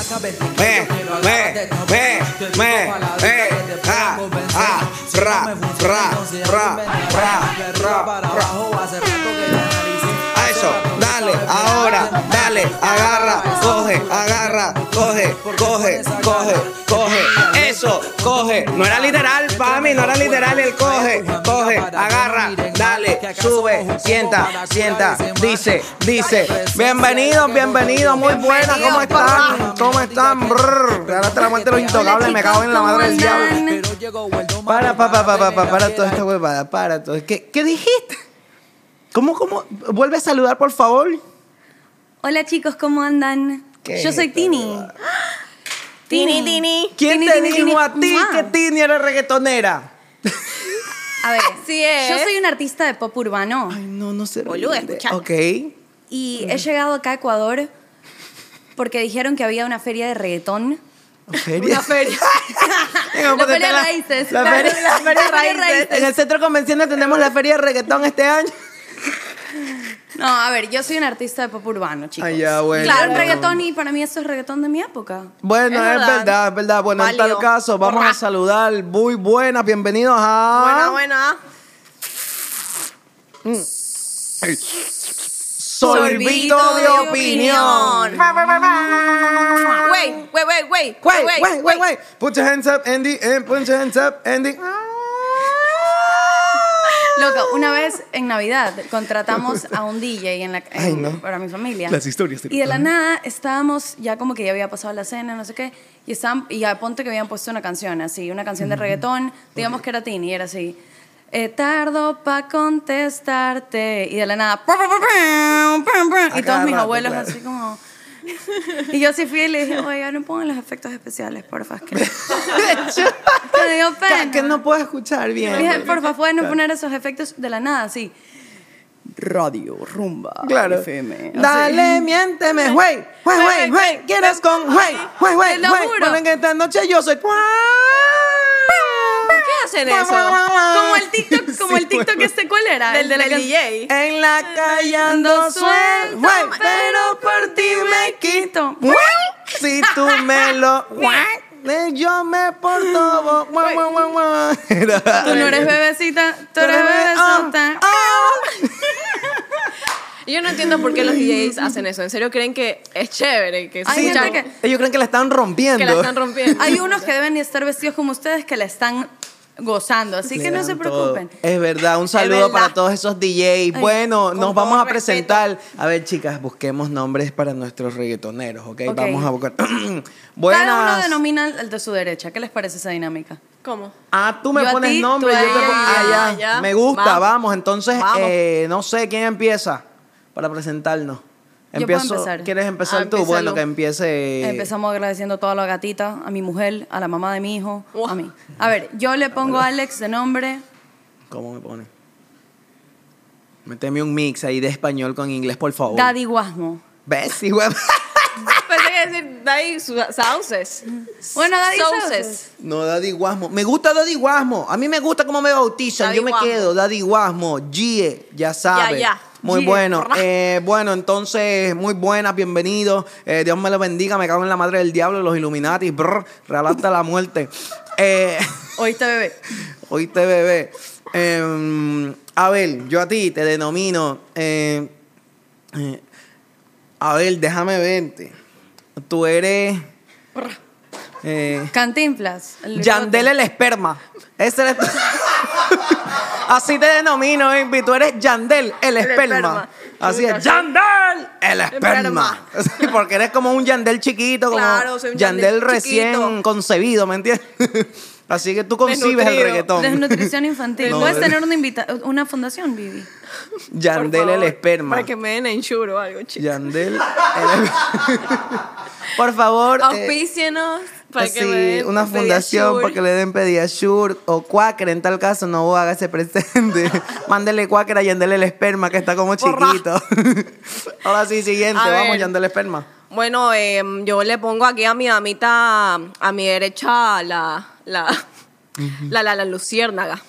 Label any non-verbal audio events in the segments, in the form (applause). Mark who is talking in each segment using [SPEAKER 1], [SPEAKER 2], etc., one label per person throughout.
[SPEAKER 1] me, me, me, me, me, ah, ah, ra, ra, ra, ra, ra, ra. A eso, dale, ahora, dale, agarra, coge, agarra, coge, coge, coge, coge. Eso, coge. No era literal, mí no era literal el coge, coge, agarra, dale, sube, sienta, sienta, dice, dice. Bienvenidos, bienvenidos, muy buenas, ¿cómo están? ¿Cómo están? Brr, Ganaste la muerte de los intocables, me cago en la madre del diablo. Para, para, para, para, para, para toda esta huevada, para todo. ¿Qué, qué dijiste? ¿Cómo, cómo? Vuelve a saludar, por favor.
[SPEAKER 2] Hola chicos, ¿cómo andan?
[SPEAKER 1] ¿Qué
[SPEAKER 2] Yo soy
[SPEAKER 1] tal?
[SPEAKER 2] Tini. (gasps) Tini, Tini.
[SPEAKER 1] ¿Quién
[SPEAKER 2] Tini,
[SPEAKER 1] te
[SPEAKER 2] Tini,
[SPEAKER 1] dijo
[SPEAKER 2] Tini.
[SPEAKER 1] a ti
[SPEAKER 2] Mamá.
[SPEAKER 1] que Tini era reggaetonera?
[SPEAKER 2] A ver,
[SPEAKER 3] Así es.
[SPEAKER 2] yo soy una artista de pop urbano
[SPEAKER 1] Ay, no, no sé.
[SPEAKER 3] Boluda, escucha.
[SPEAKER 1] Ok.
[SPEAKER 2] y he llegado acá a Ecuador porque dijeron que había una feria
[SPEAKER 1] (laughs)
[SPEAKER 2] de reggaetón.
[SPEAKER 1] Feria.
[SPEAKER 3] Una
[SPEAKER 1] (laughs)
[SPEAKER 3] feria.
[SPEAKER 1] Venga,
[SPEAKER 2] La
[SPEAKER 1] porque
[SPEAKER 2] feria
[SPEAKER 1] está
[SPEAKER 2] de raíces.
[SPEAKER 1] La
[SPEAKER 2] La-
[SPEAKER 1] feria,
[SPEAKER 2] (laughs) la feria de raíces.
[SPEAKER 1] En el centro de convenciones tenemos la feria de reggaetón este año.
[SPEAKER 2] No, a ver, yo soy una artista de pop urbano, chicos.
[SPEAKER 1] Ay, ya, bueno.
[SPEAKER 2] Claro,
[SPEAKER 1] Bueno.
[SPEAKER 2] reggaetón y para mí eso es reggaetón de mi época.
[SPEAKER 1] Bueno,
[SPEAKER 3] Es
[SPEAKER 1] es, verdad.
[SPEAKER 3] verdad.
[SPEAKER 1] es verdad. Bueno, en tal
[SPEAKER 3] Válido.
[SPEAKER 1] caso, vamos a
[SPEAKER 3] Porra.
[SPEAKER 1] saludar. Muy buenas, bienvenidos a.
[SPEAKER 3] Buena, buena.
[SPEAKER 1] Sorbito de opinión.
[SPEAKER 3] Wey, wey, wey, wey.
[SPEAKER 1] Wait, wait, wait, wait. Put your hands up, Andy. And put your hands up, Andy.
[SPEAKER 2] Loco, una vez en Navidad contratamos a un DJ en la, en-
[SPEAKER 1] Ay, no.
[SPEAKER 2] para mi familia.
[SPEAKER 1] Las historias de-
[SPEAKER 2] Y de la nada estábamos, ya como que ya había pasado la cena, no sé qué, y, estaban, y ya ponte que habían puesto una canción así, una canción de reggaetón, digamos que era Tini, era así. eh, tardo pa' contestarte. Y de la nada. pa, pa, pa, pam, pam, pam,
[SPEAKER 1] A
[SPEAKER 2] y
[SPEAKER 1] cada
[SPEAKER 2] todos mis
[SPEAKER 1] rato,
[SPEAKER 2] abuelos
[SPEAKER 1] claro.
[SPEAKER 2] así como. Y yo así fui y le dije, oiga, no pongan los efectos especiales,
[SPEAKER 1] (laughs)
[SPEAKER 2] porfa. es Que, que (laughs) me dio pena.
[SPEAKER 1] que no puedo escuchar bien.
[SPEAKER 2] Le dije, porfa, pueden no poner esos efectos de la nada, así. Radio, rumba,
[SPEAKER 1] Claro.
[SPEAKER 2] FM. así.
[SPEAKER 1] Dale, miénteme, güey. Güey, güey, güey. ¿Quieres con güey? Güey, güey,
[SPEAKER 2] Te lo
[SPEAKER 1] güey.
[SPEAKER 2] juro.
[SPEAKER 1] Bueno, que esta noche yo soy. ¿Por
[SPEAKER 3] qué hacen eso?
[SPEAKER 2] Como el
[SPEAKER 1] (laughs)
[SPEAKER 2] TikTok, como el TikTok este, ¿cuál era?
[SPEAKER 3] Del, del,
[SPEAKER 2] la can-
[SPEAKER 3] DJ.
[SPEAKER 1] En la calle ando suelto, güey, pero por ti me quito. (laughs) Güey, Si tú me
[SPEAKER 2] (laughs)
[SPEAKER 1] lo. güey, eh, Yo me porto. bo- güey, güey, güey, güey.
[SPEAKER 2] Tú no eres bebecita, tú
[SPEAKER 1] Tú
[SPEAKER 2] eres
[SPEAKER 1] eres bebé,
[SPEAKER 2] bebesota.
[SPEAKER 1] ah, ah.
[SPEAKER 3] Yo no entiendo por qué los DJs hacen eso. ¿En serio creen que es chévere? Que, se
[SPEAKER 2] Hay
[SPEAKER 1] Sí,
[SPEAKER 2] gente
[SPEAKER 3] escuchan-
[SPEAKER 2] que-
[SPEAKER 1] ellos creen que la están rompiendo.
[SPEAKER 3] que la están rompiendo.
[SPEAKER 2] Hay unos que deben estar vestidos como ustedes que la están gozando, así que
[SPEAKER 1] Le
[SPEAKER 2] no
[SPEAKER 1] dan
[SPEAKER 2] se
[SPEAKER 1] todo. Eh,
[SPEAKER 2] preocupen.
[SPEAKER 1] Es verdad, un saludo
[SPEAKER 3] verdad.
[SPEAKER 1] para todos esos DJs. bueno,
[SPEAKER 3] con
[SPEAKER 1] nos
[SPEAKER 3] todo
[SPEAKER 1] vamos a
[SPEAKER 3] respeto.
[SPEAKER 1] presentar. A ver, chicas, busquemos nombres para nuestros reggaetoneros, ¿ok?
[SPEAKER 2] Ok.
[SPEAKER 1] Vamos a buscar. (clears throat)
[SPEAKER 2] Cada uno
[SPEAKER 1] Buenas.
[SPEAKER 2] denomina al de su derecha. ¿Qué les parece esa dinámica?
[SPEAKER 3] ¿Cómo?
[SPEAKER 1] Ah, tú me
[SPEAKER 2] Yo a
[SPEAKER 1] pones
[SPEAKER 2] ti, tú
[SPEAKER 1] nombre, yo
[SPEAKER 2] a
[SPEAKER 1] te
[SPEAKER 2] ella,
[SPEAKER 1] pongo. Ah,
[SPEAKER 3] ya,
[SPEAKER 1] ya.
[SPEAKER 3] ya.
[SPEAKER 1] Me gusta, vamos.
[SPEAKER 3] Vamos.
[SPEAKER 1] Entonces,
[SPEAKER 3] Vamos.
[SPEAKER 1] eh, no sé quién empieza para presentarnos.
[SPEAKER 2] Yo puedo
[SPEAKER 1] Empiezo.
[SPEAKER 2] empezar.
[SPEAKER 1] ¿Quieres empezar
[SPEAKER 3] Ah,
[SPEAKER 1] tú?
[SPEAKER 3] empieza
[SPEAKER 1] Bueno,
[SPEAKER 3] Lu.
[SPEAKER 1] que empiece.
[SPEAKER 2] Empezamos agradeciendo todo a la gatita, a mi mujer, a la mamá de mi hijo,
[SPEAKER 3] Wow.
[SPEAKER 2] a mí. A ver, yo le pongo a Alex de nombre.
[SPEAKER 1] ¿Cómo me pone? Méteme un mix ahí de español con inglés, por favor.
[SPEAKER 2] Daddy Guasmo.
[SPEAKER 1] ¿Ves? hijo (laughs) de-
[SPEAKER 3] Pensé que iba a decir Daddy Su- Sauces.
[SPEAKER 2] Bueno, Daddy Sauces.
[SPEAKER 3] Sauces.
[SPEAKER 1] No, Daddy Guasmo. Me gusta Daddy Guasmo. A mí me gusta cómo me bautizan.
[SPEAKER 3] Daddy
[SPEAKER 1] Yo me
[SPEAKER 3] Guasmo.
[SPEAKER 1] quedo. Daddy Guasmo. Gie, ya sabe.
[SPEAKER 3] Ya, ya.
[SPEAKER 1] Muy
[SPEAKER 2] Gie.
[SPEAKER 1] bueno. Eh, bueno, entonces, muy buenas, bienvenidos. Eh, Dios me lo bendiga. Me cago en la madre del diablo, los Illuminati. Brr, real hasta la muerte. Eh, (laughs)
[SPEAKER 2] Oíste, bebé.
[SPEAKER 1] oíste, bebé. Eh, a ver, yo a ti te denomino. eh, eh, a ver, déjame verte. Tú eres. eh,
[SPEAKER 2] Cantinflas. el
[SPEAKER 1] Yandel
[SPEAKER 2] bigote.
[SPEAKER 1] el esperma. Ese eres tú. (laughs) Así te denomino, Invi. Tú eres Yandel el esperma.
[SPEAKER 3] esperma.
[SPEAKER 1] Así es.
[SPEAKER 3] Puta, sí.
[SPEAKER 1] Yandel el esperma. (laughs) Porque eres como un Yandel chiquito, como
[SPEAKER 3] Claro, soy un
[SPEAKER 1] Yandel,
[SPEAKER 3] Yandel
[SPEAKER 1] recién
[SPEAKER 3] chiquito.
[SPEAKER 1] concebido, ¿me entiendes? (laughs) Así que tú concibes el
[SPEAKER 3] Desnutrido.
[SPEAKER 1] reggaetón.
[SPEAKER 2] Desnutrición infantil.
[SPEAKER 1] No,
[SPEAKER 2] Puedes
[SPEAKER 1] bebé.
[SPEAKER 2] tener una, invita- una fundación, Vivi.
[SPEAKER 3] Por
[SPEAKER 1] (laughs) Yandel el
[SPEAKER 3] favor,
[SPEAKER 1] esperma.
[SPEAKER 3] Para que me den enchuro o algo, chicos.
[SPEAKER 1] Yandel el (laughs) Por favor. eh,
[SPEAKER 3] Auspícienos para que
[SPEAKER 1] Pues sí,
[SPEAKER 3] me den
[SPEAKER 1] una
[SPEAKER 3] un
[SPEAKER 1] fundación
[SPEAKER 3] Pediasure.
[SPEAKER 1] porque le den pediasure o cuáquer en tal caso no
[SPEAKER 3] (laughs)
[SPEAKER 1] hágase presente. Mándele cuáquer a Yandel el esperma que está como
[SPEAKER 3] Porra.
[SPEAKER 1] chiquito. (laughs) Ahora sí, siguiente,
[SPEAKER 3] A
[SPEAKER 1] vamos
[SPEAKER 3] ver.
[SPEAKER 1] Yandel esperma.
[SPEAKER 3] Bueno, eh, yo le pongo aquí a mi damita, a mi derecha, la, la, la, la, la luciérnaga.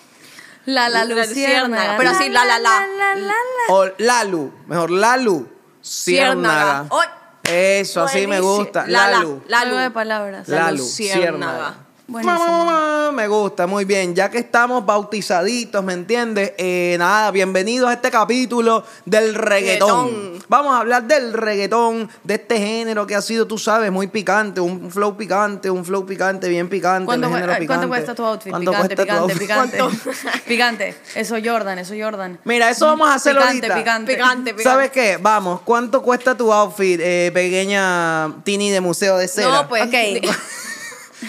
[SPEAKER 2] La
[SPEAKER 3] La
[SPEAKER 2] la luciérnaga.
[SPEAKER 3] luciérnaga. Pero sí, la, la, la.
[SPEAKER 2] la, la, la.
[SPEAKER 1] O Lalu, mejor Lalu, ciérnaga.
[SPEAKER 3] Ciérnaga. ¡Ay!
[SPEAKER 1] Eso, así me
[SPEAKER 3] Buenísimo.
[SPEAKER 1] gusta.
[SPEAKER 3] Lala,
[SPEAKER 1] Lalu.
[SPEAKER 3] Lalu.
[SPEAKER 2] Juego de palabras.
[SPEAKER 3] La
[SPEAKER 1] Lalu,
[SPEAKER 3] luciérnaga.
[SPEAKER 1] ciérnaga.
[SPEAKER 2] Buenísimo.
[SPEAKER 1] Ma, ma, ma, Me gusta, muy bien. Ya que estamos bautizaditos, ¿me entiendes? Eh, nada, bienvenidos a este capítulo del reggaetón.
[SPEAKER 3] Reggaetón.
[SPEAKER 1] Vamos a hablar del reggaetón, de este género que ha sido, tú sabes, muy picante, un flow picante, un flow picante, bien picante.
[SPEAKER 2] ¿Cuánto,
[SPEAKER 1] el
[SPEAKER 2] cue-
[SPEAKER 1] género
[SPEAKER 2] ay,
[SPEAKER 1] picante.
[SPEAKER 2] ¿Cuánto cuesta tu outfit?
[SPEAKER 1] ¿Cuánto
[SPEAKER 2] Picante,
[SPEAKER 1] cuesta tu
[SPEAKER 2] picante, picante.
[SPEAKER 1] outfit?
[SPEAKER 2] (laughs) Picante. Eso Jordan, eso Jordan.
[SPEAKER 1] (laughs) Mira, eso vamos a hacer
[SPEAKER 2] Picante,
[SPEAKER 1] ahorita.
[SPEAKER 2] picante.
[SPEAKER 3] Picante, picante.
[SPEAKER 1] ¿Sabes qué? Vamos, ¿cuánto cuesta tu outfit, eh, pequeña Tini de Museo de Cera?
[SPEAKER 3] No, pues.
[SPEAKER 2] Ok.
[SPEAKER 1] (laughs)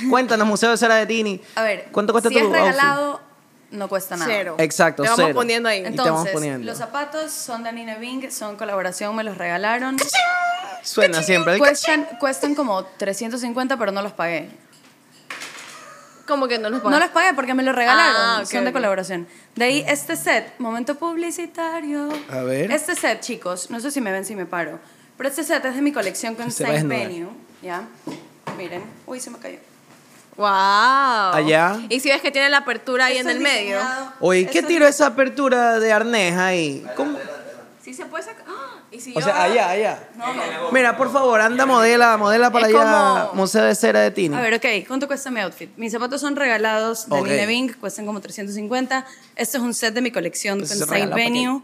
[SPEAKER 1] Cuéntanos, Museo de Cera de Tini.
[SPEAKER 2] A ver,
[SPEAKER 1] ¿cuánto cuesta
[SPEAKER 2] si
[SPEAKER 1] tu
[SPEAKER 2] es
[SPEAKER 1] outfit?
[SPEAKER 2] regalado, no cuesta nada.
[SPEAKER 3] Cero.
[SPEAKER 1] Exacto,
[SPEAKER 3] Le vamos
[SPEAKER 1] cero.
[SPEAKER 3] poniendo ahí.
[SPEAKER 1] Y te vamos
[SPEAKER 2] Entonces,
[SPEAKER 1] poniendo.
[SPEAKER 2] los zapatos son de Anina Bing, son colaboración, me los regalaron.
[SPEAKER 1] Suena siempre el
[SPEAKER 2] Cuestan, cuestan como 350, pero no los pagué.
[SPEAKER 3] Como que no los
[SPEAKER 2] No los pagué porque me los regalaron.
[SPEAKER 3] Ah, ok,
[SPEAKER 2] Son de
[SPEAKER 3] ok.
[SPEAKER 2] colaboración. De ahí, este set, momento publicitario.
[SPEAKER 1] A ver.
[SPEAKER 2] Este set, chicos, no sé si me ven si me paro. Pero este set es de mi colección con
[SPEAKER 1] Se va a
[SPEAKER 2] Saint
[SPEAKER 1] desnudar.
[SPEAKER 2] Venue. ¿Ya? Miren. Uy, se me cayó.
[SPEAKER 3] Wow.
[SPEAKER 1] Allá.
[SPEAKER 3] Y si ves que tiene la apertura ahí en el medio.
[SPEAKER 1] Oye, ¿qué tiró esa apertura de arnés ahí? ¿Cómo?
[SPEAKER 3] Sí se puede sacar. ¡Ah! Y si
[SPEAKER 1] O
[SPEAKER 3] yo-
[SPEAKER 1] sea, allá, allá. Mira, por favor, anda modela, modela para
[SPEAKER 2] Es
[SPEAKER 1] allá,
[SPEAKER 2] como-
[SPEAKER 1] Museo de Cera de Tini.
[SPEAKER 2] A ver, ok, ¿cuánto cuesta mi outfit? Mis zapatos son regalados de
[SPEAKER 1] Mm. Ok.
[SPEAKER 2] Nina Bing, cuestan como 350. Este es un set de mi colección
[SPEAKER 1] Pues se
[SPEAKER 2] con Saint
[SPEAKER 1] regala, ¿pa' qué?
[SPEAKER 2] Venue.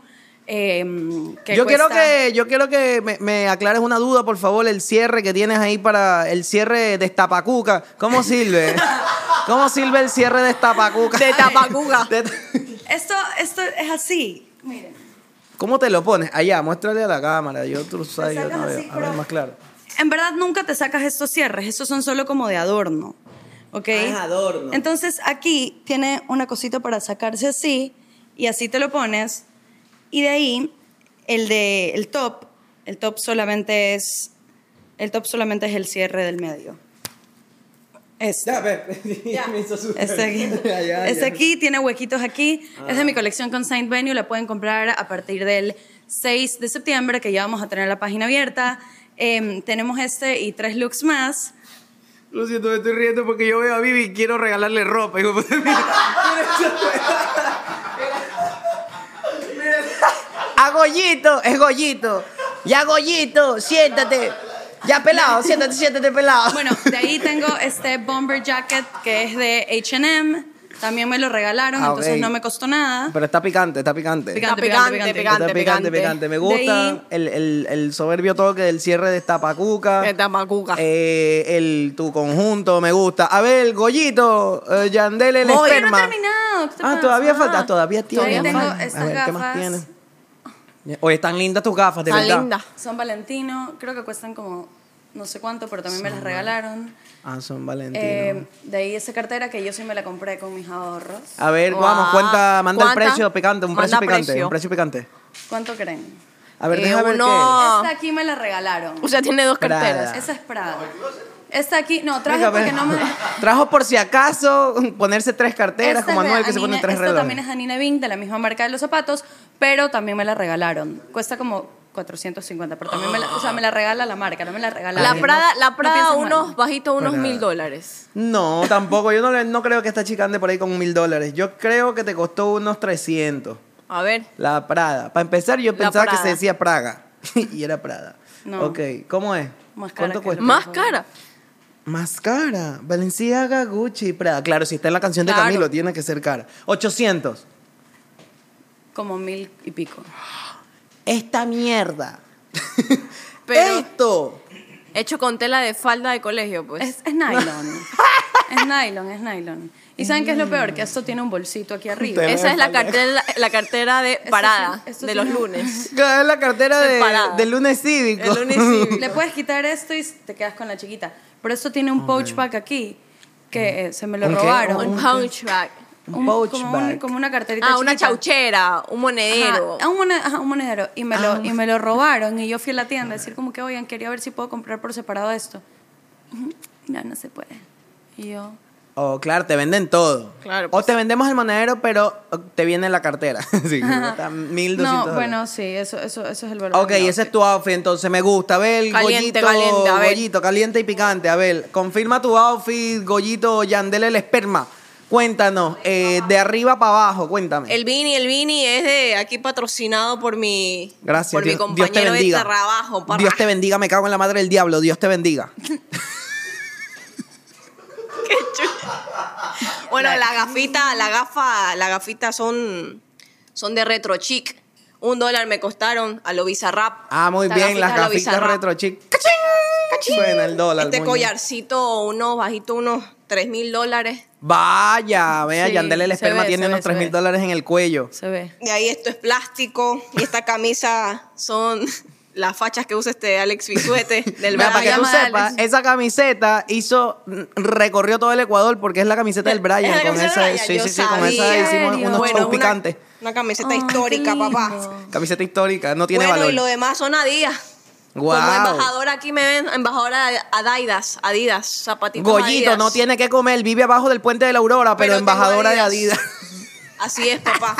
[SPEAKER 2] em, que
[SPEAKER 1] yo quiero
[SPEAKER 2] cuesta-
[SPEAKER 1] que, yo quiero que me, me aclares una duda, por favor, el cierre que tienes ahí para el cierre de Estapacuca. ¿Cómo
[SPEAKER 2] (laughs)
[SPEAKER 1] sirve? ¿Cómo sirve el cierre de Estapacuca?
[SPEAKER 3] De Tapacuga.
[SPEAKER 1] (laughs) De ta-
[SPEAKER 2] Esto, esto es así. Miren.
[SPEAKER 1] ¿Cómo te lo pones? Allá, muéstrale a la cámara. Yo tú sabes, yo
[SPEAKER 2] sacas
[SPEAKER 1] no
[SPEAKER 2] así,
[SPEAKER 1] veo. A
[SPEAKER 2] pero-
[SPEAKER 1] ver, más claro.
[SPEAKER 2] En verdad nunca te sacas estos cierres, estos son solo como de adorno. ¿Ok?
[SPEAKER 1] Ah, es adorno.
[SPEAKER 2] Entonces aquí tiene una cosita para sacarse así y así te lo pones. Y de ahí el de el top, el top solamente es el top solamente es el cierre del medio. Este.
[SPEAKER 1] Ya, ve. (laughs) Me hizo sudar.
[SPEAKER 2] Este aquí,
[SPEAKER 1] (laughs) Ya, ya, Ah.
[SPEAKER 2] este
[SPEAKER 1] ya.
[SPEAKER 2] aquí tiene huequitos aquí. Es de mi colección con Saint Venue. La pueden comprar a partir del 6 de septiembre, que ya vamos a tener la página abierta. Em, tenemos este y tres looks más.
[SPEAKER 1] Lo siento, me estoy riendo porque yo veo a Vivi y quiero regalarle ropa. Hijo de puta, mira, mira esa- mira. A Goyito, es Goyito. Ya Goyito, siéntate. (laughs) Ya pelado, siéntate, siéntate pelado.
[SPEAKER 2] Bueno,
[SPEAKER 1] (laughs)
[SPEAKER 2] de ahí tengo este bomber jacket que es de H&M. También me lo regalaron,
[SPEAKER 1] Ah,
[SPEAKER 2] entonces
[SPEAKER 1] ok.
[SPEAKER 2] no me costó nada.
[SPEAKER 1] Pero está picante, está picante.
[SPEAKER 3] Está
[SPEAKER 2] Picante, picante,
[SPEAKER 1] Está picante, picante.
[SPEAKER 3] picante,
[SPEAKER 1] Me
[SPEAKER 2] De
[SPEAKER 1] gusta
[SPEAKER 2] ahí-
[SPEAKER 1] el, el- el soberbio toque del cierre de Tapacuca.
[SPEAKER 3] De Tapacuca.
[SPEAKER 1] Eh, el, tu conjunto me gusta. A ver, Goyito, eh, Yandel el
[SPEAKER 3] Voy.
[SPEAKER 2] Todavía no
[SPEAKER 1] esperma.
[SPEAKER 2] he terminado, ¿qué te
[SPEAKER 1] Ah,
[SPEAKER 2] pasa?
[SPEAKER 1] todavía falta, todavía tiene.
[SPEAKER 2] Todavía tengo
[SPEAKER 1] falta.
[SPEAKER 2] estas
[SPEAKER 1] A ver, ¿qué más
[SPEAKER 2] gafas.
[SPEAKER 1] tienes? Ya- Oye, están lindas tus gafas, de
[SPEAKER 3] Está
[SPEAKER 1] verdad.
[SPEAKER 3] linda.
[SPEAKER 2] San Valentino, creo que cuestan como no sé cuánto, pero también me las regalaron.
[SPEAKER 1] Ah, son Valentino.
[SPEAKER 2] Eh, de ahí esa cartera que yo sí me la compré con mis ahorros.
[SPEAKER 1] a ver,
[SPEAKER 3] Guau.
[SPEAKER 1] vamos, cuenta, manda
[SPEAKER 3] ¿Cuánta?
[SPEAKER 1] el precio picante, un
[SPEAKER 3] Manda
[SPEAKER 1] precio picante,
[SPEAKER 3] precio.
[SPEAKER 1] un precio picante.
[SPEAKER 2] ¿Cuánto creen?
[SPEAKER 1] A ver,
[SPEAKER 3] Eh,
[SPEAKER 1] déjame ver
[SPEAKER 3] uno-
[SPEAKER 1] qué.
[SPEAKER 3] Ah.
[SPEAKER 2] Esta aquí me la regalaron.
[SPEAKER 3] O sea, tiene dos
[SPEAKER 1] Prada.
[SPEAKER 3] carteras.
[SPEAKER 2] Esa es Prada. Esta aquí, no,
[SPEAKER 1] es.
[SPEAKER 2] traje
[SPEAKER 1] Venga,
[SPEAKER 2] porque
[SPEAKER 1] ven.
[SPEAKER 2] no me...
[SPEAKER 1] (laughs)
[SPEAKER 2] Este
[SPEAKER 1] Trajo por si acaso ponerse tres carteras,
[SPEAKER 2] Esta
[SPEAKER 1] como
[SPEAKER 2] es de
[SPEAKER 1] Manuel que se
[SPEAKER 2] Anine-
[SPEAKER 1] pone tres
[SPEAKER 2] esta
[SPEAKER 1] relojes.
[SPEAKER 2] también es de Anine Bing, de la misma marca de los zapatos, pero también me la regalaron. Cuesta como 450, pero también me la, o sea, me la regala la marca, no me la regala
[SPEAKER 3] La
[SPEAKER 2] alguien,
[SPEAKER 3] Prada,
[SPEAKER 2] no-
[SPEAKER 3] la
[SPEAKER 2] no
[SPEAKER 3] Prada
[SPEAKER 2] pienses mal.
[SPEAKER 3] unos bajitos, unos
[SPEAKER 1] Prada.
[SPEAKER 3] mil dólares.
[SPEAKER 1] No, tampoco. Yo no, le- no creo que esta chica ande por ahí con mil dólares. Yo creo que te costó unos 300.
[SPEAKER 3] A ver.
[SPEAKER 1] La Prada. Para empezar, yo
[SPEAKER 3] La
[SPEAKER 1] pensaba que
[SPEAKER 3] Prada.
[SPEAKER 1] se decía Praga. (laughs) y era Prada.
[SPEAKER 2] No.
[SPEAKER 1] Ok, ¿cómo es?
[SPEAKER 2] Más cara que lo-
[SPEAKER 3] Más cara.
[SPEAKER 1] Más cara. Valenciaga, Gucci, Prada. Claro, si está en la canción de
[SPEAKER 3] Claro.
[SPEAKER 1] Camilo, tiene que ser cara. 800.
[SPEAKER 2] Como mil y pico.
[SPEAKER 1] Esta (laughs) mierda.
[SPEAKER 3] Pero-
[SPEAKER 1] Esto.
[SPEAKER 3] Hecho con tela de falda de colegio, pues.
[SPEAKER 2] Es,
[SPEAKER 1] (laughs)
[SPEAKER 2] es nylon. es nylon, es nylon. ¿Y saben qué es lo peor? Que esto tiene un bolsito aquí arriba.
[SPEAKER 1] Te-
[SPEAKER 2] Es-
[SPEAKER 3] Esa es la cartera, la cartera de
[SPEAKER 2] Esto
[SPEAKER 3] parada
[SPEAKER 2] sí- esto
[SPEAKER 3] de
[SPEAKER 2] sí
[SPEAKER 3] los
[SPEAKER 2] no.
[SPEAKER 3] lunes.
[SPEAKER 1] Es la cartera
[SPEAKER 3] Soy
[SPEAKER 1] de-
[SPEAKER 3] Prada.
[SPEAKER 1] del lunes cívico.
[SPEAKER 3] El lunes cívico.
[SPEAKER 2] Le puedes quitar esto y te quedas con la chiquita. Pero esto tiene un pouch pack aquí que eh, se me lo
[SPEAKER 1] ¿Un qué?
[SPEAKER 2] robaron.
[SPEAKER 3] Un hunchback.
[SPEAKER 1] (laughs) Un pouch
[SPEAKER 2] como,
[SPEAKER 1] bag.
[SPEAKER 2] un- como una carterita
[SPEAKER 3] Ah, una
[SPEAKER 2] chiquita.
[SPEAKER 3] chauchera, un monedero.
[SPEAKER 2] Ajá, a un, mone- ajá, un monedero. Y me,
[SPEAKER 1] Ah.
[SPEAKER 2] lo, y me lo robaron. Y yo fui a la tienda a decir como que, oigan, quería ver si puedo comprar por separado esto. Ujú, No, no se puede. Y yo...
[SPEAKER 1] Oh, claro, te venden todo.
[SPEAKER 3] Claro,
[SPEAKER 1] O
[SPEAKER 3] pues.
[SPEAKER 1] te vendemos el monedero, pero te viene la cartera. (laughs) sí, está 1200
[SPEAKER 2] No,
[SPEAKER 1] dólares.
[SPEAKER 2] bueno, sí, eso, eso, eso es el valor.
[SPEAKER 1] Ok,
[SPEAKER 2] de mi
[SPEAKER 1] ese es
[SPEAKER 2] outfit.
[SPEAKER 1] tu outfit, entonces me gusta. A ver,
[SPEAKER 3] Caliente,
[SPEAKER 1] Goyito,
[SPEAKER 3] caliente, a ver.
[SPEAKER 1] Goyito, caliente y picante. A ver, confirma tu outfit, Goyito, Yandel el esperma. Cuéntanos, eh, de arriba para abajo, cuéntame.
[SPEAKER 3] El Vini, el Vini es de aquí patrocinado por mi,
[SPEAKER 1] Gracias.
[SPEAKER 3] por
[SPEAKER 1] Dios,
[SPEAKER 3] mi
[SPEAKER 1] Dios
[SPEAKER 3] compañero
[SPEAKER 1] te bendiga.
[SPEAKER 3] de este trabajo. parra.
[SPEAKER 1] Dios te bendiga, me cago en la madre del diablo. Dios
[SPEAKER 3] (laughs)
[SPEAKER 1] te bendiga.
[SPEAKER 3] Bueno, la gafita, la gafa, la gafita son, son de retro chic. Un dólar me costaron a lo bizarrap.
[SPEAKER 1] Ah, muy
[SPEAKER 3] La
[SPEAKER 1] bien, las
[SPEAKER 3] gafita lo
[SPEAKER 1] gafitas
[SPEAKER 3] bizarrap.
[SPEAKER 1] retro chic. Suena el dólar.
[SPEAKER 3] Este
[SPEAKER 1] coño.
[SPEAKER 3] collarcito, unos bajito, unos 3 mil dólares.
[SPEAKER 1] Vaya, vea,
[SPEAKER 2] Sí,
[SPEAKER 1] Yandel el
[SPEAKER 2] se
[SPEAKER 1] esperma
[SPEAKER 2] ve,
[SPEAKER 1] tiene
[SPEAKER 2] se ve,
[SPEAKER 1] unos
[SPEAKER 2] se
[SPEAKER 1] 3 mil
[SPEAKER 2] ve.
[SPEAKER 1] dólares en el cuello.
[SPEAKER 2] Se ve.
[SPEAKER 3] De ahí esto es plástico. Y esta camisa son (laughs) las fachas que usa este Alex
[SPEAKER 1] (laughs)
[SPEAKER 3] Bisuete del
[SPEAKER 1] Mira, para que
[SPEAKER 3] Brian.
[SPEAKER 1] tú
[SPEAKER 2] Llama a Alex.
[SPEAKER 1] sepas, esa camiseta hizo, mm, recorrió todo el Ecuador porque es la camiseta del Brian.
[SPEAKER 3] Es la
[SPEAKER 1] con
[SPEAKER 3] camiseta
[SPEAKER 1] esa,
[SPEAKER 3] del Brian,
[SPEAKER 1] sí,
[SPEAKER 3] yo
[SPEAKER 1] sí, sí, con esa
[SPEAKER 3] sabía.
[SPEAKER 1] hicimos unos
[SPEAKER 2] ¿En serio?
[SPEAKER 1] shows
[SPEAKER 3] Bueno, una,
[SPEAKER 1] picantes.
[SPEAKER 3] una camiseta
[SPEAKER 2] Ay, qué
[SPEAKER 3] histórica, papá.
[SPEAKER 2] lindo.
[SPEAKER 1] Camiseta histórica, no tiene
[SPEAKER 3] bueno, y lo
[SPEAKER 1] valor.
[SPEAKER 3] demás son Adidas.
[SPEAKER 1] Guau.
[SPEAKER 3] Como embajadora aquí me ven, embajadora de Adidas, Adidas, zapatitos
[SPEAKER 1] Goyito
[SPEAKER 3] Adidas.
[SPEAKER 1] no tiene que comer, vive abajo del puente de la Aurora, pero,
[SPEAKER 3] Pero tengo
[SPEAKER 1] embajadora de
[SPEAKER 3] Adidas.
[SPEAKER 1] Adidas. (laughs)
[SPEAKER 3] Así es, papá.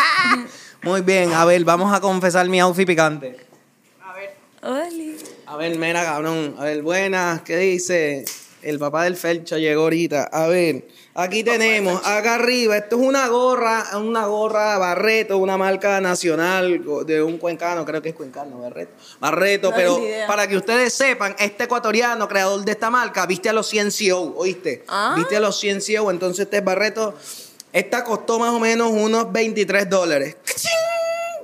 [SPEAKER 1] Muy bien, a ver, vamos a confesar mi outfit picante.
[SPEAKER 2] Oli.
[SPEAKER 1] A ver, mira, cabrón. A ver, buenas, ¿qué dice? El papá del Felcho llegó ahorita. A ver, aquí tenemos, acá arriba, esto es una gorra, una gorra Barreto, una marca nacional go- de un cuencano, creo que es cuencano, Barreto. Barreto,
[SPEAKER 3] No,
[SPEAKER 1] pero
[SPEAKER 3] ni idea.
[SPEAKER 1] para que ustedes sepan, este ecuatoriano, creador de esta marca, viste a los 100 CEO, ¿oíste?
[SPEAKER 3] Ah.
[SPEAKER 1] Viste a los 100 CEO, entonces este Barreto, esta costó más o menos unos 23 dólares.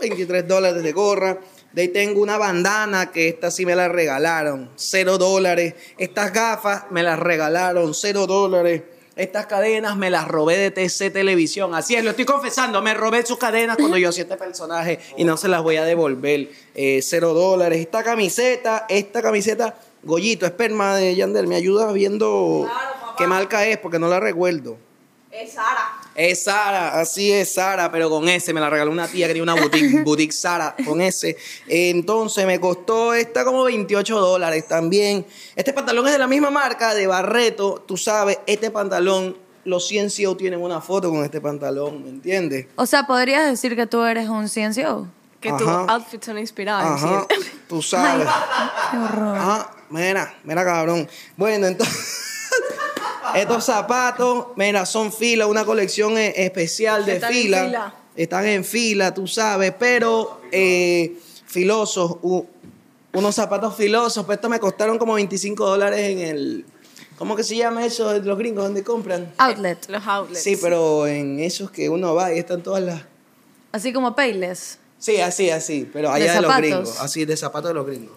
[SPEAKER 1] 23 dólares de gorra. De ahí tengo una bandana que esta sí me la regalaron, 0 dólares. Estas gafas me las regalaron, 0 dólares. Estas cadenas me las robé de TC Televisión. Así es, lo estoy confesando. Me robé sus cadenas cuando yo hacía este personaje y no se las voy a devolver. Eh, 0 dólares. Esta camiseta, esta camiseta, Goyito, esperma de Yandel, me ayuda viendo qué marca es porque no la recuerdo.
[SPEAKER 3] Es Sara.
[SPEAKER 1] Es Sara, así es Sara, pero con ese me la regaló una tía que tenía una boutique, boutique Sara, con ese. Entonces me costó esta como 28 dólares también. Este pantalón es de la misma marca, de Barreto, tú sabes, este pantalón, los 100 CEO tienen una foto con este pantalón, ¿me entiendes?
[SPEAKER 2] O sea, podrías decir que tú eres un ciencio.
[SPEAKER 3] Que tus
[SPEAKER 1] Ajá.
[SPEAKER 3] outfits son inspirados.
[SPEAKER 1] Ajá,
[SPEAKER 3] ¿sí? (laughs)
[SPEAKER 1] tú sabes.
[SPEAKER 2] Qué horror.
[SPEAKER 1] Ajá, mira, mira cabrón. Bueno, entonces... (laughs) Estos zapatos, mira, son fila, una colección e- especial de
[SPEAKER 3] Están en
[SPEAKER 1] fila.
[SPEAKER 3] fila.
[SPEAKER 1] Están en fila, tú sabes, pero eh, filosos, u- unos zapatos filosos, pues estos me costaron como 25 dólares en el... ¿Cómo que se llama eso de los gringos donde compran?
[SPEAKER 2] Outlet.
[SPEAKER 3] Los outlets.
[SPEAKER 1] Sí, pero en esos que uno va y están todas las...
[SPEAKER 2] Así como Payless.
[SPEAKER 1] Sí, así, así, pero
[SPEAKER 2] De
[SPEAKER 1] allá de, los
[SPEAKER 2] zapatos.
[SPEAKER 1] gringos, así de zapatos de los gringos.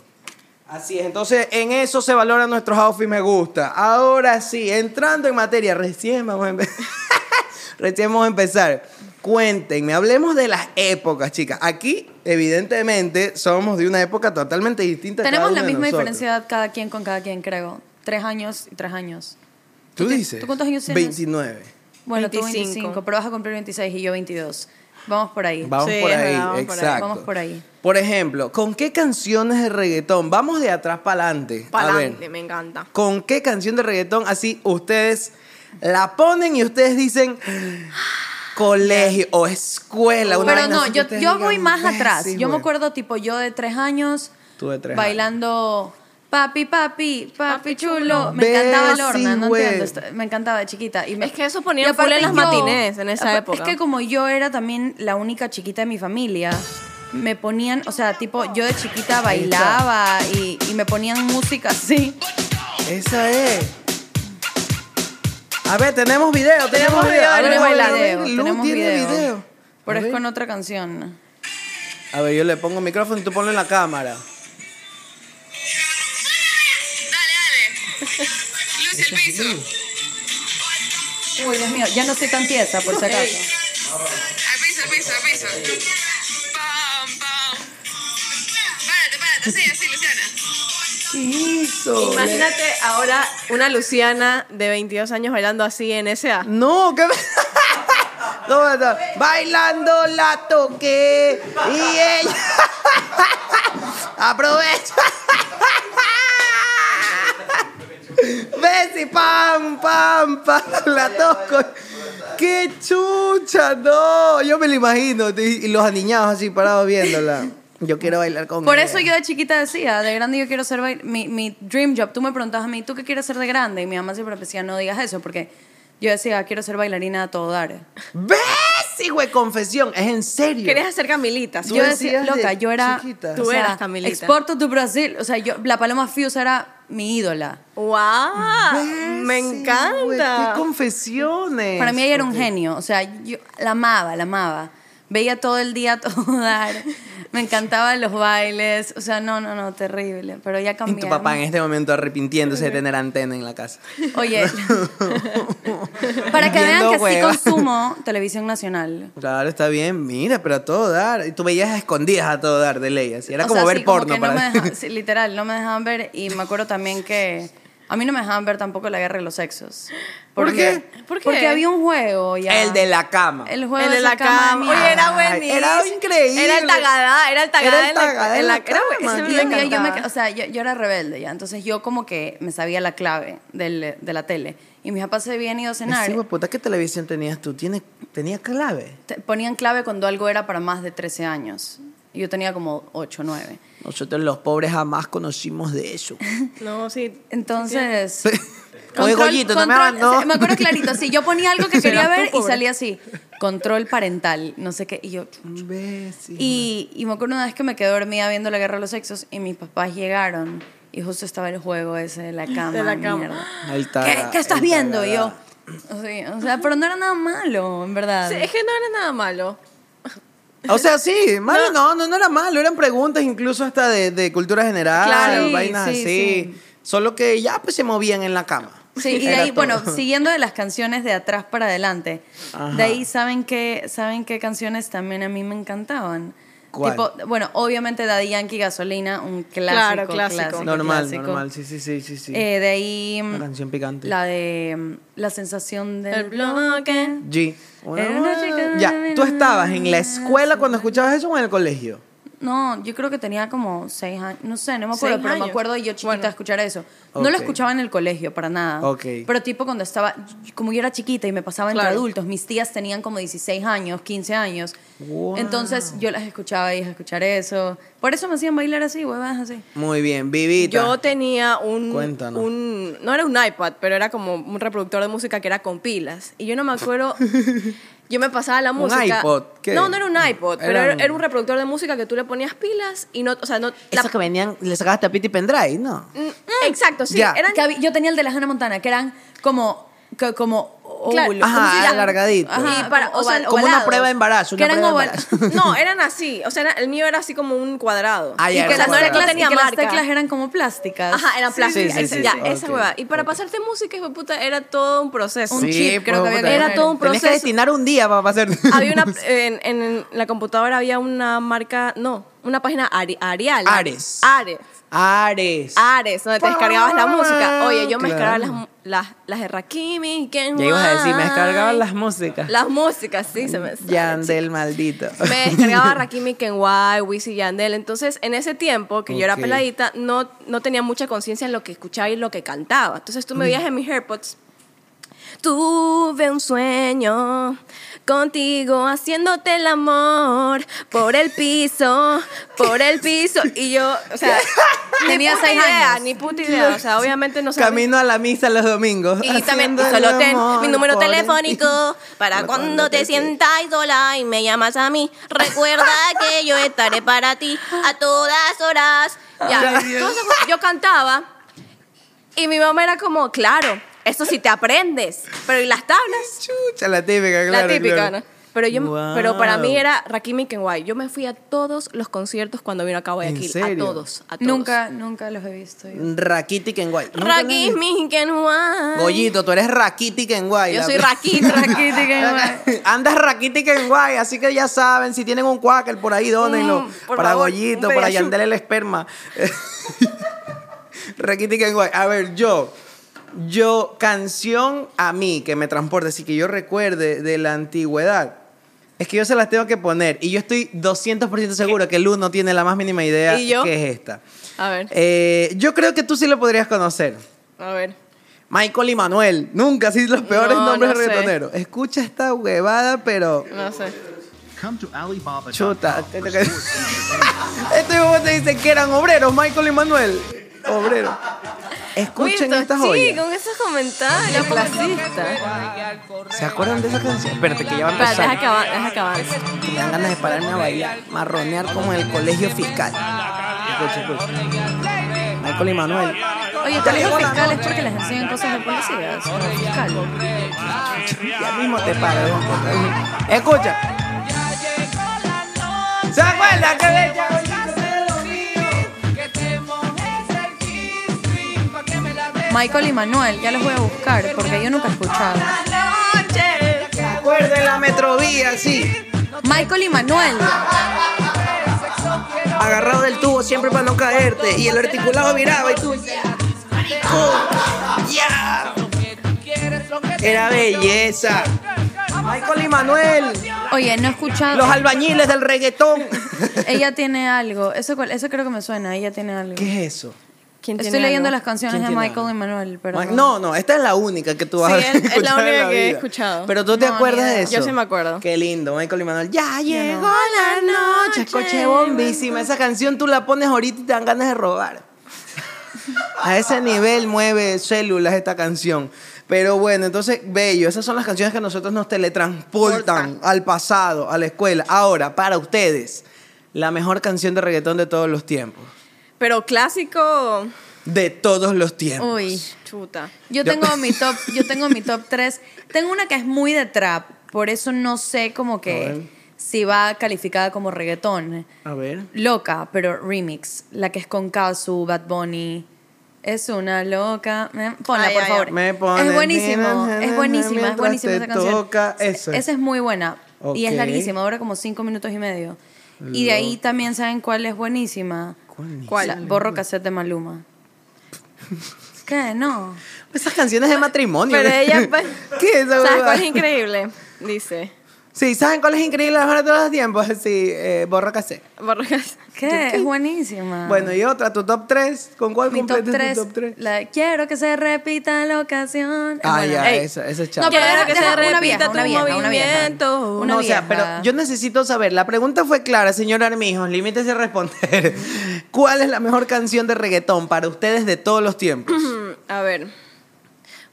[SPEAKER 1] Así es, entonces en eso se valoran nuestros outfits me gusta. Ahora sí, entrando en materia, recién vamos a empezar. (laughs) recién vamos a empezar. Cuéntenme, hablemos de las épocas, chicas. Aquí, evidentemente, somos de una época totalmente distinta. a cada
[SPEAKER 2] Tenemos
[SPEAKER 1] uno
[SPEAKER 2] la
[SPEAKER 1] de
[SPEAKER 2] misma
[SPEAKER 1] nosotros.
[SPEAKER 2] diferencia de edad cada quien con cada quien, creo. Tres años y tres años.
[SPEAKER 1] ¿Tú
[SPEAKER 2] ¿Tú te-
[SPEAKER 1] dices?
[SPEAKER 2] tú cuántos años tienes?
[SPEAKER 1] 29.
[SPEAKER 2] Bueno, tú
[SPEAKER 3] 25.
[SPEAKER 2] 25, pero vas a cumplir 26 y yo 22. Vamos por ahí.
[SPEAKER 1] Vamos
[SPEAKER 3] Sí,
[SPEAKER 1] por
[SPEAKER 3] es
[SPEAKER 1] ahí,
[SPEAKER 3] verdad, vamos por ahí.
[SPEAKER 1] exacto.
[SPEAKER 2] Vamos por ahí.
[SPEAKER 1] Por ejemplo, ¿con qué canciones de reggaetón? Vamos de atrás para adelante.
[SPEAKER 3] Pa'lante, me encanta.
[SPEAKER 1] ¿Con qué canción de reggaetón así ustedes la ponen y ustedes dicen colegio o escuela? una
[SPEAKER 2] Pero
[SPEAKER 1] vaina
[SPEAKER 2] no,
[SPEAKER 1] así que
[SPEAKER 2] yo,
[SPEAKER 1] ustedes
[SPEAKER 2] yo
[SPEAKER 1] digan,
[SPEAKER 2] voy más atrás.
[SPEAKER 1] "Bessie,
[SPEAKER 2] Yo me
[SPEAKER 1] güey".
[SPEAKER 2] acuerdo, tipo, yo de tres años
[SPEAKER 1] Tú de tres
[SPEAKER 2] bailando papi, papi, papi chulo. Me encantaba el
[SPEAKER 1] Bessie,
[SPEAKER 2] horno, no
[SPEAKER 1] güey.
[SPEAKER 2] entiendo. esto- Me encantaba de chiquita. Y me-
[SPEAKER 3] Es que eso ponían
[SPEAKER 2] y aparte
[SPEAKER 3] full en las
[SPEAKER 2] yo-
[SPEAKER 3] matinés en esa
[SPEAKER 2] apa-
[SPEAKER 3] época.
[SPEAKER 2] Es que como yo era también la única chiquita de mi familia, me ponían, o sea, tipo, yo de chiquita bailaba y, y me ponían música así.
[SPEAKER 1] Esa es. A ver, tenemos video,
[SPEAKER 3] Tenemos
[SPEAKER 1] tenemos, video.
[SPEAKER 3] video,
[SPEAKER 1] A ver,
[SPEAKER 3] tenemos
[SPEAKER 1] a ver, a ver,
[SPEAKER 2] video,
[SPEAKER 1] Lu
[SPEAKER 2] tenemos
[SPEAKER 1] tiene
[SPEAKER 2] video.
[SPEAKER 1] video.
[SPEAKER 2] Pero
[SPEAKER 1] A
[SPEAKER 2] es
[SPEAKER 1] ver.
[SPEAKER 2] con otra canción.
[SPEAKER 1] A ver, yo le pongo el micrófono y tú ponlo en la cámara.
[SPEAKER 4] Dale, dale. Luce el piso.
[SPEAKER 2] Uy, Dios mío, ya no soy tan tiesa, por si acaso.
[SPEAKER 4] Al piso, al piso, al piso. Pam, pam. Párate, párate. Sí, así, Luciana.
[SPEAKER 1] ¿Qué hizo?
[SPEAKER 3] Imagínate ahora una Luciana de 22 años bailando así en SA.
[SPEAKER 1] No, (laughs) que ¿Cómo está? Bailando la toqué y ella (laughs) aprovecha. (laughs) Bessie, pam, pam, pam, la toco. ¡Qué chucha! No, yo me lo imagino. Y y los aniñados así parados viéndola. Yo quiero bailar con
[SPEAKER 2] Por
[SPEAKER 1] ella.
[SPEAKER 2] eso yo de chiquita decía, de grande yo quiero ser bail- mi, mi dream job. Tú me preguntabas a mí, ¿tú qué quieres ser de grande? Y mi mamá siempre me decía, no digas eso, porque Yo decía, quiero ser bailarina a todo dar.
[SPEAKER 1] ¿Ves? Sí, güey, confesión. Es en serio.
[SPEAKER 3] Querías hacer camilitas.
[SPEAKER 1] Tú
[SPEAKER 2] yo decía,
[SPEAKER 1] decías de
[SPEAKER 2] loca, yo era.
[SPEAKER 1] chiquita.
[SPEAKER 3] Tú
[SPEAKER 2] o sea,
[SPEAKER 3] eras Camilita.
[SPEAKER 2] Exporto tu Brasil. O sea, yo, la Paloma Fius era mi ídola. Ah,
[SPEAKER 3] ¡Wow!
[SPEAKER 1] ¿Ves?
[SPEAKER 3] Me
[SPEAKER 1] Sí, güey,
[SPEAKER 3] encanta.
[SPEAKER 1] ¡Qué confesiones!
[SPEAKER 2] Para mí ella era un
[SPEAKER 1] Ok.
[SPEAKER 2] genio. O sea, yo la amaba, la amaba. Veía todo el día (laughs) a todo dar. Me encantaban los bailes. O sea, no, no, no, terrible. Pero ya
[SPEAKER 1] Y
[SPEAKER 2] cambié.
[SPEAKER 1] tu papá en este momento arrepintiéndose de tener antena en la casa.
[SPEAKER 2] Oye, para que vean
[SPEAKER 1] Viendo
[SPEAKER 2] que sí
[SPEAKER 1] hueva.
[SPEAKER 2] consumo televisión nacional.
[SPEAKER 1] Claro, está bien, mira, pero a todo dar. Y tú veías a escondidas a todo dar de ley, así. Era
[SPEAKER 2] O
[SPEAKER 1] como
[SPEAKER 2] sea,
[SPEAKER 1] ver
[SPEAKER 2] sí,
[SPEAKER 1] porno.
[SPEAKER 2] que no
[SPEAKER 1] para... (laughs)
[SPEAKER 2] me deja- sí, literal, no me dejaban ver. Y me acuerdo también que a mí no me dejaban ver tampoco la guerra de los sexos.
[SPEAKER 1] ¿Por
[SPEAKER 2] Porque-
[SPEAKER 1] qué?
[SPEAKER 3] ¿Por qué?
[SPEAKER 2] Porque había un juego ya.
[SPEAKER 1] El de la cama.
[SPEAKER 2] El juego
[SPEAKER 3] El
[SPEAKER 2] de
[SPEAKER 3] de la cama. Oye, era buenísimo.
[SPEAKER 1] Era increíble.
[SPEAKER 3] Era el tagadá, era el
[SPEAKER 1] Era
[SPEAKER 3] tagadá
[SPEAKER 1] el
[SPEAKER 3] en la-
[SPEAKER 1] tagadá
[SPEAKER 3] en la era-
[SPEAKER 1] cama.
[SPEAKER 3] ese
[SPEAKER 2] Y
[SPEAKER 3] me
[SPEAKER 2] un día yo
[SPEAKER 3] encantaba.
[SPEAKER 2] me- o sea, yo, yo era rebelde ya, entonces yo como que me sabía la clave del- de la tele. Y mis papás se habían ido a cenar,
[SPEAKER 1] Sí, güey, puta, ¿qué televisión tenías tú? ¿Tiene, ¿Tenía clave?
[SPEAKER 2] te- ponían clave cuando algo era para más de 13 años. Y Yo tenía como 8, 9.
[SPEAKER 1] Nosotros los pobres jamás conocimos de
[SPEAKER 2] (laughs)
[SPEAKER 1] eso.
[SPEAKER 3] No, sí.
[SPEAKER 2] Entonces...
[SPEAKER 1] Oye,
[SPEAKER 2] Control-
[SPEAKER 1] Goyito, no me
[SPEAKER 2] control-
[SPEAKER 1] abandonó.
[SPEAKER 2] se- me acuerdo
[SPEAKER 1] (laughs)
[SPEAKER 2] clarito, sí, yo ponía algo que quería
[SPEAKER 3] Serás tú,
[SPEAKER 2] ver y
[SPEAKER 3] pobre.
[SPEAKER 2] salía así, control parental, no sé qué, y yo... Y, y me acuerdo una vez que me quedé dormida viendo la guerra de los sexos y mis papás llegaron y justo estaba el juego ese de la cama.
[SPEAKER 3] De la cama.
[SPEAKER 2] mierda.
[SPEAKER 1] El
[SPEAKER 2] ¿Qué,
[SPEAKER 1] tagadá,
[SPEAKER 2] qué estás
[SPEAKER 1] el
[SPEAKER 2] viendo? Y yo,
[SPEAKER 1] tagadá.
[SPEAKER 2] sí, o sea, pero no era nada malo, en verdad.
[SPEAKER 3] Sí, es que no era nada malo.
[SPEAKER 1] O sea,
[SPEAKER 2] (laughs)
[SPEAKER 1] sí, malo no. no, no, era malo, eran preguntas incluso hasta de, de cultura general,
[SPEAKER 2] Claro. Sí,
[SPEAKER 1] vainas
[SPEAKER 2] sí,
[SPEAKER 1] así. Solo que ya pues se movían en la cama.
[SPEAKER 2] Sí, y
[SPEAKER 1] (laughs)
[SPEAKER 2] de
[SPEAKER 1] Era
[SPEAKER 2] ahí,
[SPEAKER 1] todo.
[SPEAKER 2] bueno, siguiendo de las canciones de atrás para adelante,
[SPEAKER 1] Ajá.
[SPEAKER 2] de ahí saben que saben qué canciones también a mí me encantaban.
[SPEAKER 1] ¿Cuál?
[SPEAKER 2] Tipo, bueno, obviamente Daddy Yankee Gasolina, un clásico,
[SPEAKER 3] Claro, clásico.
[SPEAKER 2] clásico,
[SPEAKER 1] normal,
[SPEAKER 2] clásico.
[SPEAKER 1] normal, sí, sí, sí, sí, sí.
[SPEAKER 2] Eh, de ahí
[SPEAKER 1] Una canción picante.
[SPEAKER 2] la de mm, la sensación del
[SPEAKER 3] El
[SPEAKER 2] bloque.
[SPEAKER 1] G.
[SPEAKER 2] Era una chica-
[SPEAKER 1] Ya, ¿tú estabas en la escuela cuando escuchabas eso o en el colegio?
[SPEAKER 2] No, yo creo que tenía como seis años, no sé, no me acuerdo,
[SPEAKER 3] Seis
[SPEAKER 2] pero me
[SPEAKER 3] años.
[SPEAKER 2] acuerdo yo chiquita
[SPEAKER 3] Bueno.
[SPEAKER 2] escuchar eso. No lo
[SPEAKER 1] Ok.
[SPEAKER 2] escuchaba en el colegio para nada.
[SPEAKER 1] Ok.
[SPEAKER 2] Pero tipo cuando estaba, como yo era chiquita y me pasaba entre
[SPEAKER 3] Claro.
[SPEAKER 2] adultos, mis tías tenían como 16 años, 15 años.
[SPEAKER 1] Wow.
[SPEAKER 2] Entonces yo las escuchaba y a escuchar eso. Por eso me hacían bailar así, huevas así.
[SPEAKER 1] Muy bien, Vivita.
[SPEAKER 3] Yo tenía un,
[SPEAKER 1] Cuéntanos.
[SPEAKER 3] un- No era un iPad, pero era como un reproductor de música que era con pilas. Y yo no me
[SPEAKER 1] (laughs)
[SPEAKER 3] acuerdo. yo me pasaba la música.
[SPEAKER 1] iPod? ¿Qué?
[SPEAKER 3] No, no era un iPod, pero
[SPEAKER 1] Era
[SPEAKER 3] era,
[SPEAKER 1] un-
[SPEAKER 3] era un reproductor de música que tú le ponías pilas y no. O sea, no. la-
[SPEAKER 1] Esas que venían, le sacaste a Pity Pendrive, ¿no?
[SPEAKER 3] Mm, exacto, sí.
[SPEAKER 1] Ya.
[SPEAKER 3] Eran
[SPEAKER 2] Que había- yo tenía el de la Hannah Montana, que eran como, que- como óvulos.
[SPEAKER 3] Claro.
[SPEAKER 2] ¿cómo
[SPEAKER 1] Ajá,
[SPEAKER 2] se llama?
[SPEAKER 1] alargadito.
[SPEAKER 2] Ajá,
[SPEAKER 3] Y para-
[SPEAKER 2] como,
[SPEAKER 3] o sea,
[SPEAKER 2] oval-
[SPEAKER 1] como una
[SPEAKER 2] ovalados.
[SPEAKER 1] prueba de embarazo, una
[SPEAKER 2] que eran
[SPEAKER 1] prueba de
[SPEAKER 2] oval-
[SPEAKER 1] embarazo.
[SPEAKER 3] No, eran así. O sea, era- el mío era así como un cuadrado.
[SPEAKER 1] Ah,
[SPEAKER 2] Y
[SPEAKER 1] ya,
[SPEAKER 2] que,
[SPEAKER 1] era
[SPEAKER 2] las
[SPEAKER 3] o sea, no,
[SPEAKER 1] cuadrado.
[SPEAKER 3] era-
[SPEAKER 2] teclas,
[SPEAKER 3] no
[SPEAKER 2] y
[SPEAKER 3] tenía
[SPEAKER 2] que las
[SPEAKER 3] marca.
[SPEAKER 2] teclas eran como plásticas.
[SPEAKER 3] Ajá, eran plásticas.
[SPEAKER 1] sí,
[SPEAKER 3] esa-
[SPEAKER 1] sí,
[SPEAKER 3] ya,
[SPEAKER 1] sí.
[SPEAKER 3] esa
[SPEAKER 1] Ok,
[SPEAKER 3] hueva. Y para
[SPEAKER 1] ok.
[SPEAKER 3] pasarte música, hijo de puta, era todo un proceso.
[SPEAKER 2] Un chip, creo que había
[SPEAKER 1] puta,
[SPEAKER 2] que
[SPEAKER 3] Era todo un
[SPEAKER 1] Tenés que
[SPEAKER 3] proceso.
[SPEAKER 1] destinar un día para hacer.
[SPEAKER 3] Había
[SPEAKER 1] (laughs)
[SPEAKER 3] una en, en la computadora había una marca, no, una página Ari- Arial.
[SPEAKER 1] Ares.
[SPEAKER 3] Ares.
[SPEAKER 1] Ares.
[SPEAKER 2] Ah,
[SPEAKER 3] Ares, donde te descargabas la música. Oye, yo me
[SPEAKER 1] Claro.
[SPEAKER 3] descargaba las, mu- las, las de Rakimi, Ken
[SPEAKER 1] Ya ibas a decir, me
[SPEAKER 3] White.
[SPEAKER 1] descargaban las músicas.
[SPEAKER 3] Las músicas, sí, se me
[SPEAKER 1] Yandel, maldito.
[SPEAKER 3] Me (laughs)
[SPEAKER 1] (laughs)
[SPEAKER 3] descargaba Rakimi, Kenway, Wisin y Yandel. Entonces, en ese tiempo que yo era
[SPEAKER 1] Ok.
[SPEAKER 3] peladita, no, no tenía mucha conciencia en lo que escuchaba y lo que cantaba. Entonces, tú me veías en mis AirPods. Tuve un sueño contigo haciéndote el amor por el piso, por el piso. Y yo, o sea, (laughs) ni
[SPEAKER 2] Tenía
[SPEAKER 3] puta
[SPEAKER 2] seis
[SPEAKER 3] idea,
[SPEAKER 2] años.
[SPEAKER 3] Ni puta idea. O sea, obviamente no sabía.
[SPEAKER 1] Camino a la misa los domingos.
[SPEAKER 3] Y también y
[SPEAKER 1] haciendo el
[SPEAKER 3] solo ten
[SPEAKER 1] amor
[SPEAKER 3] mi número
[SPEAKER 1] por el-
[SPEAKER 3] telefónico para cuando te sientas sola y me llamas a mí.
[SPEAKER 1] (laughs)
[SPEAKER 3] Recuerda que yo estaré para ti a todas horas. Ya. Entonces, yo cantaba y mi mamá era como, claro, eso sí te aprendes, pero ¿y las tablas?
[SPEAKER 1] (laughs) Chucha, la típica, claro.
[SPEAKER 3] La típica,
[SPEAKER 1] claro.
[SPEAKER 3] ¿no? Pero, yo,
[SPEAKER 1] Wow.
[SPEAKER 3] pero para mí era Rakimi Kenway. Yo me fui a todos los conciertos cuando vino acá a Guayaquil. A
[SPEAKER 1] serio?
[SPEAKER 3] todos, a todos.
[SPEAKER 2] Nunca, nunca los he visto. yo.
[SPEAKER 1] Rakiti Kenway. Nunca la-
[SPEAKER 3] Rakimi Kenway.
[SPEAKER 1] Goyito, tú eres Rakiti Kenway.
[SPEAKER 3] Yo
[SPEAKER 1] la-
[SPEAKER 3] soy
[SPEAKER 1] (laughs)
[SPEAKER 3] Rakimi.
[SPEAKER 2] Raquítica y demás.
[SPEAKER 1] Andas Rakiti Kenway, así que ya saben, si tienen un cuáquer por ahí, dónenlo.
[SPEAKER 3] Mm, por
[SPEAKER 1] para
[SPEAKER 3] favor,
[SPEAKER 1] Goyito,
[SPEAKER 3] un
[SPEAKER 1] para
[SPEAKER 3] pedazú.
[SPEAKER 1] Yandel el esperma. (laughs) Rakiti Kenway. A ver, yo. Yo, canción a mí que me transporte, así que yo recuerde de la antigüedad. Es que yo se las tengo que poner y yo estoy 200% seguro que Lu no tiene la más mínima idea
[SPEAKER 3] ¿Y yo?
[SPEAKER 1] que es esta.
[SPEAKER 3] A ver,
[SPEAKER 1] Eh, yo creo que tú sí lo podrías conocer.
[SPEAKER 3] a ver.
[SPEAKER 1] Michael y Manuel, nunca así los peores
[SPEAKER 3] No,
[SPEAKER 1] nombres
[SPEAKER 3] no
[SPEAKER 1] de
[SPEAKER 3] sé.
[SPEAKER 1] reggaetoneros. Escucha esta huevada, pero
[SPEAKER 3] No sé.
[SPEAKER 5] Come to Alibaba.
[SPEAKER 1] chuta. (laughs) este huevo te dice que eran obreros, Michael y Manuel. Obreros. Escuchen
[SPEAKER 3] Oye,
[SPEAKER 1] estas
[SPEAKER 3] sí,
[SPEAKER 1] joyas.
[SPEAKER 3] con esos comentarios clasistas.
[SPEAKER 1] ¿Se acuerdan de esa canción? Espérate, que ya va a
[SPEAKER 3] Espera, deja
[SPEAKER 1] empezar.
[SPEAKER 3] acabar, deja acabar.
[SPEAKER 1] Me dan ganas de pararme a bailar, marronear como en el colegio fiscal. Escucha, escucha. Michael y Manuel.
[SPEAKER 2] Oye,
[SPEAKER 1] Ya le llegó la
[SPEAKER 2] colegio fiscal es porque les enseñan cosas de policías. o fiscal.
[SPEAKER 1] Ya mismo te paro. Escucha. ¿Se acuerdan que bella?
[SPEAKER 2] Michael y Manuel, ya los voy a buscar porque yo nunca he escuchado.
[SPEAKER 1] ¿Se acuerdan la metrovía? Sí.
[SPEAKER 2] Michael y Manuel.
[SPEAKER 1] agarrado del tubo siempre para no caerte y el articulado miraba y tú ¡Oh! ¡Ya! era belleza Michael y Manuel
[SPEAKER 2] Oye, no he escuchado.
[SPEAKER 1] los albañiles del reggaetón
[SPEAKER 2] Ella tiene algo. Eso, cual- eso creo que me suena. Ella tiene algo.
[SPEAKER 1] ¿qué es eso?
[SPEAKER 3] ¿Quién
[SPEAKER 2] Estoy
[SPEAKER 3] tiene
[SPEAKER 2] leyendo
[SPEAKER 3] algo?
[SPEAKER 2] las canciones de
[SPEAKER 1] ¿Quién tiene
[SPEAKER 2] Michael
[SPEAKER 1] algo?
[SPEAKER 2] y Manuel, pero.
[SPEAKER 1] no, no, esta es la única que tú vas
[SPEAKER 3] Sí,
[SPEAKER 1] a
[SPEAKER 3] es- es la
[SPEAKER 1] escuchar en
[SPEAKER 3] única que he
[SPEAKER 1] vida.
[SPEAKER 3] escuchado.
[SPEAKER 1] Pero tú te
[SPEAKER 2] No, ni
[SPEAKER 1] acuerdas de
[SPEAKER 2] idea.
[SPEAKER 1] eso.
[SPEAKER 3] Yo sí me acuerdo.
[SPEAKER 1] Qué lindo, Michael y Manuel. Ya llegó la
[SPEAKER 3] la
[SPEAKER 1] noche,
[SPEAKER 3] noche.
[SPEAKER 1] coche bombísima. Esa canción tú la pones ahorita y te dan ganas de robar. A ese nivel mueve células esta canción. Pero bueno, entonces, bello, esas son las canciones que a nosotros nos teletransportan al pasado, a la escuela. Ahora, para ustedes, la mejor canción de reggaetón de todos los tiempos.
[SPEAKER 3] Pero clásico.
[SPEAKER 1] De todos los tiempos.
[SPEAKER 2] Uy.
[SPEAKER 3] Chuta.
[SPEAKER 2] Yo
[SPEAKER 1] Yo-
[SPEAKER 2] tengo mi top, yo tengo mi top 3. Tengo una que es muy de trap, por eso no sé como
[SPEAKER 1] A ver.
[SPEAKER 2] que si va calificada como reggaetón.
[SPEAKER 1] A ver.
[SPEAKER 2] Loca, pero remix, la que es con Kazu, Bad Bunny. Es una loca. Me- Ponla,
[SPEAKER 3] Ay,
[SPEAKER 2] por
[SPEAKER 3] ay,
[SPEAKER 2] favor.
[SPEAKER 3] ay.
[SPEAKER 1] Me ponen-
[SPEAKER 2] es buenísimo,
[SPEAKER 1] na, na,
[SPEAKER 2] es buenísima,
[SPEAKER 1] mientras
[SPEAKER 2] es buenísima
[SPEAKER 1] te
[SPEAKER 2] esa canción.
[SPEAKER 1] toca,
[SPEAKER 2] Es-
[SPEAKER 1] eso.
[SPEAKER 2] Esa es muy buena y
[SPEAKER 1] Ok.
[SPEAKER 2] es larguísima, ahora como cinco minutos y medio. Y de ahí también saben cuál es buenísima.
[SPEAKER 1] ¿Cuál es?
[SPEAKER 2] La- borro cassette
[SPEAKER 1] (laughs)
[SPEAKER 2] de Maluma. ¿Qué? No.
[SPEAKER 1] Esas canciones de matrimonio.
[SPEAKER 3] Pero
[SPEAKER 1] (laughs)
[SPEAKER 3] ella, pues,
[SPEAKER 1] ¿Qué es esa
[SPEAKER 3] ¿Sabes
[SPEAKER 1] huevada?
[SPEAKER 3] cuál es increíble? Dice.
[SPEAKER 1] Sí, ¿saben cuál es increíble la mejor de todos los tiempos? Sí, eh, Borra Cassé.
[SPEAKER 3] Borrajas.
[SPEAKER 2] ¿Qué? Es buenísima.
[SPEAKER 1] Bueno, y otra, tu top 3. ¿Con cuál
[SPEAKER 2] Ah. mi top
[SPEAKER 1] completas tu
[SPEAKER 2] 3.
[SPEAKER 1] top 3?
[SPEAKER 2] quiero que se repita la ocasión.
[SPEAKER 1] Ah,
[SPEAKER 2] Bueno,
[SPEAKER 1] ya,
[SPEAKER 2] ey.
[SPEAKER 1] esa, esa es
[SPEAKER 2] No,
[SPEAKER 1] chata.
[SPEAKER 2] pero
[SPEAKER 3] Quiero que
[SPEAKER 2] deja-
[SPEAKER 3] se
[SPEAKER 2] deja una
[SPEAKER 3] repita
[SPEAKER 2] vieja,
[SPEAKER 3] tu
[SPEAKER 2] una vieja, una vieja.
[SPEAKER 3] movimiento.
[SPEAKER 2] Una
[SPEAKER 1] No, o sea,
[SPEAKER 2] vieja.
[SPEAKER 1] pero yo necesito saber, la pregunta fue clara, señor Armijos, límitese a responder. (laughs) ¿Cuál es la mejor canción de reggaetón para ustedes de todos los tiempos?
[SPEAKER 3] Mm, A ver.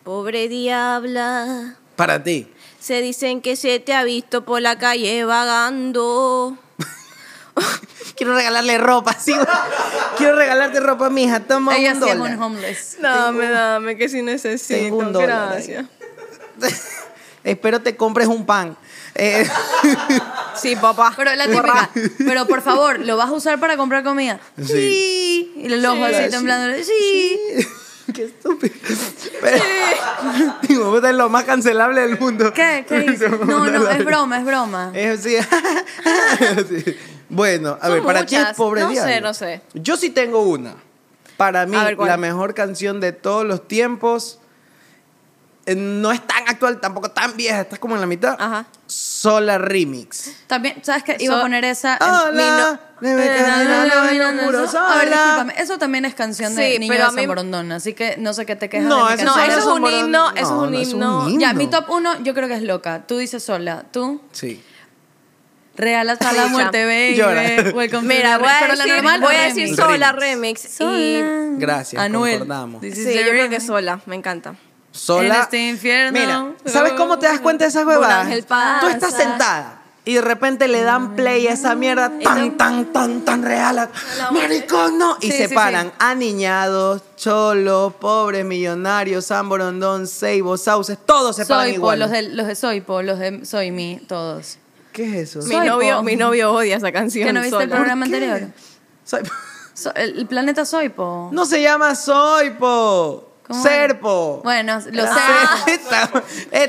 [SPEAKER 3] Pobre diabla.
[SPEAKER 1] para ti.
[SPEAKER 3] Se dicen que se te ha visto por la calle vagando.
[SPEAKER 1] Quiero regalarle ropa, sí. (laughs) Quiero regalarte ropa, mija. Toma
[SPEAKER 2] Ella
[SPEAKER 1] un
[SPEAKER 2] sí es
[SPEAKER 1] dólar.
[SPEAKER 2] un homeless.
[SPEAKER 3] Dame, dame, que si
[SPEAKER 1] Tengo un
[SPEAKER 3] necesito.
[SPEAKER 1] dólar ahí.
[SPEAKER 3] Gracias.
[SPEAKER 1] (laughs) Espero te compres un pan. Eh, (laughs)
[SPEAKER 3] Sí, papá.
[SPEAKER 2] Pero la típica. pero por favor, ¿lo vas a usar para comprar comida?
[SPEAKER 1] Sí.
[SPEAKER 2] Y el ojo así temblando. Sí.
[SPEAKER 1] Qué estúpido. Pero, (laughs) Mi mamá es lo más cancelable del mundo.
[SPEAKER 2] ¿Qué?
[SPEAKER 1] (laughs)
[SPEAKER 2] ¿Qué dices? No, no, es broma, es broma.
[SPEAKER 1] Es así, Eh, (laughs) sí. Bueno, a ver, para ti es
[SPEAKER 3] muchas.
[SPEAKER 1] pobre
[SPEAKER 3] No sé,
[SPEAKER 1] diablo.
[SPEAKER 3] no sé.
[SPEAKER 1] Yo sí tengo una. Para mí,
[SPEAKER 3] A ver, ¿cuál?
[SPEAKER 1] la mejor canción de todos los tiempos. eh, No es tan actual, tampoco tan vieja, está como en la mitad.
[SPEAKER 3] Ajá.
[SPEAKER 1] Sola Remix.
[SPEAKER 2] También, ¿sabes qué? Iba a
[SPEAKER 3] So-
[SPEAKER 2] poner esa. Ah, en mi
[SPEAKER 1] Hola,
[SPEAKER 2] no- Eh,
[SPEAKER 1] de Venezuela,
[SPEAKER 2] No, no, no,
[SPEAKER 1] no,
[SPEAKER 2] no,
[SPEAKER 1] puro
[SPEAKER 2] no, no. A ver,
[SPEAKER 1] sola.
[SPEAKER 2] discúlpame. Eso también es canción de
[SPEAKER 3] Sí,
[SPEAKER 2] Niño de
[SPEAKER 3] pero a mí-
[SPEAKER 2] San Borondón, así que no sé qué te quejas.
[SPEAKER 1] No,
[SPEAKER 2] de mi
[SPEAKER 1] eso,
[SPEAKER 3] No,
[SPEAKER 2] canción.
[SPEAKER 3] eso es un
[SPEAKER 1] Zamorano-
[SPEAKER 3] himno, eso es un himno.
[SPEAKER 2] Ya, mi top uno yo creo que es loca. Tú dices sola. Tú.
[SPEAKER 1] Sí.
[SPEAKER 2] Real hasta la
[SPEAKER 3] Escucha.
[SPEAKER 2] muerte, baby.
[SPEAKER 1] Llora. (laughs)
[SPEAKER 2] Welcome
[SPEAKER 3] Mira,
[SPEAKER 2] to the
[SPEAKER 3] voy a
[SPEAKER 2] Pero la
[SPEAKER 3] decir,
[SPEAKER 2] normal,
[SPEAKER 3] voy a
[SPEAKER 2] remix.
[SPEAKER 3] decir
[SPEAKER 1] Remix.
[SPEAKER 3] sola remix. Y,
[SPEAKER 2] Sola.
[SPEAKER 1] Gracias,
[SPEAKER 2] Anuel.
[SPEAKER 1] concordamos.
[SPEAKER 2] Ah, This is
[SPEAKER 3] sí,
[SPEAKER 2] the
[SPEAKER 3] yo creo que
[SPEAKER 2] remix.
[SPEAKER 3] sola, me encanta.
[SPEAKER 1] Sola.
[SPEAKER 2] En este infierno.
[SPEAKER 1] Mira, ¿sabes cómo te das cuenta de esas huevadas?
[SPEAKER 3] Un ángel
[SPEAKER 1] Tú estás
[SPEAKER 3] pasa.
[SPEAKER 1] sentada y de repente le dan play a esa mierda tan, tan, tan, tan real. Maricón, no. Y
[SPEAKER 2] Sí,
[SPEAKER 1] se
[SPEAKER 2] sí,
[SPEAKER 1] paran
[SPEAKER 2] sí.
[SPEAKER 1] aniñados, cholos, pobres, millonarios, San Borondón, Seibo, Sauces, todos se paran
[SPEAKER 2] Soy po,
[SPEAKER 1] igual.
[SPEAKER 2] los de, los de Soypo, los de Soy Mi, todos.
[SPEAKER 1] ¿Qué es eso?
[SPEAKER 3] Mi
[SPEAKER 2] Soy
[SPEAKER 3] novio,
[SPEAKER 2] po.
[SPEAKER 3] mi novio odia esa canción.
[SPEAKER 2] ¿Que no viste el
[SPEAKER 3] Sola.
[SPEAKER 2] programa
[SPEAKER 1] ¿Por qué?
[SPEAKER 2] anterior?
[SPEAKER 1] Soy-
[SPEAKER 2] So- el, el planeta Soypo.
[SPEAKER 1] No se llama Soipo.
[SPEAKER 2] ¿Cómo?
[SPEAKER 1] Serpo.
[SPEAKER 2] Bueno, los
[SPEAKER 1] Ah,
[SPEAKER 2] serpos.
[SPEAKER 1] esta,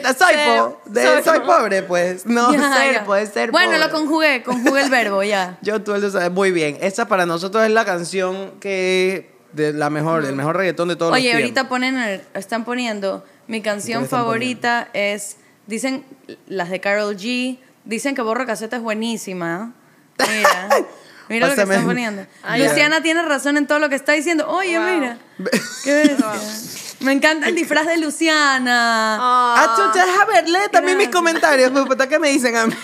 [SPEAKER 1] esta, soy, po, de-
[SPEAKER 3] Soy
[SPEAKER 1] soy
[SPEAKER 3] po.
[SPEAKER 1] pobre, pues. No,
[SPEAKER 2] (laughs) Ya,
[SPEAKER 1] serpo,
[SPEAKER 2] ya.
[SPEAKER 1] es ser
[SPEAKER 2] Bueno, lo
[SPEAKER 1] pobre.
[SPEAKER 2] conjugué, conjugué el
[SPEAKER 1] (laughs)
[SPEAKER 2] verbo, ya.
[SPEAKER 1] Yo tú lo sabes muy bien. Esa para nosotros es la canción que de la mejor, el mejor reggaetón de todos
[SPEAKER 2] Oye,
[SPEAKER 1] los
[SPEAKER 2] ahorita
[SPEAKER 1] tiempos.
[SPEAKER 2] ponen, el- están poniendo, mi canción
[SPEAKER 1] están
[SPEAKER 2] favorita es, dicen las de Carol G, dicen que Borro Caseta es buenísima.
[SPEAKER 1] (laughs)
[SPEAKER 2] Mira, mira lo que
[SPEAKER 1] Pásame.
[SPEAKER 2] están poniendo.
[SPEAKER 1] Ay,
[SPEAKER 2] Luciana tiene razón en todo lo que está diciendo. Oye,
[SPEAKER 3] Wow.
[SPEAKER 2] mira,
[SPEAKER 1] (laughs)
[SPEAKER 2] qué bestia. Me encanta el disfraz de Luciana.
[SPEAKER 1] Ah,
[SPEAKER 3] Ah,
[SPEAKER 1] chucha, a ver, lee también mis comentarios, pues, puta, ¿qué me dicen a mí?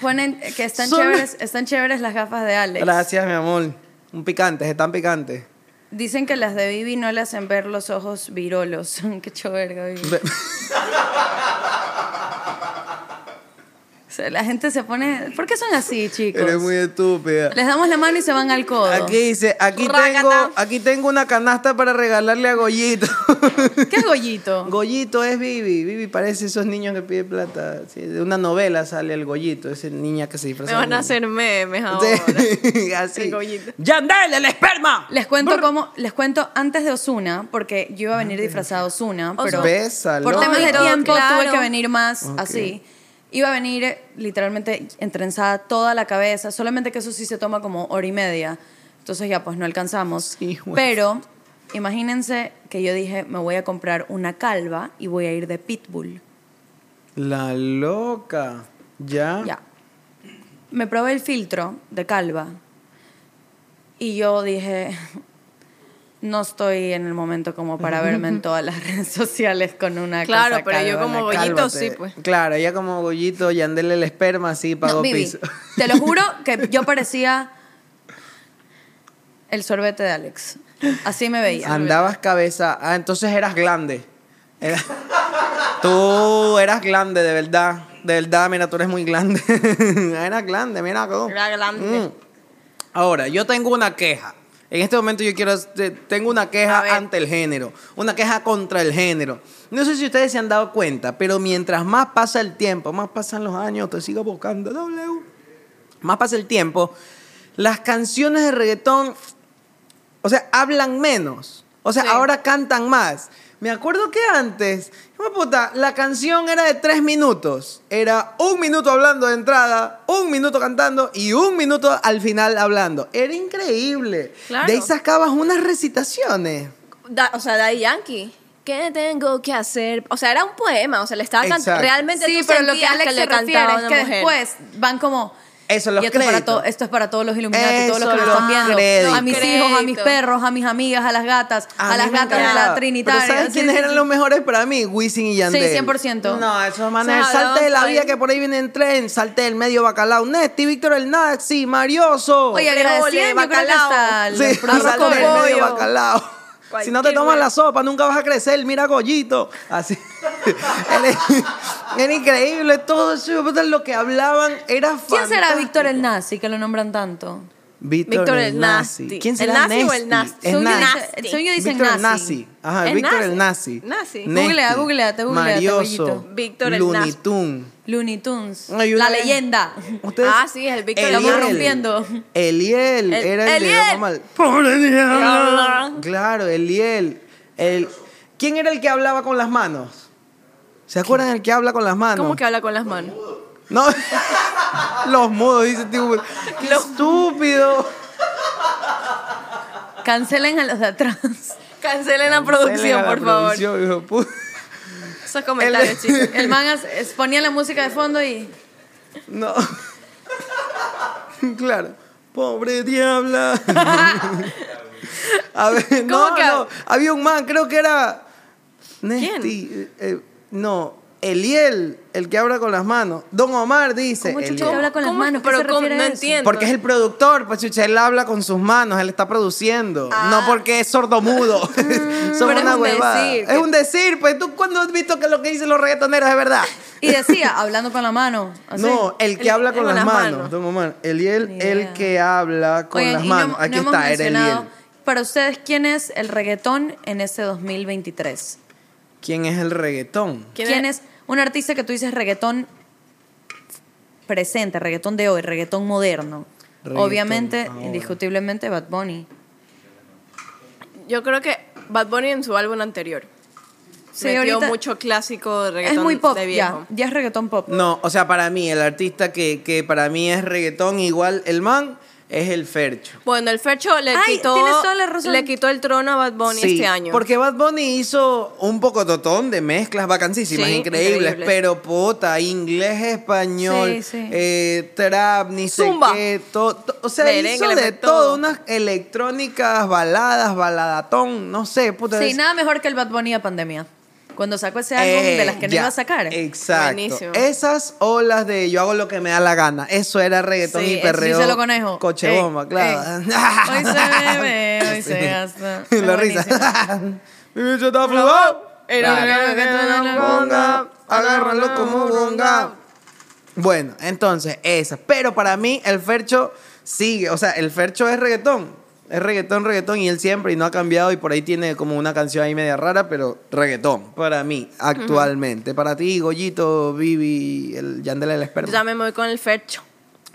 [SPEAKER 2] Ponen que están
[SPEAKER 1] Oh. Son-
[SPEAKER 2] chéveres, están chéveres las gafas de Alex.
[SPEAKER 1] Gracias, mi amor. Un picantes, están picantes.
[SPEAKER 2] Dicen que las de Vivi no le hacen ver los ojos virolos. (laughs) Qué choverga, Vivi.
[SPEAKER 1] Ve-
[SPEAKER 2] O sea, la gente se pone... ¿Por qué son así, chicos?
[SPEAKER 1] Eres muy estúpida.
[SPEAKER 2] Les damos la mano y se van al codo.
[SPEAKER 1] Aquí dice, aquí
[SPEAKER 3] Rácata.
[SPEAKER 1] tengo, aquí tengo una canasta para regalarle a
[SPEAKER 3] (laughs)
[SPEAKER 1] Goyito.
[SPEAKER 2] ¿Qué es Goyito?
[SPEAKER 1] Goyito es Vivi. Vivi parece esos niños que piden plata. Sí, de una novela sale el Goyito, esa niña que se disfraza.
[SPEAKER 3] Me van
[SPEAKER 1] de
[SPEAKER 3] a
[SPEAKER 1] niño.
[SPEAKER 3] hacer memes ahora.
[SPEAKER 1] Sí, (laughs) así.
[SPEAKER 3] El Goyito.
[SPEAKER 1] ¡Yandel, el esperma!
[SPEAKER 2] Les cuento cómo... Les cuento antes de Osuna, porque yo iba a venir disfrazada de Osuna, pero...
[SPEAKER 1] Bésalo.
[SPEAKER 2] Por temas de
[SPEAKER 3] Claro,
[SPEAKER 2] tiempo tuve
[SPEAKER 3] claro.
[SPEAKER 2] que venir más
[SPEAKER 1] Ok.
[SPEAKER 2] así. Iba a venir eh, literalmente entrenzada toda la cabeza, solamente que eso sí se toma como hora y media. Entonces ya pues no alcanzamos.
[SPEAKER 1] Sí, güey.
[SPEAKER 2] Pero imagínense que yo dije, me voy a comprar una calva y voy a ir de pitbull.
[SPEAKER 1] La loca. ¿Ya?
[SPEAKER 2] Ya. Me probé el filtro de calva y yo dije, (laughs) no estoy en el momento como para verme (laughs) en todas las redes sociales con una
[SPEAKER 3] Claro,
[SPEAKER 2] cosa
[SPEAKER 3] pero yo
[SPEAKER 2] calva en
[SPEAKER 3] como
[SPEAKER 2] la cara.
[SPEAKER 3] Goyito,
[SPEAKER 1] Cálmate.
[SPEAKER 3] sí, pues.
[SPEAKER 1] Claro, ella como Goyito, Yandel, el esperma, sí, pagó
[SPEAKER 2] No, Vivi,
[SPEAKER 1] piso.
[SPEAKER 2] te lo juro que yo parecía el sorbete de Alex. Así me veía.
[SPEAKER 1] Andabas cabeza. Ah, entonces eras glande. Era- (laughs) Tú eras glande, de verdad. De verdad, mira, tú eres muy glande. (laughs) eras glande, mira cómo.
[SPEAKER 3] Era glande.
[SPEAKER 1] Mm. Ahora, yo tengo una queja. En este momento yo quiero, te- tengo una
[SPEAKER 3] A ver.
[SPEAKER 1] queja ante el género, una queja contra el género. No sé si ustedes se han dado cuenta, pero mientras más pasa el tiempo, más pasan los años, te sigo buscando, W. Más pasa el tiempo, las canciones de reggaetón o sea, hablan menos. O sea,
[SPEAKER 3] Sí.
[SPEAKER 1] ahora cantan más. Me acuerdo que antes, hijo de puta, la canción era de tres minutos. Era un minuto hablando de entrada, un minuto cantando y un minuto al final hablando. Era increíble.
[SPEAKER 3] Claro.
[SPEAKER 1] De ahí sacabas unas recitaciones.
[SPEAKER 3] (laughs) Da- o sea, Daddy Yankee. ¿Qué tengo que hacer? O sea, era un poema. O sea, le estaba
[SPEAKER 1] Exacto.
[SPEAKER 3] cantando. Realmente
[SPEAKER 2] sí,
[SPEAKER 3] tú
[SPEAKER 2] pero lo que
[SPEAKER 3] sentías
[SPEAKER 2] Alex
[SPEAKER 3] le
[SPEAKER 2] se refiere
[SPEAKER 3] cantaba
[SPEAKER 2] es
[SPEAKER 3] a
[SPEAKER 2] que
[SPEAKER 3] una mujer.
[SPEAKER 2] después van como...
[SPEAKER 1] Eso, los
[SPEAKER 2] "Y esto, es para
[SPEAKER 1] créditos.
[SPEAKER 2] to- esto es para todos los iluminados, todos los
[SPEAKER 1] Eso,
[SPEAKER 2] que lo
[SPEAKER 1] los
[SPEAKER 2] están viendo.
[SPEAKER 1] créditos.
[SPEAKER 2] A mis
[SPEAKER 3] Los
[SPEAKER 2] hijos, a mis
[SPEAKER 3] créditos.
[SPEAKER 2] perros, a mis amigas, a las gatas, a,
[SPEAKER 1] mí
[SPEAKER 2] las
[SPEAKER 1] me
[SPEAKER 2] gatas de
[SPEAKER 1] encantaba.
[SPEAKER 2] la
[SPEAKER 1] Pero
[SPEAKER 2] Trinitaria.
[SPEAKER 1] ¿Sabes
[SPEAKER 2] Sí,
[SPEAKER 1] quiénes
[SPEAKER 2] sí,
[SPEAKER 1] eran
[SPEAKER 2] sí.
[SPEAKER 1] los mejores para mí? Wisin y Yandel.
[SPEAKER 2] 100%.
[SPEAKER 1] No, esos manes.
[SPEAKER 3] Esos
[SPEAKER 1] Salte de la
[SPEAKER 3] hablaban
[SPEAKER 1] vía
[SPEAKER 3] hoy.
[SPEAKER 1] que por ahí viene en tren. Salte del medio bacalao. Nesti, Víctor el Nazi, Marioso.
[SPEAKER 2] Oye,
[SPEAKER 3] Frijoles,
[SPEAKER 2] agradecida, yo creo que hasta
[SPEAKER 3] bacalao.
[SPEAKER 2] los
[SPEAKER 1] Sí,
[SPEAKER 2] productos
[SPEAKER 1] salte
[SPEAKER 3] con
[SPEAKER 1] del
[SPEAKER 2] de-
[SPEAKER 1] medio
[SPEAKER 3] pollo.
[SPEAKER 1] bacalao. Si no te
[SPEAKER 3] Cualquier
[SPEAKER 1] tomas
[SPEAKER 3] huevo.
[SPEAKER 1] la sopa, nunca vas a crecer. Mira, Goyito. Así. (laughs) era, era increíble todo eso. hijo de puta, Lo que hablaban era fantástico.
[SPEAKER 2] ¿Quién será Víctor el Nazi que lo nombran tanto?
[SPEAKER 1] Víctor
[SPEAKER 3] Víctor
[SPEAKER 1] el
[SPEAKER 3] el
[SPEAKER 1] Nazi.
[SPEAKER 3] Nasty.
[SPEAKER 1] ¿Quién
[SPEAKER 3] ¿El
[SPEAKER 1] será
[SPEAKER 3] Nasty o el Nasty?
[SPEAKER 1] Es
[SPEAKER 2] Según yo
[SPEAKER 1] Nasty.
[SPEAKER 2] dice- según yo dicen
[SPEAKER 1] Víctor el
[SPEAKER 2] nazi.
[SPEAKER 1] nazi. Ajá,
[SPEAKER 3] Es
[SPEAKER 1] Víctor el nazi.
[SPEAKER 3] nazi. Nazi.
[SPEAKER 1] Nesti,
[SPEAKER 2] Googlea, googleate, googleate,
[SPEAKER 1] Marioso.
[SPEAKER 2] Goyito.
[SPEAKER 3] Víctor el
[SPEAKER 1] Looney
[SPEAKER 3] nazi. (laughs)
[SPEAKER 1] Tunes.
[SPEAKER 2] Looney Tunes.
[SPEAKER 1] Ay, una
[SPEAKER 2] la
[SPEAKER 1] vez-
[SPEAKER 2] leyenda.
[SPEAKER 1] Ustedes-
[SPEAKER 3] Ah, sí, el Víctor
[SPEAKER 2] Estamos
[SPEAKER 1] Eliel.
[SPEAKER 2] rompiendo.
[SPEAKER 3] El-
[SPEAKER 1] Eliel. era el de
[SPEAKER 3] Eliel.
[SPEAKER 1] Don Omar. Pobre diablo. Claro, Eliel. El... ¿Quién era el que hablaba con las manos? ¿Se acuerdan el que habla con las manos?
[SPEAKER 3] ¿Cómo que habla con las manos?
[SPEAKER 1] No. (laughs) Los mudos, dice tío. ¡Qué estúpido!
[SPEAKER 2] Cancelen a los de atrás.
[SPEAKER 3] Cancelen la (laughs) producción,
[SPEAKER 1] Cancelen a la
[SPEAKER 3] por favor.
[SPEAKER 1] producción, hijo de puta.
[SPEAKER 3] Esos comentarios,
[SPEAKER 1] El-
[SPEAKER 3] chicos.
[SPEAKER 2] El man as- ponía la música de fondo y.
[SPEAKER 1] No. (laughs) claro. Pobre diabla. (laughs) A ver, no,
[SPEAKER 3] ¿Cómo que?
[SPEAKER 1] no. Había un man, creo que era.
[SPEAKER 3] ¿Quién?
[SPEAKER 1] Nesti. eh, eh, no, Eliel, el que habla con las manos. Don Omar dice.
[SPEAKER 2] ¿Cómo chucha
[SPEAKER 1] Eliel.
[SPEAKER 2] habla con las
[SPEAKER 3] ¿Cómo?
[SPEAKER 2] manos? ¿Qué
[SPEAKER 3] Pero
[SPEAKER 2] se refiere
[SPEAKER 3] ¿cómo?
[SPEAKER 2] a
[SPEAKER 3] No
[SPEAKER 2] eso?
[SPEAKER 3] entiendo.
[SPEAKER 1] Porque es el productor, pues chucha, él habla con sus manos, él está produciendo. No porque es sordomudo. (laughs) Son
[SPEAKER 3] Ah. Mm, Pero es
[SPEAKER 1] una
[SPEAKER 3] un
[SPEAKER 1] huevada.
[SPEAKER 3] decir
[SPEAKER 1] Es
[SPEAKER 3] que-
[SPEAKER 1] un decir, pues tú cuando has visto que lo que dicen los reggaetoneros es verdad.
[SPEAKER 2] Y decía, hablando con la mano. así.
[SPEAKER 1] No, el que
[SPEAKER 3] El-
[SPEAKER 1] habla con
[SPEAKER 3] con
[SPEAKER 1] las,
[SPEAKER 3] las
[SPEAKER 1] manos,
[SPEAKER 3] manos.
[SPEAKER 1] don Omar. Eliel,
[SPEAKER 2] Ni idea.
[SPEAKER 1] el que habla con
[SPEAKER 2] Oigan,
[SPEAKER 1] las
[SPEAKER 2] y no-
[SPEAKER 1] manos.
[SPEAKER 2] no
[SPEAKER 1] Aquí
[SPEAKER 2] hemos
[SPEAKER 1] está, era
[SPEAKER 2] mencionado,
[SPEAKER 1] Eliel.
[SPEAKER 2] Para ustedes, ¿quién es el reggaetón en este ese 2023?
[SPEAKER 1] ¿Quién es el reggaetón?
[SPEAKER 3] ¿Quién
[SPEAKER 2] ¿Quién,
[SPEAKER 3] es-
[SPEAKER 2] es un artista que tú dices reggaetón presente, reggaetón de hoy, reggaetón moderno?
[SPEAKER 1] Reggaetón
[SPEAKER 2] Obviamente,
[SPEAKER 1] ahora.
[SPEAKER 2] indiscutiblemente, Bad Bunny.
[SPEAKER 3] Yo creo que Bad Bunny en su álbum anterior.
[SPEAKER 2] Sí,
[SPEAKER 3] metió
[SPEAKER 2] ahorita-
[SPEAKER 3] mucho clásico de
[SPEAKER 2] Es
[SPEAKER 3] reggaetón
[SPEAKER 2] muy pop,
[SPEAKER 3] de
[SPEAKER 2] ya.
[SPEAKER 3] viejo.
[SPEAKER 2] Ya es reggaetón pop.
[SPEAKER 1] No, o sea, para mí, el artista que, que para mí es reggaetón igual el man es el Fercho.
[SPEAKER 3] Bueno, el Fercho le
[SPEAKER 2] Ay,
[SPEAKER 3] quitó
[SPEAKER 2] tienes toda la razón.
[SPEAKER 3] le quitó el trono a Bad Bunny
[SPEAKER 1] Sí,
[SPEAKER 3] este año.
[SPEAKER 1] Porque Bad Bunny hizo un poco totón de mezclas vacancísimas,
[SPEAKER 3] Sí,
[SPEAKER 1] increíbles,
[SPEAKER 3] increíbles.
[SPEAKER 1] pero puta, inglés, español,
[SPEAKER 2] Sí, sí.
[SPEAKER 1] eh, trap, ni
[SPEAKER 3] Zumba.
[SPEAKER 1] sé qué, to- to- o sea,
[SPEAKER 3] Merengue,
[SPEAKER 1] hizo
[SPEAKER 3] le
[SPEAKER 1] de
[SPEAKER 3] metió
[SPEAKER 1] todo.
[SPEAKER 3] todo.
[SPEAKER 1] unas electrónicas, baladas, baladatón, no sé, puta.
[SPEAKER 2] Sí,
[SPEAKER 1] es-
[SPEAKER 2] nada mejor que el Bad Bunny a pandemia.
[SPEAKER 6] Cuando saco ese álbum
[SPEAKER 1] Eh,
[SPEAKER 6] de las que no
[SPEAKER 1] ya,
[SPEAKER 6] iba a sacar.
[SPEAKER 1] Exacto. Eh,
[SPEAKER 3] Buenísimo.
[SPEAKER 1] Esas olas de yo hago lo que me da la gana. Eso era reggaetón
[SPEAKER 6] Sí,
[SPEAKER 1] y perreo.
[SPEAKER 6] Sí, se lo conejo.
[SPEAKER 1] Coche
[SPEAKER 6] Ey,
[SPEAKER 1] bomba, claro.
[SPEAKER 6] ey.
[SPEAKER 1] (laughs)
[SPEAKER 6] Hoy se bebe, hoy se gasta.
[SPEAKER 1] Y
[SPEAKER 6] Es
[SPEAKER 1] la risa. (laughs) Mi bicho está fluado.
[SPEAKER 3] Era una
[SPEAKER 1] Dale.
[SPEAKER 3] que tú no la
[SPEAKER 1] Bonga,
[SPEAKER 3] bonga,
[SPEAKER 1] agárralo
[SPEAKER 3] no,
[SPEAKER 1] como
[SPEAKER 3] bonga.
[SPEAKER 1] bonga. Bueno, entonces, esas. Pero para mí, el Fercho sigue. O sea, el Fercho es reggaetón. Es reggaetón, reggaetón. Y él siempre, y no ha cambiado. Y por ahí tiene como una canción ahí media rara, pero reggaetón. Para mí, actualmente. Para ti, Goyito, Vivi, el Yandel el experto.
[SPEAKER 3] Yo también Pues, me voy con el Fercho.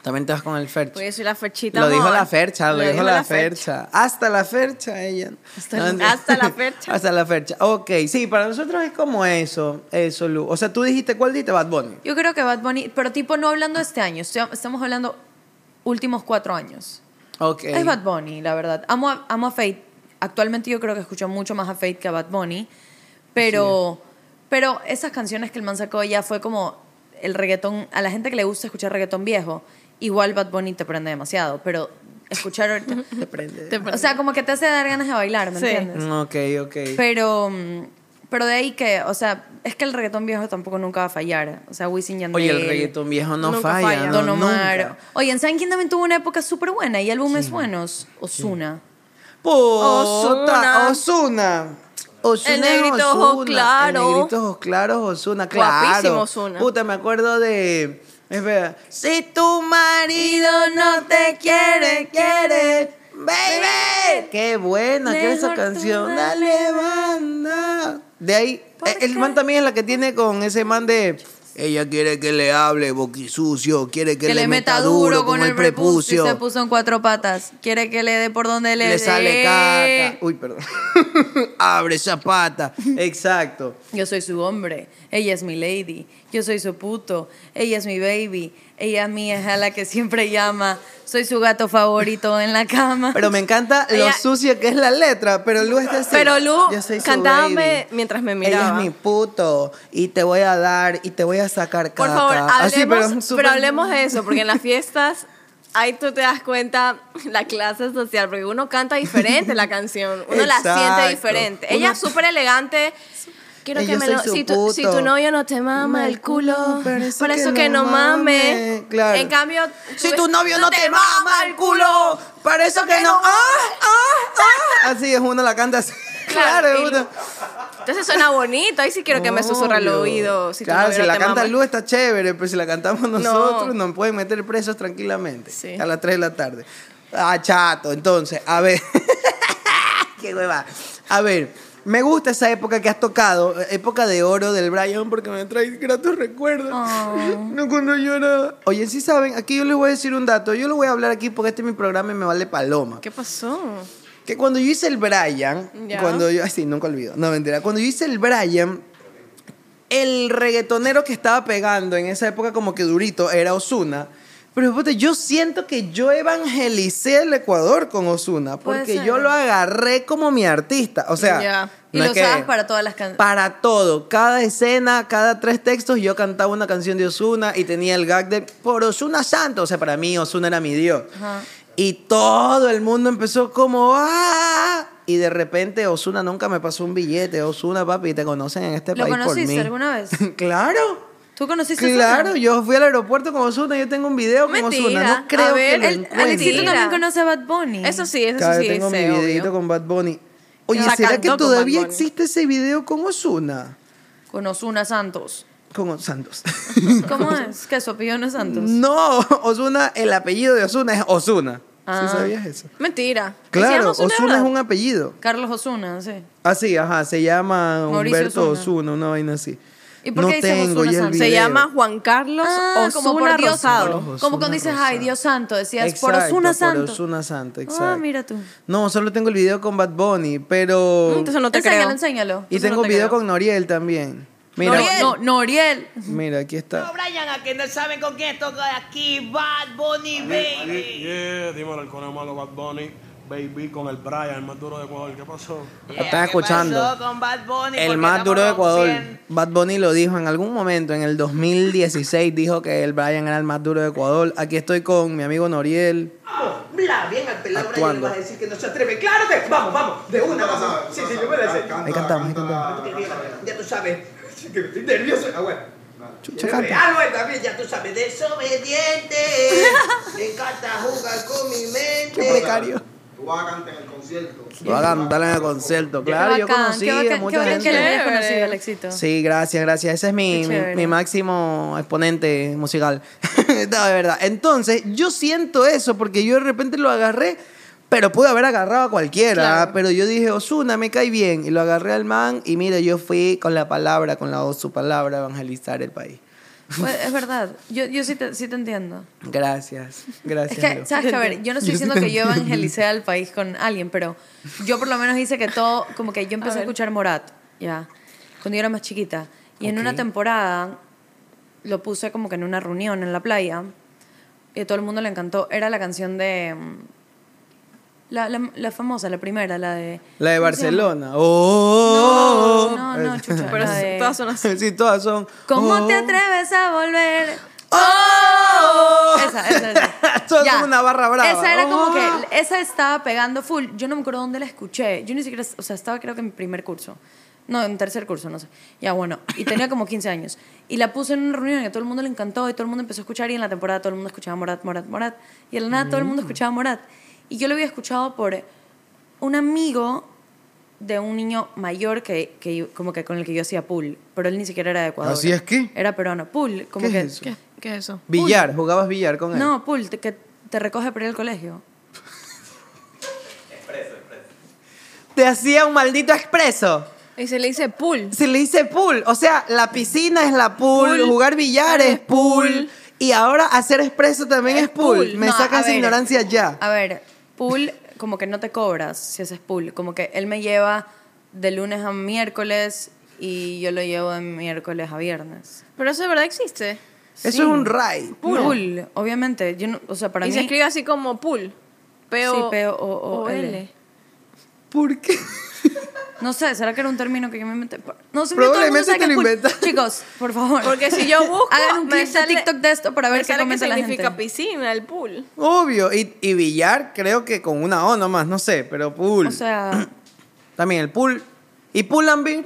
[SPEAKER 1] También te vas con el Fercho.
[SPEAKER 3] Porque yo soy la Ferchita.
[SPEAKER 1] Lo dijo
[SPEAKER 3] amor.
[SPEAKER 1] la Fercha, lo, dijo la
[SPEAKER 3] Fercha.
[SPEAKER 1] Fercha. Hasta la Fercha, ella.
[SPEAKER 3] Hasta- hasta
[SPEAKER 1] (laughs)
[SPEAKER 3] la Fercha.
[SPEAKER 1] hasta la Fercha. Ok, sí, para nosotros es como eso, eso, Lu. O sea, tú dijiste, ¿cuál dijiste? Bad Bunny.
[SPEAKER 2] Yo creo que Bad Bunny, pero tipo no hablando de este año, estoy- estamos hablando últimos cuatro años.
[SPEAKER 1] Ok.
[SPEAKER 2] Es Bad Bunny, la verdad. Amo a, amo a Fate. Actualmente yo creo que escucho mucho más a Fate que a Bad Bunny. Pero, pero esas canciones que el man sacó ya fue como el reggaetón. A la gente que le gusta escuchar reggaetón viejo, igual Bad Bunny te prende demasiado. Pero escuchar ahorita.
[SPEAKER 1] (laughs) Te prende.
[SPEAKER 2] o sea, como que te hace dar ganas de bailar, ¿me
[SPEAKER 6] Sí.
[SPEAKER 2] entiendes?
[SPEAKER 1] Ok, ok.
[SPEAKER 2] Pero, mm, pero de ahí que, o sea, es que el reggaetón viejo tampoco nunca va a fallar. O sea, Wisin Yandel.
[SPEAKER 1] Oye, el reggaetón viejo no
[SPEAKER 3] Nunca
[SPEAKER 1] falla.
[SPEAKER 3] falla.
[SPEAKER 1] ¿no?
[SPEAKER 2] Don Omar.
[SPEAKER 1] Nunca.
[SPEAKER 2] Oye, en San Quintín también tuvo una época súper buena y álbumes buenos. Ozuna.
[SPEAKER 1] Puta,
[SPEAKER 3] Ozuna.
[SPEAKER 1] Osuna. Osuna
[SPEAKER 3] El negrito ojo claro.
[SPEAKER 1] El negrito ojos claros, Osuna, claro.
[SPEAKER 3] Guapísimo Ozuna.
[SPEAKER 1] Puta, me acuerdo de. Espera. Si tu marido no te quiere, quiere. ¡Baby! ¡Qué buena! que esa
[SPEAKER 2] Mejor tú
[SPEAKER 1] canción?
[SPEAKER 2] dale,
[SPEAKER 1] Dale, banda. De ahí. eh, El man también es la que tiene con ese man de. Ella quiere que le hable, boquisucio. Quiere que,
[SPEAKER 2] Que, le meta duro con el prepucio. y se puso en cuatro patas. Quiere que le dé por donde le,
[SPEAKER 1] le
[SPEAKER 2] dé.
[SPEAKER 1] sale caca. Uy, perdón. (laughs) Abre esa pata. Exacto.
[SPEAKER 2] Yo soy su hombre. Ella es mi lady. Yo soy su puto. Ella es mi baby. Ella es mi es a la que siempre llama. Soy su gato favorito en la cama. (laughs)
[SPEAKER 1] Pero me encanta lo
[SPEAKER 3] Ella-
[SPEAKER 1] sucio que es la letra, pero Lu está así.
[SPEAKER 3] Pero Lu
[SPEAKER 1] Yo soy su
[SPEAKER 3] cantaba
[SPEAKER 1] baby.
[SPEAKER 3] me- mientras me
[SPEAKER 1] Ella
[SPEAKER 3] miraba.
[SPEAKER 1] es mi puto y te voy a dar y te voy a sacar caca.
[SPEAKER 3] Por favor,
[SPEAKER 1] Así, Ah, pero
[SPEAKER 3] hablemos, pero,
[SPEAKER 1] súper-
[SPEAKER 3] hablemos de eso, porque en
[SPEAKER 1] (laughs)
[SPEAKER 3] las fiestas ahí tú te das cuenta la clase social, porque uno canta diferente la canción, uno la
[SPEAKER 1] Exacto.
[SPEAKER 3] siente diferente.
[SPEAKER 1] Uno-
[SPEAKER 3] Ella es súper elegante. Quiero
[SPEAKER 1] Ella
[SPEAKER 3] que me
[SPEAKER 1] soy
[SPEAKER 3] lo,
[SPEAKER 1] su
[SPEAKER 3] si, tu, si
[SPEAKER 1] puto.
[SPEAKER 3] tu novio no te mama el culo, por eso, que, no mame.
[SPEAKER 1] Claro.
[SPEAKER 3] En cambio,
[SPEAKER 1] Si
[SPEAKER 3] tú-
[SPEAKER 1] tu novio no te mama el culo, para eso que no. ¡Ah! ¡Ah! ¡Ah! Así es, uno la canta así. (laughs)
[SPEAKER 3] Claro,
[SPEAKER 1] Claro,
[SPEAKER 3] y-
[SPEAKER 1] uno-
[SPEAKER 3] Entonces suena bonito, ahí sí quiero que me susurra al
[SPEAKER 1] Obvio.
[SPEAKER 3] oído. Si tu
[SPEAKER 1] claro,
[SPEAKER 3] novio
[SPEAKER 1] si
[SPEAKER 3] no
[SPEAKER 1] la
[SPEAKER 3] te
[SPEAKER 1] canta
[SPEAKER 3] mama.
[SPEAKER 1] Lu está chévere, pero si la cantamos nosotros nos pueden meter presos tranquilamente
[SPEAKER 3] Sí.
[SPEAKER 1] a las 3 de la tarde. Ah, chato, entonces, a ver. (laughs) Qué hueva. A ver, me gusta esa época que has tocado, época de oro del Brian, porque me trae gratos recuerdos.
[SPEAKER 3] Oh.
[SPEAKER 1] No cuando yo era. Oye, si saben, aquí yo les voy a decir un dato. Yo lo voy a hablar aquí porque este es mi programa y me vale paloma.
[SPEAKER 3] ¿Qué pasó?
[SPEAKER 1] Que cuando yo hice el Brian,
[SPEAKER 3] Ya.
[SPEAKER 1] cuando yo, ay, sí, nunca olvido, no mentira, cuando yo hice el Brian, el reggaetonero que estaba pegando en esa época como que durito era Osuna. Pero puta, yo siento que yo evangelicé el Ecuador con Osuna, porque
[SPEAKER 2] ser.
[SPEAKER 1] yo lo agarré como mi artista. O sea,
[SPEAKER 3] Ya.
[SPEAKER 2] y
[SPEAKER 1] no es
[SPEAKER 2] lo
[SPEAKER 1] que-
[SPEAKER 2] sabes para todas las canciones.
[SPEAKER 1] para todo, cada escena, cada tres textos, yo cantaba una canción de Osuna y tenía el gag de por Osuna Santo. O sea, para mí Osuna era mi Dios. Y todo el mundo empezó como ¡ah! Y de repente Osuna nunca me pasó un billete. Osuna, papi, te conocen en este
[SPEAKER 2] ¿Lo
[SPEAKER 1] país por
[SPEAKER 2] conociste
[SPEAKER 1] mí.
[SPEAKER 2] alguna vez?
[SPEAKER 1] (laughs) claro.
[SPEAKER 2] ¿Tú conociste a Ozuna?
[SPEAKER 1] Claro, yo fui al aeropuerto con Osuna, yo tengo un video con Osuna.
[SPEAKER 3] Mentira.
[SPEAKER 1] No creo
[SPEAKER 3] A ver,
[SPEAKER 1] que lo
[SPEAKER 3] el-
[SPEAKER 1] encuentre.
[SPEAKER 2] Alexito
[SPEAKER 3] Mentira.
[SPEAKER 2] también conoce a Bad Bunny.
[SPEAKER 3] Eso sí, eso
[SPEAKER 1] Claro,
[SPEAKER 3] sí,
[SPEAKER 1] tengo mi
[SPEAKER 3] sé, obvio.
[SPEAKER 1] videito con Bad Bunny. Oye,
[SPEAKER 3] La
[SPEAKER 1] ¿será que
[SPEAKER 3] cantó con Bad
[SPEAKER 1] todavía
[SPEAKER 3] Bunny.
[SPEAKER 1] existe ese video con Osuna?
[SPEAKER 2] Con Osuna Santos.
[SPEAKER 1] Con
[SPEAKER 2] (laughs)
[SPEAKER 1] Santos.
[SPEAKER 2] ¿Cómo es? ¿Que su apellido no es Santos?
[SPEAKER 1] No, Osuna, el apellido de Osuna es Osuna.
[SPEAKER 2] Ah.
[SPEAKER 1] ¿Sí sabías eso?
[SPEAKER 3] Mentira.
[SPEAKER 1] Claro,
[SPEAKER 3] Decíamos una
[SPEAKER 1] Osuna es
[SPEAKER 3] verdad.
[SPEAKER 1] un apellido.
[SPEAKER 2] Carlos Osuna, sí.
[SPEAKER 1] Así, ajá, se llama
[SPEAKER 2] Mauricio
[SPEAKER 1] Humberto
[SPEAKER 2] Osuna.
[SPEAKER 1] Osuna, una vaina así.
[SPEAKER 2] ¿Y por
[SPEAKER 1] no
[SPEAKER 2] qué dices
[SPEAKER 1] tengo
[SPEAKER 2] Osuna
[SPEAKER 1] ya el
[SPEAKER 2] Sanz?
[SPEAKER 1] video.
[SPEAKER 3] Se llama Juan Carlos
[SPEAKER 2] Ah,
[SPEAKER 3] Osuna
[SPEAKER 2] como por Dios
[SPEAKER 3] Rosado.
[SPEAKER 1] Osuna
[SPEAKER 2] Como cuando dices, ay,
[SPEAKER 1] Rosado.
[SPEAKER 2] Dios santo, decías, por
[SPEAKER 1] Exacto,
[SPEAKER 2] Osuna santo.
[SPEAKER 1] Por Osuna Santo, exacto.
[SPEAKER 2] Ah, mira tú.
[SPEAKER 1] No, solo tengo el video con Bad Bunny, pero...
[SPEAKER 3] Mm, Entonces no te
[SPEAKER 2] enséñalo,
[SPEAKER 3] creo.
[SPEAKER 2] enséñalo.
[SPEAKER 1] y
[SPEAKER 2] Eso
[SPEAKER 1] tengo
[SPEAKER 2] no
[SPEAKER 1] un
[SPEAKER 2] te
[SPEAKER 1] video
[SPEAKER 2] creo.
[SPEAKER 1] con Noriel también. Mira,
[SPEAKER 2] No, no, Noriel.
[SPEAKER 1] mira, aquí está.
[SPEAKER 4] Brian, a que no saben con quién toca aquí, Bad Bunny Baby.
[SPEAKER 7] Yeah, dímelo, el conejo malo Bad Bunny.
[SPEAKER 4] Baby con el Brian, el más duro de Ecuador. ¿Qué pasó?
[SPEAKER 1] Lo están escuchando. El más duro de Ecuador. Bad Bunny lo dijo en algún momento, en el 2016, dijo que el Brian era el más duro de Ecuador. Aquí estoy con mi amigo Noriel.
[SPEAKER 8] Vamos, mira, bien al pelado Brian,
[SPEAKER 1] Actuando.
[SPEAKER 8] vas a decir que no se atreve. ¡Claro que! Vamos, vamos, de una, vamos. Sí, sí, yo me la sé.
[SPEAKER 1] Ahí cantamos, ahí cantamos.
[SPEAKER 8] Ya tú sabes. Sí, que Estoy nervioso. Ah, bueno.
[SPEAKER 1] Chucha,
[SPEAKER 8] Yo me
[SPEAKER 4] ah,
[SPEAKER 1] canta.
[SPEAKER 8] regalo, eh, también, ya tú sabes, desobediente. Me encanta jugar con mi mente.
[SPEAKER 1] Qué precario.
[SPEAKER 4] Tú vas a cantar en el concierto.
[SPEAKER 1] Lo hagan cantar en el concierto. Claro, yo conocí a mucha
[SPEAKER 2] que lo
[SPEAKER 1] gente.
[SPEAKER 2] hayas conocido, Alexito.
[SPEAKER 1] Sí, gracias, gracias. Ese es mi,
[SPEAKER 2] Qué
[SPEAKER 1] mi-
[SPEAKER 2] chévere.
[SPEAKER 1] mi máximo exponente musical. (laughs) no, de verdad. Entonces, yo siento eso porque yo de repente lo agarré, pero pude haber agarrado a cualquiera.
[SPEAKER 9] Claro.
[SPEAKER 1] Pero yo dije, Osuna, me cae bien. Y lo agarré al man y mira, yo fui con la palabra, con la su palabra, a evangelizar el país.
[SPEAKER 2] Pues, es verdad. Yo, yo sí, te, sí te entiendo. (laughs)
[SPEAKER 1] Gracias, gracias.
[SPEAKER 2] Es que,
[SPEAKER 1] Leo.
[SPEAKER 2] ¿sabes qué? A ver, yo no estoy diciendo que yo evangelicé al país con alguien, pero yo por lo menos hice que todo, como que yo empecé a,
[SPEAKER 9] ver.
[SPEAKER 2] escuchar Morat, ya, cuando yo era más chiquita. Y en
[SPEAKER 1] Ok.
[SPEAKER 2] una temporada lo puse como que en una reunión en la playa y a todo el mundo le encantó. Era la canción de... mm, La, la- la famosa, la primera, la de...
[SPEAKER 1] La de
[SPEAKER 2] ¿cómo se llama?
[SPEAKER 1] Barcelona. Oh, oh, oh.
[SPEAKER 2] No, no, no,
[SPEAKER 1] (laughs)
[SPEAKER 2] chucha.
[SPEAKER 3] Pero
[SPEAKER 2] la de-
[SPEAKER 3] todas son así.
[SPEAKER 1] Sí, todas son.
[SPEAKER 2] ¿Cómo te
[SPEAKER 1] oh.
[SPEAKER 2] atreves a volver?
[SPEAKER 1] ¡Oh!
[SPEAKER 2] Esa, esa, esa.
[SPEAKER 1] (laughs) Todo es
[SPEAKER 2] Ya.
[SPEAKER 1] como una barra brava.
[SPEAKER 2] Esa era
[SPEAKER 1] ¡Oh!
[SPEAKER 2] como que, esa estaba pegando full. Yo no me acuerdo dónde la escuché. Yo ni siquiera, o sea, estaba creo que en primer curso. No, en tercer curso, no sé. Ya, bueno. Y tenía como 15 años. Y la puse en una reunión y a todo el mundo le encantó y todo el mundo empezó a escuchar y en la temporada todo el mundo escuchaba Morat, Morat, Morat. Y de la nada todo el mundo
[SPEAKER 1] Mm.
[SPEAKER 2] escuchaba Morat. Y yo lo había escuchado por un amigo de un niño mayor que, que yo- como que con el que yo hacía pool, pero él ni siquiera era de Ecuador.
[SPEAKER 1] ¿Así es qué?
[SPEAKER 2] Era peruano. Pool, como
[SPEAKER 1] ¿Qué
[SPEAKER 2] que
[SPEAKER 1] es eso?
[SPEAKER 3] ¿Qué, qué es eso?
[SPEAKER 1] Billar, jugabas billar con él.
[SPEAKER 2] no, pool, te- que te recoge para ir al colegio.
[SPEAKER 1] Te hacía un maldito expreso.
[SPEAKER 3] Y se le dice pool.
[SPEAKER 1] Se le dice pool. O sea, la piscina es la pool,
[SPEAKER 3] Pool.
[SPEAKER 1] jugar billar es pool.
[SPEAKER 3] Pool.
[SPEAKER 1] Y ahora hacer expreso también es,
[SPEAKER 3] Es
[SPEAKER 1] pool.
[SPEAKER 3] pool.
[SPEAKER 1] Me
[SPEAKER 2] Eh, No, a
[SPEAKER 1] sacas
[SPEAKER 2] ver. Ah,
[SPEAKER 1] ignorancia ya.
[SPEAKER 2] A ver, pool, como que no te cobras si haces pool. Como que él me lleva de lunes a miércoles y yo lo llevo de miércoles a viernes.
[SPEAKER 3] Pero eso de verdad existe.
[SPEAKER 1] Eso es un ride.
[SPEAKER 2] Pool. obviamente. Yo no- o sea, para
[SPEAKER 3] y
[SPEAKER 2] mí.
[SPEAKER 3] se escribe así como pool. P
[SPEAKER 2] Sí,
[SPEAKER 3] O
[SPEAKER 2] P O O O L.
[SPEAKER 3] L.
[SPEAKER 1] ¿Por qué? (laughs)
[SPEAKER 2] No sé, ¿será que era un término que yo me inventé? No sé,
[SPEAKER 1] Probablemente te lo inventas.
[SPEAKER 2] Chicos, por favor.
[SPEAKER 3] Porque si yo busco,
[SPEAKER 2] Hagan un
[SPEAKER 3] me
[SPEAKER 2] clip de
[SPEAKER 3] sale-
[SPEAKER 2] TikTok de esto para
[SPEAKER 3] A
[SPEAKER 2] ver
[SPEAKER 3] ver,
[SPEAKER 2] qué
[SPEAKER 3] ¿qué
[SPEAKER 2] comenta la
[SPEAKER 3] significa
[SPEAKER 2] gente.
[SPEAKER 3] piscina? El pool.
[SPEAKER 1] Obvio. Y, y billar creo que con una O nomás, no sé, pero pool.
[SPEAKER 2] O sea,
[SPEAKER 1] también el pool. ¿Y pool and
[SPEAKER 2] (laughs)
[SPEAKER 1] beer?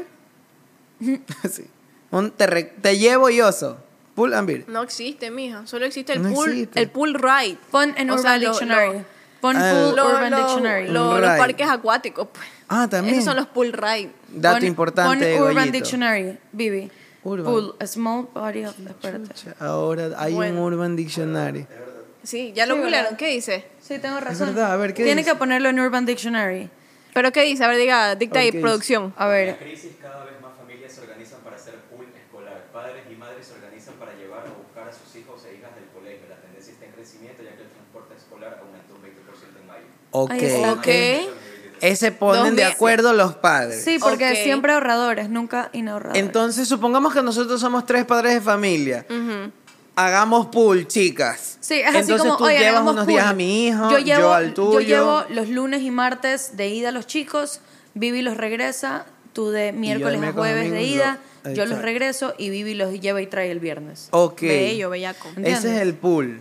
[SPEAKER 1] sí. Un te, re- te llevo y oso. Pool and beer.
[SPEAKER 3] No existe, mija. Solo existe el
[SPEAKER 1] No
[SPEAKER 3] pool,
[SPEAKER 1] existe.
[SPEAKER 3] el pool ride.
[SPEAKER 2] pon en
[SPEAKER 3] O
[SPEAKER 2] Urban
[SPEAKER 3] sea, lo-
[SPEAKER 2] Dictionary. pon
[SPEAKER 1] Ah.
[SPEAKER 2] pool
[SPEAKER 3] lo-
[SPEAKER 2] Urban
[SPEAKER 3] lo-
[SPEAKER 2] Dictionary.
[SPEAKER 3] lo-
[SPEAKER 1] Un
[SPEAKER 3] los
[SPEAKER 1] ride.
[SPEAKER 3] parques acuáticos. pues.
[SPEAKER 1] Ah, también.
[SPEAKER 3] Esos son los pool ride.
[SPEAKER 1] Dato
[SPEAKER 2] Pon-
[SPEAKER 1] importante.
[SPEAKER 2] Pon Urban
[SPEAKER 1] Goyito.
[SPEAKER 2] Dictionary, Bibi.
[SPEAKER 1] Urban.
[SPEAKER 2] Pool, a small body of... Espérate.
[SPEAKER 1] Chucha, Ahora hay
[SPEAKER 3] Bueno.
[SPEAKER 1] un Urban Dictionary.
[SPEAKER 3] Sí, ya lo
[SPEAKER 2] Sí,
[SPEAKER 3] googlearon.
[SPEAKER 2] ¿verdad?
[SPEAKER 3] ¿Qué dice?
[SPEAKER 2] Sí, tengo razón.
[SPEAKER 1] verdad, a ver, ¿qué
[SPEAKER 2] Tiene
[SPEAKER 1] dice?
[SPEAKER 2] que ponerlo en Urban Dictionary.
[SPEAKER 3] ¿Pero qué dice? A ver, diga, dicta
[SPEAKER 1] A ver,
[SPEAKER 3] ahí,
[SPEAKER 1] ¿qué dice?
[SPEAKER 3] producción.
[SPEAKER 2] A ver,
[SPEAKER 10] crisis, cada vez más familias se organizan para hacer pool escolar. Padres y madres se organizan para llevar o buscar a sus hijos e hijas del colegio. La tendencia está en crecimiento ya que el transporte escolar aumentó un 20% en mayo.
[SPEAKER 1] Ok.
[SPEAKER 2] Ahí está.
[SPEAKER 3] Ok.
[SPEAKER 1] Ese ponen
[SPEAKER 3] Dos
[SPEAKER 1] de
[SPEAKER 3] meses.
[SPEAKER 1] acuerdo los padres.
[SPEAKER 2] sí, porque
[SPEAKER 3] Ok.
[SPEAKER 2] siempre ahorradores, nunca inahorradores.
[SPEAKER 1] Entonces, supongamos que nosotros somos tres padres de familia. Hagamos pool, chicas.
[SPEAKER 2] Sí, es así
[SPEAKER 1] Entonces
[SPEAKER 2] como,
[SPEAKER 1] tú
[SPEAKER 2] "Oigan,
[SPEAKER 1] llevas
[SPEAKER 2] hagamos
[SPEAKER 1] unos
[SPEAKER 2] pool".
[SPEAKER 1] días a mi hijo, yo,
[SPEAKER 2] yo, llevo,
[SPEAKER 1] al tuyo.
[SPEAKER 2] Yo llevo los lunes y martes de ida a los chicos, Vivi los regresa, tú de miércoles a
[SPEAKER 1] miércoles,
[SPEAKER 2] jueves de
[SPEAKER 1] domingo,
[SPEAKER 2] ida,
[SPEAKER 1] lo-
[SPEAKER 2] yo los
[SPEAKER 1] Exacto.
[SPEAKER 2] regreso y Vivi los lleva y trae el viernes.
[SPEAKER 1] Ok.
[SPEAKER 3] Bello, bellaco.
[SPEAKER 1] Ese es
[SPEAKER 2] ¿Entiendes?
[SPEAKER 1] el pool.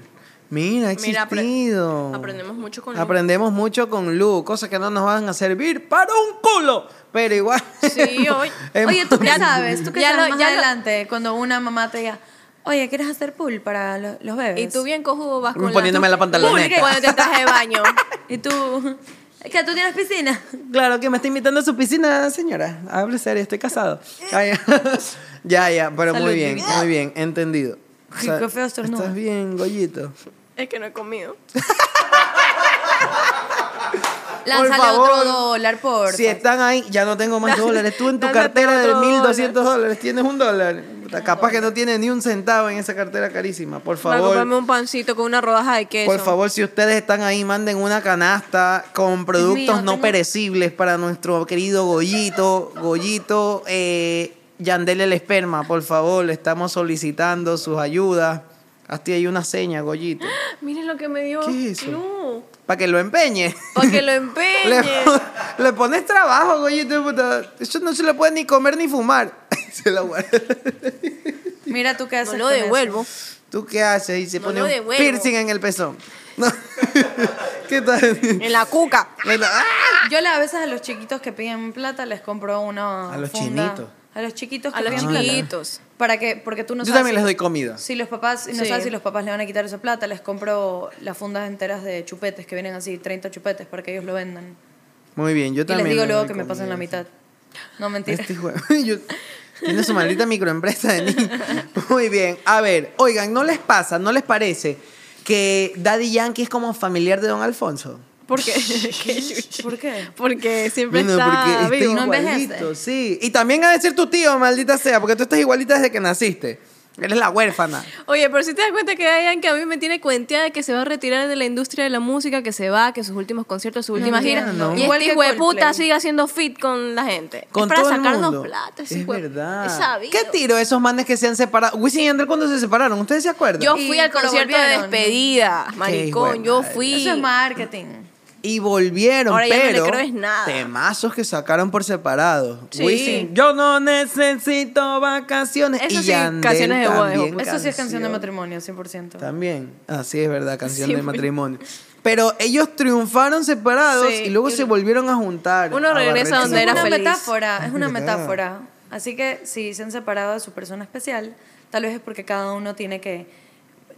[SPEAKER 1] Mira, ha
[SPEAKER 3] Mira, apre-
[SPEAKER 1] existido.
[SPEAKER 3] aprendemos mucho con Lu.
[SPEAKER 1] Aprendemos mucho con Lu, cosas que no nos van a servir para un culo. Pero igual. (laughs)
[SPEAKER 3] Sí, hoy-
[SPEAKER 1] hemos-
[SPEAKER 2] Oye, ¿tú qué sabes? ¿Tú qué
[SPEAKER 3] Em, Ya
[SPEAKER 2] sabes
[SPEAKER 3] lo-
[SPEAKER 2] más
[SPEAKER 3] ya lo-
[SPEAKER 2] adelante cuando una mamá te diga, oye, ¿quieres hacer pool para lo- los bebés?
[SPEAKER 3] Y tú bien cojudo vas con
[SPEAKER 1] Poniéndome la pantaloneta.
[SPEAKER 3] Pool, Cuando te traje de
[SPEAKER 1] (laughs)
[SPEAKER 3] baño.
[SPEAKER 2] Y tú, (laughs) que tú tienes piscina.
[SPEAKER 1] Claro que me está invitando a su piscina, señora. Hable serio, estoy
[SPEAKER 2] (laughs)
[SPEAKER 1] casado. Ay, (laughs) ya, ya, pero
[SPEAKER 2] Salud,
[SPEAKER 1] muy bien,
[SPEAKER 2] Jimmy.
[SPEAKER 1] muy bien, entendido.
[SPEAKER 2] Ay, qué feo estornudo.
[SPEAKER 1] Estás bien, Goyito.
[SPEAKER 3] Es que no he comido.
[SPEAKER 2] Lánzale
[SPEAKER 1] favor.
[SPEAKER 2] otro dólar, por.
[SPEAKER 1] Si están ahí, ya no tengo más dólares. Tú en tu
[SPEAKER 3] Dándote
[SPEAKER 1] cartera de
[SPEAKER 3] otro
[SPEAKER 1] 1200 dólares tienes un dólar. Puta, Capaz que no tiene ni un centavo en esa cartera carísima. Por
[SPEAKER 3] Para comprarme
[SPEAKER 1] favor,
[SPEAKER 3] un pancito con una rodaja de queso.
[SPEAKER 1] por favor, si ustedes están ahí, manden una canasta con productos
[SPEAKER 2] mío,
[SPEAKER 1] no
[SPEAKER 2] tengo-
[SPEAKER 1] perecibles para nuestro querido Goyito. Goyito, eh, Yandel el esperma, por favor, le estamos solicitando sus ayudas. Hazte ahí una seña, Goyito.
[SPEAKER 3] Miren lo que me dio.
[SPEAKER 1] ¿Qué es eso?
[SPEAKER 3] No.
[SPEAKER 1] para que lo empeñe.
[SPEAKER 3] Para
[SPEAKER 1] (laughs)
[SPEAKER 3] que lo empeñe.
[SPEAKER 1] Le, pon- le pones trabajo, oye, te puta. Eso no se lo puede ni comer ni fumar. (laughs) se lo guarda.
[SPEAKER 2] Mira tú qué haces.
[SPEAKER 3] lo
[SPEAKER 2] con eso.
[SPEAKER 3] devuelvo.
[SPEAKER 1] ¿Tú qué haces? Y se
[SPEAKER 3] No
[SPEAKER 1] pone
[SPEAKER 3] lo
[SPEAKER 1] un
[SPEAKER 3] devuelvo.
[SPEAKER 1] piercing en el pezón. (laughs) No. ¿Qué tal?
[SPEAKER 3] (laughs) En la cuca.
[SPEAKER 1] Le- ¡Ah!
[SPEAKER 2] Yo le- a veces a los chiquitos que piden plata les compro una.
[SPEAKER 1] A los
[SPEAKER 2] funda.
[SPEAKER 1] chinitos.
[SPEAKER 2] A los chiquitos que
[SPEAKER 3] A los
[SPEAKER 2] piden plata.
[SPEAKER 3] chiquitos.
[SPEAKER 2] Para que, porque tú no
[SPEAKER 1] Yo
[SPEAKER 2] sabes
[SPEAKER 1] también
[SPEAKER 2] si-
[SPEAKER 1] les doy comida.
[SPEAKER 2] Si los papás, no
[SPEAKER 3] Sí.
[SPEAKER 2] sabes si los papás le van a quitar esa plata, les compro las fundas enteras de chupetes, que vienen así, 30 chupetes, para que ellos lo vendan.
[SPEAKER 1] Muy bien, yo
[SPEAKER 2] Y les
[SPEAKER 1] también.
[SPEAKER 2] digo
[SPEAKER 1] le
[SPEAKER 2] luego
[SPEAKER 1] doy
[SPEAKER 2] que me pasen
[SPEAKER 1] comida.
[SPEAKER 2] la mitad. No, mentira.
[SPEAKER 1] Este juego. (laughs) Yo- tiene su maldita microempresa
[SPEAKER 2] (laughs)
[SPEAKER 1] de mí. Muy bien. A ver, oigan, ¿no les pasa, no les parece que Daddy Yankee es como familiar de Don Alfonso?
[SPEAKER 3] Porque, (laughs) qué chucha.
[SPEAKER 2] ¿Por qué?
[SPEAKER 3] porque siempre
[SPEAKER 1] Bueno,
[SPEAKER 3] está
[SPEAKER 1] porque está
[SPEAKER 3] vivo.
[SPEAKER 2] No envejece.
[SPEAKER 1] igualito, sí. Y también a decir tu tío, maldita sea, porque tú estás igualita desde que naciste. Eres la huérfana.
[SPEAKER 3] Oye, pero si te das cuenta que Dayan que a mí me tiene cuenteada de que se va a retirar de la industria de la música, que se va, que sus últimos conciertos, sus últimas giras.
[SPEAKER 1] entiendo.
[SPEAKER 3] Y
[SPEAKER 2] Igual
[SPEAKER 3] este
[SPEAKER 2] que
[SPEAKER 3] hijo de puta
[SPEAKER 2] Coldplay.
[SPEAKER 3] sigue haciendo fit con la gente. Es
[SPEAKER 1] Con
[SPEAKER 3] para
[SPEAKER 1] todo el
[SPEAKER 3] sacarnos
[SPEAKER 1] mundo.
[SPEAKER 3] plata. ese
[SPEAKER 1] es
[SPEAKER 3] hijo de-
[SPEAKER 1] verdad.
[SPEAKER 3] Es sabido.
[SPEAKER 1] ¿Qué tiro esos manes que se han separado? Wisin y Yandel cuando se separaron, ¿ustedes se acuerdan?
[SPEAKER 3] Yo
[SPEAKER 2] Y
[SPEAKER 3] fui al
[SPEAKER 2] pero
[SPEAKER 3] concierto de
[SPEAKER 2] volvieron.
[SPEAKER 3] despedida, maricón.
[SPEAKER 1] hijo de
[SPEAKER 3] Yo
[SPEAKER 1] madre.
[SPEAKER 3] fui.
[SPEAKER 2] Eso es marketing.
[SPEAKER 1] Y volvieron,
[SPEAKER 3] Ahora ya no le
[SPEAKER 1] pero
[SPEAKER 3] creo es nada.
[SPEAKER 1] temazos que sacaron por separado.
[SPEAKER 3] Sí.
[SPEAKER 1] Wisin, yo no necesito vacaciones.
[SPEAKER 3] Eso
[SPEAKER 1] y
[SPEAKER 3] sí,
[SPEAKER 1] Yandel
[SPEAKER 3] canciones de boda de
[SPEAKER 1] también
[SPEAKER 3] Jopo.
[SPEAKER 2] Eso sí es canción de matrimonio, 100%.
[SPEAKER 1] También, así es verdad, canción
[SPEAKER 3] Sí, pues.
[SPEAKER 1] de
[SPEAKER 3] porque-
[SPEAKER 1] matrimonio. Pero ellos triunfaron separados
[SPEAKER 3] Sí,
[SPEAKER 1] y luego
[SPEAKER 3] y
[SPEAKER 1] se
[SPEAKER 3] uno-
[SPEAKER 1] volvieron a juntar.
[SPEAKER 3] uno
[SPEAKER 1] a
[SPEAKER 3] regresa
[SPEAKER 1] barrer
[SPEAKER 3] donde
[SPEAKER 1] esa
[SPEAKER 3] era
[SPEAKER 1] boda.
[SPEAKER 2] Es una
[SPEAKER 3] feliz.
[SPEAKER 2] metáfora, es una
[SPEAKER 1] Verdad.
[SPEAKER 2] metáfora. Así que si se han separado de su persona especial, tal vez es porque cada uno tiene que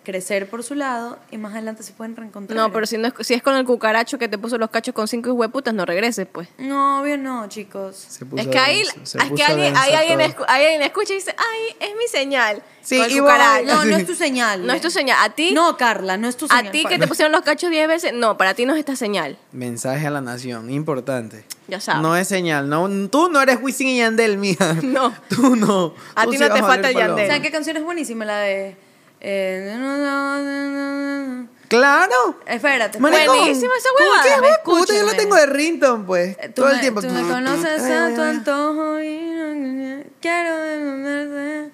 [SPEAKER 2] crecer por su lado y más adelante se pueden reencontrar.
[SPEAKER 3] No, pero si, no es, si es con el cucaracho que te puso los cachos con cinco hueputas, no regreses, pues.
[SPEAKER 2] No, obvio no, chicos.
[SPEAKER 1] Se puso
[SPEAKER 3] Es que ahí,
[SPEAKER 1] denso, se
[SPEAKER 3] es que
[SPEAKER 1] puso
[SPEAKER 3] alguien,
[SPEAKER 1] denso
[SPEAKER 3] hay alguien,
[SPEAKER 1] todo.
[SPEAKER 3] escu- hay alguien escucha y dice, ay, es mi señal.
[SPEAKER 1] Sí,
[SPEAKER 3] Con el
[SPEAKER 1] y voy.
[SPEAKER 3] cucaracho.
[SPEAKER 2] Ah, No, no es tu señal.
[SPEAKER 3] No es tu señal. A ti,
[SPEAKER 2] No, Carla, no es tu señal.
[SPEAKER 3] a ti que te pusieron los cachos 10 veces, no, para ti no es esta señal.
[SPEAKER 1] Mensaje a la nación, importante.
[SPEAKER 3] Ya sabes.
[SPEAKER 1] No es señal, no, tú no eres Wisin y Yandel, mija.
[SPEAKER 3] (laughs) No.
[SPEAKER 1] Tú no.
[SPEAKER 3] A
[SPEAKER 1] Tú
[SPEAKER 3] ti
[SPEAKER 1] sí
[SPEAKER 3] no
[SPEAKER 1] vas
[SPEAKER 3] te
[SPEAKER 1] a
[SPEAKER 3] falta
[SPEAKER 1] valer
[SPEAKER 3] el Yandel.
[SPEAKER 1] paloma.
[SPEAKER 2] ¿Saben qué canción es buenísima? La de... eh, no, no, no, no, no.
[SPEAKER 1] Claro.
[SPEAKER 2] Espérate.
[SPEAKER 1] Maricón,
[SPEAKER 3] Buenísima esa
[SPEAKER 1] ¿cómo
[SPEAKER 3] huevada,
[SPEAKER 1] que
[SPEAKER 3] me
[SPEAKER 1] hueputa? Yo lo
[SPEAKER 2] escúchenme.
[SPEAKER 1] tengo de Rinton, pues.
[SPEAKER 2] Eh, tú
[SPEAKER 1] Todo
[SPEAKER 2] me-
[SPEAKER 1] el tiempo.
[SPEAKER 2] Tú me conoces
[SPEAKER 1] Ay, ay,
[SPEAKER 2] a tu
[SPEAKER 1] ay.
[SPEAKER 2] antojo y no- quiero enamorarte.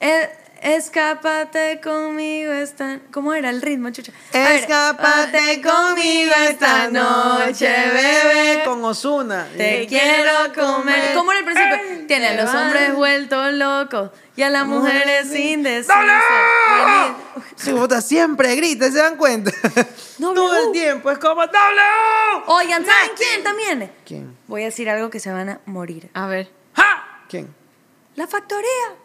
[SPEAKER 2] Eh, Escápate conmigo esta... ¿Cómo era el ritmo, chucha? A ver. ah,
[SPEAKER 1] Escápate conmigo esta noche, bebé. Con Osuna.
[SPEAKER 2] Te quiero comer. ¿Cómo era el principio? Tiene a los hombres vueltos locos y a las mujeres indecisas.
[SPEAKER 1] Sí, puta, siempre grita, ¿se dan
[SPEAKER 2] (laughs)
[SPEAKER 1] cuenta? Todo el tiempo es como doble. U".
[SPEAKER 2] Oigan, ¿saben quién también?
[SPEAKER 1] ¿Quién?
[SPEAKER 2] Voy a decir algo que se van a morir.
[SPEAKER 3] A (laughs) ver.
[SPEAKER 1] ¿Quién?
[SPEAKER 2] La factoría.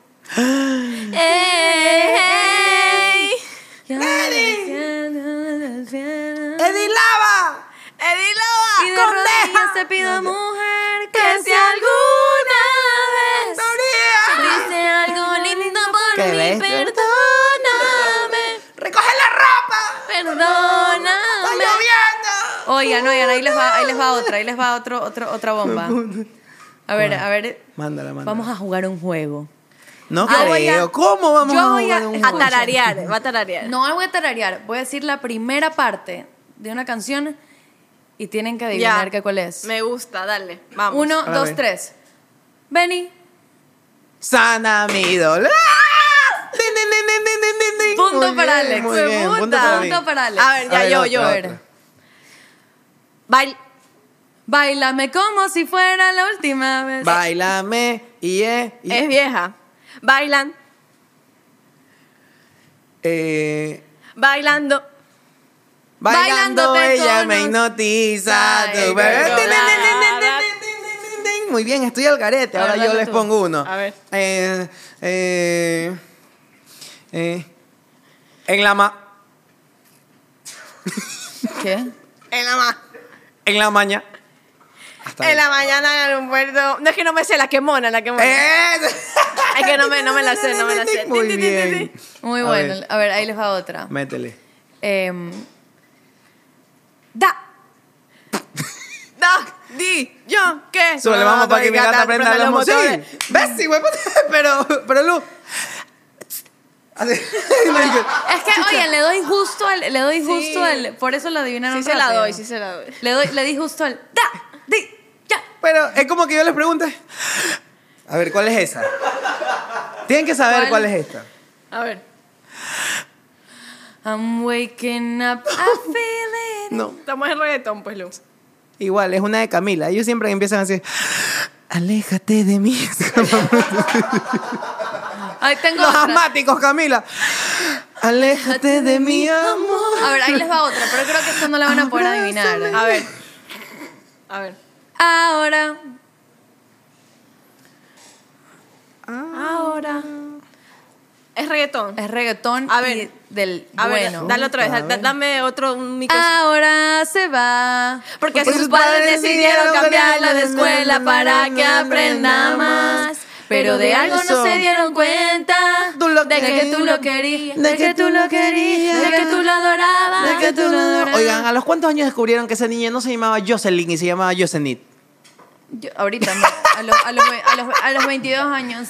[SPEAKER 3] ¡Ey!
[SPEAKER 1] ¡Eddie Lava!
[SPEAKER 2] Y de
[SPEAKER 3] ¡Edilova!
[SPEAKER 2] rodillas te pido, mujer, que si alguna vez
[SPEAKER 1] ¡María!
[SPEAKER 2] hice algo lindo por
[SPEAKER 1] ¡Qué
[SPEAKER 2] mí,
[SPEAKER 1] bestia!
[SPEAKER 2] perdóname,
[SPEAKER 1] ¡Recoge la ropa! ¡Está
[SPEAKER 2] perdóname.
[SPEAKER 1] lloviendo!
[SPEAKER 2] Oigan, oigan, ahí les va, ahí les va otra, ahí les va otro, otro, otra bomba. A ver, a ver.
[SPEAKER 1] Mándala, mándala.
[SPEAKER 2] Vamos a jugar un juego.
[SPEAKER 1] No
[SPEAKER 2] Yo voy a-
[SPEAKER 1] creo. ¿Cómo vamos
[SPEAKER 2] yo
[SPEAKER 1] a
[SPEAKER 2] voy a-
[SPEAKER 1] jugar un
[SPEAKER 3] A
[SPEAKER 1] juego?
[SPEAKER 3] tararear, va a tararear.
[SPEAKER 2] No la voy a tararear, voy a decir la primera parte de una canción y tienen que adivinar qué cuál es.
[SPEAKER 3] Me gusta, dale. Vamos.
[SPEAKER 2] Uno,
[SPEAKER 1] A
[SPEAKER 2] dos,
[SPEAKER 1] ver.
[SPEAKER 2] tres. Benny.
[SPEAKER 1] Sana mi dolor. ¡Ah! Din, din, din, din, din, din, din.
[SPEAKER 2] Punto
[SPEAKER 1] Muy
[SPEAKER 2] para
[SPEAKER 1] bien,
[SPEAKER 2] Alex.
[SPEAKER 1] Muy bien,
[SPEAKER 2] Hueputa.
[SPEAKER 1] punto para mí.
[SPEAKER 2] Punto para Alex.
[SPEAKER 3] A ver, ya,
[SPEAKER 1] A ver,
[SPEAKER 3] yo,
[SPEAKER 1] otra,
[SPEAKER 3] yo.
[SPEAKER 1] otra.
[SPEAKER 3] Bail-
[SPEAKER 2] Bailame como si fuera la última vez.
[SPEAKER 1] Bailame y eh, y-
[SPEAKER 3] Es vieja. Bailan,
[SPEAKER 1] eh,
[SPEAKER 3] bailando.
[SPEAKER 1] bailando
[SPEAKER 2] Bailándote
[SPEAKER 1] ella
[SPEAKER 2] con
[SPEAKER 1] me
[SPEAKER 2] un-
[SPEAKER 1] hipnotiza
[SPEAKER 2] Ay,
[SPEAKER 1] tu
[SPEAKER 2] con
[SPEAKER 1] bebé.
[SPEAKER 2] un-
[SPEAKER 1] Din, din, din, din, din, din, din, din. Muy bien, estoy al garete.
[SPEAKER 3] A ver,
[SPEAKER 1] Ahora yo
[SPEAKER 3] dale
[SPEAKER 1] les
[SPEAKER 3] tú.
[SPEAKER 1] pongo uno.
[SPEAKER 3] A ver.
[SPEAKER 1] Eh, eh, eh, en la ma
[SPEAKER 2] ¿Qué?
[SPEAKER 3] En la ma-
[SPEAKER 1] en la maña. Hasta ahí.
[SPEAKER 3] En la mañana en el aeropuerto. No es que no me sé la que mona, la que mona.
[SPEAKER 1] Eh,
[SPEAKER 3] Es que no me, no me la sé, no me la sé. Tin,
[SPEAKER 1] Muy
[SPEAKER 3] tin, tin, tin,
[SPEAKER 1] bien.
[SPEAKER 3] tin.
[SPEAKER 2] Muy
[SPEAKER 1] A
[SPEAKER 2] bueno.
[SPEAKER 1] ver,
[SPEAKER 2] A ver, ahí les va otra.
[SPEAKER 1] Métele.
[SPEAKER 2] Em, da.
[SPEAKER 1] (laughs)
[SPEAKER 3] Da, di, yo, ¿qué?
[SPEAKER 1] Solo le vamos para que mi gata aprenda los motores. ¿Ves? Sí, güey, pues, (laughs) pero, pero Lu. Así. (laughs)
[SPEAKER 2] Es que, oye, le doy justo al. Le doy justo
[SPEAKER 3] Sí.
[SPEAKER 2] al. Por eso lo adivinaron.
[SPEAKER 3] Sí se la
[SPEAKER 2] rápido.
[SPEAKER 3] doy, sí se la doy.
[SPEAKER 2] Le doy, le di justo al. Da, di, ya.
[SPEAKER 1] Pero es como que yo les pregunte. A ver, ¿cuál es esa? Tienen que saber cuál,
[SPEAKER 2] ¿Cuál?
[SPEAKER 1] es esta.
[SPEAKER 3] A ver. (laughs)
[SPEAKER 2] I'm waking up, I feel
[SPEAKER 1] No.
[SPEAKER 3] Estamos en reggaetón, pues, Luz.
[SPEAKER 1] Igual, es una de Camila. Ellos siempre empiezan así, aléjate de mí. (laughs)
[SPEAKER 2] Ahí tengo
[SPEAKER 1] Los
[SPEAKER 2] otra.
[SPEAKER 1] asmáticos, Camila. Aléjate de mí, amor.
[SPEAKER 2] (laughs) A ver, ahí les va otra, pero creo que esta no la van a poder adivinar.
[SPEAKER 3] A
[SPEAKER 1] (laughs)
[SPEAKER 3] ver. A ver.
[SPEAKER 2] Ahora.
[SPEAKER 3] Ahora. Es reggaetón.
[SPEAKER 2] Es reggaetón.
[SPEAKER 3] A ver.
[SPEAKER 2] y del
[SPEAKER 3] A ver,
[SPEAKER 2] bueno. Ah,
[SPEAKER 3] dale otra vez. da-
[SPEAKER 1] A ver.
[SPEAKER 3] dame otro un micro.
[SPEAKER 2] Ahora se va.
[SPEAKER 3] porque
[SPEAKER 1] Porque
[SPEAKER 3] sus padres decidieron cambiarla de escuela para que aprenda más.
[SPEAKER 2] Pero de algo no se dieron cuenta.
[SPEAKER 1] Tú lo
[SPEAKER 2] de que
[SPEAKER 1] querías.
[SPEAKER 2] tú lo querías.
[SPEAKER 1] De que tú lo querías.
[SPEAKER 2] De que tú lo adorabas.
[SPEAKER 1] De que tú no-
[SPEAKER 2] adorabas.
[SPEAKER 1] Oigan, ¿a los cuántos años descubrieron que esa niña no se llamaba Jocelyn y se llamaba Jocelyn?
[SPEAKER 2] Yo- ahorita, no, a, los, a, los, ve- a, los, a los 22 años.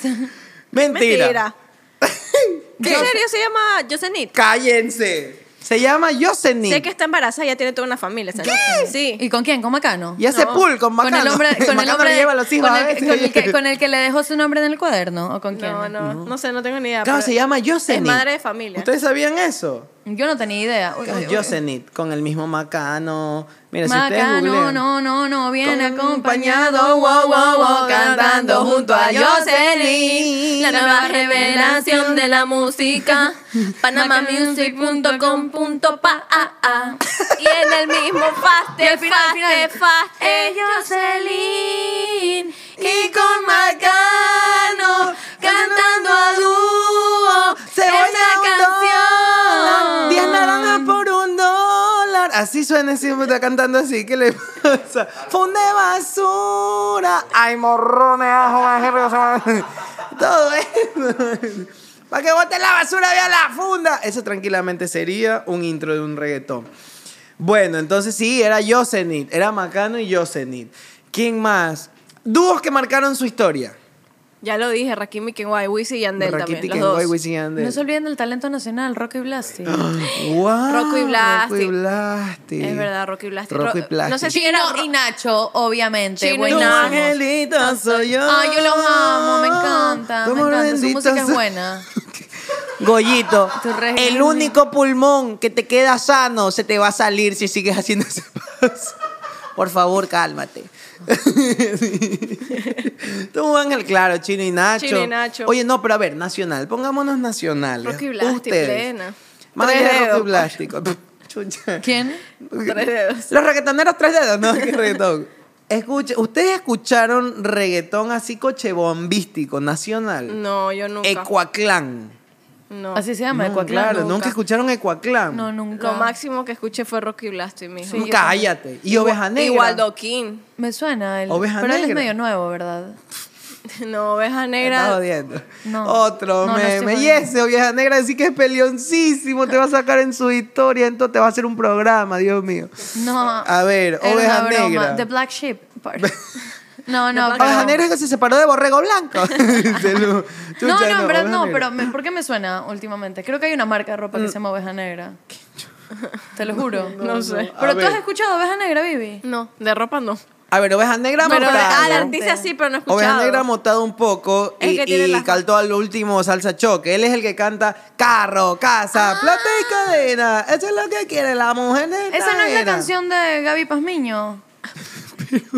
[SPEAKER 1] Mentira.
[SPEAKER 3] ¿En serio se llama Yosenit?
[SPEAKER 1] Cállense. Se llama Jocelyn.
[SPEAKER 3] Sé que está embarazada y ya tiene toda una familia. ¿sabes? Sí.
[SPEAKER 2] ¿Y con quién? ¿Con Macano?
[SPEAKER 1] Y hace
[SPEAKER 3] No.
[SPEAKER 1] pool con Macano.
[SPEAKER 2] Con el
[SPEAKER 1] (laughs)
[SPEAKER 2] hombre, con el
[SPEAKER 1] Macano
[SPEAKER 2] hombre
[SPEAKER 1] le lleva a los hijos
[SPEAKER 2] con
[SPEAKER 1] a
[SPEAKER 2] el,
[SPEAKER 1] veces.
[SPEAKER 2] con
[SPEAKER 1] (laughs)
[SPEAKER 2] el que, con el que le dejó su nombre en el cuaderno o con quién?
[SPEAKER 3] No, no, no sé, no tengo ni idea.
[SPEAKER 1] Claro,
[SPEAKER 3] pero
[SPEAKER 1] se llama Jocelyn.
[SPEAKER 3] Es madre de familia.
[SPEAKER 1] ¿Ustedes sabían eso?
[SPEAKER 2] Yo no tenía idea. Uy, uy, uy.
[SPEAKER 1] Jocelyn, con el mismo Macano. Mira, si ustedes
[SPEAKER 2] Macano,
[SPEAKER 1] googlean-
[SPEAKER 2] no, no, no, viene
[SPEAKER 1] Acompañado,
[SPEAKER 2] acompañado, wow, wow, wow,
[SPEAKER 1] wow,
[SPEAKER 2] cantando junto a Jocelyn, la nueva revelación de
[SPEAKER 1] (laughs)
[SPEAKER 2] la música, panamamusic.com.pa,
[SPEAKER 3] ah, Y en el mismo
[SPEAKER 2] Y
[SPEAKER 3] faste,
[SPEAKER 2] al final, al final.
[SPEAKER 3] faste, faste.
[SPEAKER 2] es Jocelyn, y con Macano, cantando a dúo,
[SPEAKER 1] Se voy
[SPEAKER 2] esta
[SPEAKER 1] a un dólar. 10 naranjas
[SPEAKER 2] canción.
[SPEAKER 1] por un dólar. Así suena, así está cantando así. ¿Qué le pasa? Funde basura. Ay, morrones, ajo, ajo, ajo, ajo. Todo eso. Para que bote la basura, vea la funda. Eso tranquilamente sería un intro de un reggaetón. Bueno, entonces sí, era Yosenit. Era Macano y Yosenit. ¿Quién más? Dúos que marcaron su historia.
[SPEAKER 3] Ya lo dije, Rakimi Kenway, Wisin y Yandel
[SPEAKER 1] Rakiti,
[SPEAKER 3] también, los
[SPEAKER 1] Kenway,
[SPEAKER 3] dos.
[SPEAKER 1] Wisin y Yandel.
[SPEAKER 2] No se olviden del talento nacional, Rocky Blasti.
[SPEAKER 1] (gasps) Wow,
[SPEAKER 3] Rocco y Blastic.
[SPEAKER 1] Rocco y Blastic.
[SPEAKER 3] Es verdad, Rocky Blastic.
[SPEAKER 1] Rocco y
[SPEAKER 3] Ro-
[SPEAKER 1] Blastic.
[SPEAKER 3] No sé si era...
[SPEAKER 2] Chino y Nacho, obviamente.
[SPEAKER 3] Chino y
[SPEAKER 1] Tu
[SPEAKER 3] buenísimo.
[SPEAKER 2] buenísimos.
[SPEAKER 1] angelito soy yo.
[SPEAKER 2] Ay, yo los amo, me encanta,
[SPEAKER 1] Tu
[SPEAKER 2] me
[SPEAKER 1] amor
[SPEAKER 2] encanta. Su
[SPEAKER 1] bendito
[SPEAKER 2] música es
[SPEAKER 1] soy-
[SPEAKER 2] buena.
[SPEAKER 1] Goyito,
[SPEAKER 2] Tu reggaetón.
[SPEAKER 1] el único pulmón que te queda sano se te va a salir si sigues haciendo ese paso. Por
[SPEAKER 3] (laughs)
[SPEAKER 1] favor, cálmate. Tu ángel, claro, Chino y Nacho.
[SPEAKER 3] Chino y Nacho.
[SPEAKER 1] Oye, no, pero a ver, nacional. Pongámonos nacionales.
[SPEAKER 3] Rocky Blastic,
[SPEAKER 1] Ustedes.
[SPEAKER 3] plena.
[SPEAKER 1] Más
[SPEAKER 3] Tres
[SPEAKER 1] allá de
[SPEAKER 3] dedos.
[SPEAKER 1] Rocky Blastic. Chucha.
[SPEAKER 2] ¿Quién?
[SPEAKER 3] Tres
[SPEAKER 2] (laughs)
[SPEAKER 3] dedos.
[SPEAKER 1] Los reggaetoneros tres dedos, (laughs) no, ¿Qué reggaetón. Escuche, ¿ustedes escucharon reggaetón así cochebombístico,
[SPEAKER 2] Mm,
[SPEAKER 1] nacional?
[SPEAKER 3] No, yo nunca.
[SPEAKER 1] Ecuaclán.
[SPEAKER 3] No.
[SPEAKER 2] Así se llama,
[SPEAKER 1] No,
[SPEAKER 2] Ecuaclán.
[SPEAKER 1] Claro, nunca,
[SPEAKER 3] nunca.
[SPEAKER 1] escucharon Ecuaclán.
[SPEAKER 2] No, nunca.
[SPEAKER 3] Lo máximo que escuché fue Rocky Blastic, mijo.
[SPEAKER 1] Mm, Cállate. Y Oveja Negra.
[SPEAKER 3] Igual Doquín. (laughs)
[SPEAKER 2] Me suena el.
[SPEAKER 1] Oveja
[SPEAKER 2] pero él es
[SPEAKER 1] Negra.
[SPEAKER 2] medio nuevo, ¿verdad?
[SPEAKER 3] No, Oveja
[SPEAKER 1] Estaba
[SPEAKER 3] Negra.
[SPEAKER 1] odiando.
[SPEAKER 2] No.
[SPEAKER 1] Otro
[SPEAKER 2] No, no estoy
[SPEAKER 1] meme. y
[SPEAKER 2] jodiendo.
[SPEAKER 1] ese, Oveja Negra, decir que es peleoncísimo. Te va a sacar en su historia, entonces te va a hacer un programa, Dios mío.
[SPEAKER 2] No.
[SPEAKER 1] A ver,
[SPEAKER 2] era
[SPEAKER 1] Oveja
[SPEAKER 2] una broma.
[SPEAKER 1] Negra.
[SPEAKER 2] The Black Sheep. pardon.
[SPEAKER 1] (laughs)
[SPEAKER 2] No, no, pero.
[SPEAKER 1] Oveja Negra es que se separó de Borrego
[SPEAKER 2] (laughs)
[SPEAKER 1] Blanco. (laughs) Se lo-
[SPEAKER 2] No,
[SPEAKER 1] Chucha,
[SPEAKER 2] no, en verdad
[SPEAKER 1] Oveja Negra.
[SPEAKER 2] no,
[SPEAKER 1] Mm.
[SPEAKER 2] pero me- ¿por qué me suena últimamente? Creo que hay una marca de ropa que se llama Oveja Negra. (laughs) Te lo juro. No,
[SPEAKER 3] sé.
[SPEAKER 2] Pero
[SPEAKER 1] A
[SPEAKER 2] tú
[SPEAKER 1] ver.
[SPEAKER 2] has escuchado Oveja Negra, Vivi.
[SPEAKER 3] No, de ropa no.
[SPEAKER 1] A ver, Oveja Negra
[SPEAKER 3] Pero
[SPEAKER 1] Morado.
[SPEAKER 3] ah, la artista sí, pero no he escuchado.
[SPEAKER 1] Oveja Negra ha motado un poco
[SPEAKER 3] Es
[SPEAKER 1] y,
[SPEAKER 3] que tiene
[SPEAKER 1] y
[SPEAKER 3] las-
[SPEAKER 1] cantó al último Salsa Choque. Él es el que canta Carro,
[SPEAKER 3] Ah.
[SPEAKER 1] Casa, Plata y Cadena. Eso es lo que quiere la mujer de esta
[SPEAKER 2] Esa no es la
[SPEAKER 1] era.
[SPEAKER 2] canción de Gaby
[SPEAKER 1] (laughs)
[SPEAKER 2] Pazmiño.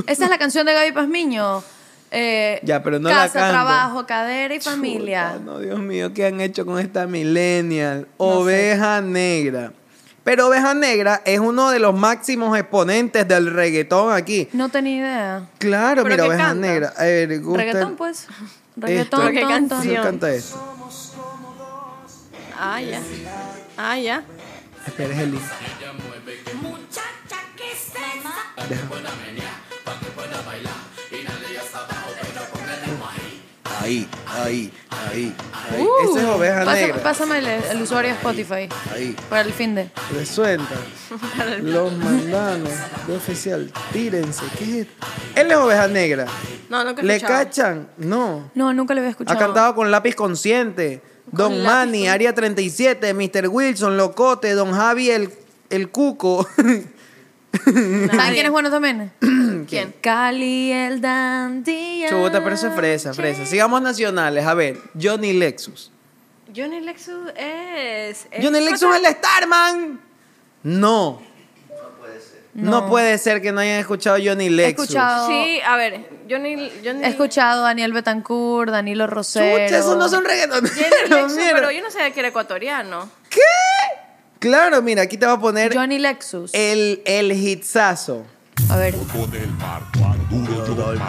[SPEAKER 2] Esa es la canción de Gaby Pazmiño. Eh,
[SPEAKER 1] Ya, pero no la
[SPEAKER 2] casa,
[SPEAKER 1] canto.
[SPEAKER 2] trabajo, cadera y
[SPEAKER 1] Chuta,
[SPEAKER 2] familia.
[SPEAKER 1] no, Dios mío, ¿qué han hecho con esta millennial? Oveja Negra. Pero Oveja Negra es uno de los máximos exponentes del reggaetón aquí.
[SPEAKER 2] No tenía idea.
[SPEAKER 3] ¿Pero
[SPEAKER 1] Claro, mira,
[SPEAKER 3] qué
[SPEAKER 1] Oveja
[SPEAKER 3] canta?
[SPEAKER 1] Negra. A ver, gusta-
[SPEAKER 2] Reggaetón, pues.
[SPEAKER 1] Esto.
[SPEAKER 2] Reggaetón,
[SPEAKER 3] ¿Qué
[SPEAKER 2] ton, ton.
[SPEAKER 1] ¿Quién
[SPEAKER 3] canción?
[SPEAKER 1] canta esto?
[SPEAKER 3] Ah, ya. Ah, ya.
[SPEAKER 1] Espera, es el link. Ahí, ahí, ahí, ahí.
[SPEAKER 2] Uh,
[SPEAKER 1] Esa es oveja
[SPEAKER 2] pasa-
[SPEAKER 1] negra.
[SPEAKER 2] Pásame el, el usuario de Spotify
[SPEAKER 1] Ahí,
[SPEAKER 2] para el fin de.
[SPEAKER 1] resuelta. Los mandanos de oficial, tírense. ¿Qué es esto? Él es oveja negra.
[SPEAKER 3] No, nunca he
[SPEAKER 1] ¿Le
[SPEAKER 3] escuchado.
[SPEAKER 1] cachan? No.
[SPEAKER 2] No, nunca lo había
[SPEAKER 1] Ha
[SPEAKER 2] escuchado.
[SPEAKER 1] cantado con lápiz consciente. Don Manny, Área 37, Mr. Wilson, Locote, Don Javi, el, el Cuco. (laughs)
[SPEAKER 2] ¿Saben quién es bueno también?
[SPEAKER 1] (clears throat)
[SPEAKER 3] ¿Quién?
[SPEAKER 2] Cali, el Dandy.
[SPEAKER 1] Chuta, pero eso es fresa, fresa. Sigamos nacionales. A ver, Johnny Lexus.
[SPEAKER 3] Johnny Lexus es. es
[SPEAKER 1] Johnny Lexus es el Starman. No. No.
[SPEAKER 9] No.
[SPEAKER 1] puede ser que no hayan escuchado Johnny Lexus.
[SPEAKER 3] Sí, a ver, yo ni. Yo ni
[SPEAKER 2] He escuchado a Daniel Betancourt, Danilo Rosero.
[SPEAKER 1] Chucha, esos no son reggaetoneros.
[SPEAKER 3] Jenny
[SPEAKER 1] (laughs)
[SPEAKER 3] Lexus,
[SPEAKER 1] mierda.
[SPEAKER 3] pero yo no sabía que era ecuatoriano.
[SPEAKER 1] Claro, mira, aquí te va a poner
[SPEAKER 2] Johnny Lexus.
[SPEAKER 1] el, el hitsazo.
[SPEAKER 2] A ver.
[SPEAKER 7] Con el marco, duro yo voy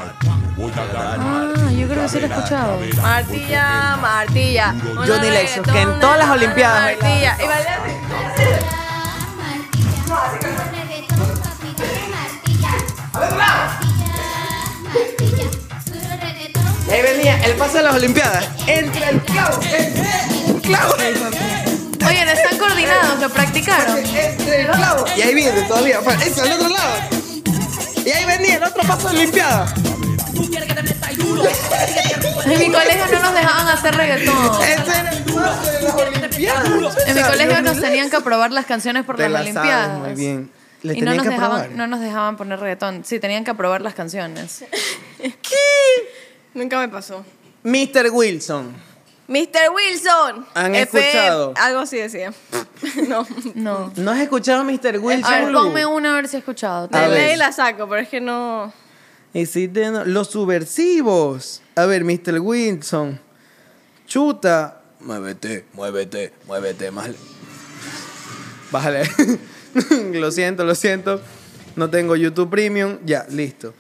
[SPEAKER 7] voy a ganar.
[SPEAKER 2] Ah, yo creo que sí lo he escuchado.
[SPEAKER 3] Martilla, Martilla. Una
[SPEAKER 1] Johnny Lexus, que en
[SPEAKER 3] reggaetona,
[SPEAKER 1] todas las
[SPEAKER 3] una
[SPEAKER 1] Olimpiadas
[SPEAKER 3] Martilla. Y baila así.
[SPEAKER 1] Ahí venía el paso de las Olimpiadas. Entra el clavo, entra el clavo. eh,
[SPEAKER 2] Oye, no están coordinados,
[SPEAKER 1] (laughs)
[SPEAKER 2] lo practicaron.
[SPEAKER 1] Entra el clavo. Y ahí viene todavía. fa- Eso, al otro lado. Y ahí venía el otro paso de Olimpiadas.
[SPEAKER 2] En mi colegio no nos dejaban hacer reggaetón.
[SPEAKER 1] Ese era el paso de las Olimpiadas.
[SPEAKER 2] En mi
[SPEAKER 1] (laughs) O sea,
[SPEAKER 2] colegio
[SPEAKER 1] Johnny
[SPEAKER 2] nos tenían
[SPEAKER 1] Lexus.
[SPEAKER 2] que aprobar las canciones por
[SPEAKER 1] Te
[SPEAKER 2] las
[SPEAKER 1] la sabes
[SPEAKER 2] Olimpiadas.
[SPEAKER 1] muy bien. Le
[SPEAKER 2] y no
[SPEAKER 1] tenían
[SPEAKER 2] nos,
[SPEAKER 1] que aprobar.
[SPEAKER 2] dejaban, no nos dejaban poner reggaetón. Sí, tenían que aprobar las canciones.
[SPEAKER 3] Nunca me pasó.
[SPEAKER 1] Mr. Wilson.
[SPEAKER 3] Mr. Wilson.
[SPEAKER 1] ¿Han
[SPEAKER 3] F-
[SPEAKER 1] escuchado?
[SPEAKER 3] Algo así decía. (laughs) no.
[SPEAKER 1] (laughs)
[SPEAKER 2] No.
[SPEAKER 1] ¿No has escuchado a Mr. Wilson?
[SPEAKER 2] A ver,
[SPEAKER 1] Lu?
[SPEAKER 2] ponme una a ver si he escuchado.
[SPEAKER 1] A
[SPEAKER 3] De
[SPEAKER 1] ver.
[SPEAKER 3] ley la saco, pero es que no.
[SPEAKER 1] Y si te- no- los subversivos. A ver, Mr. Wilson. Chuta. Muévete, muévete, muévete, mal. Bájale. (laughs) lo siento, lo siento. No tengo YouTube Premium. Ya, listo.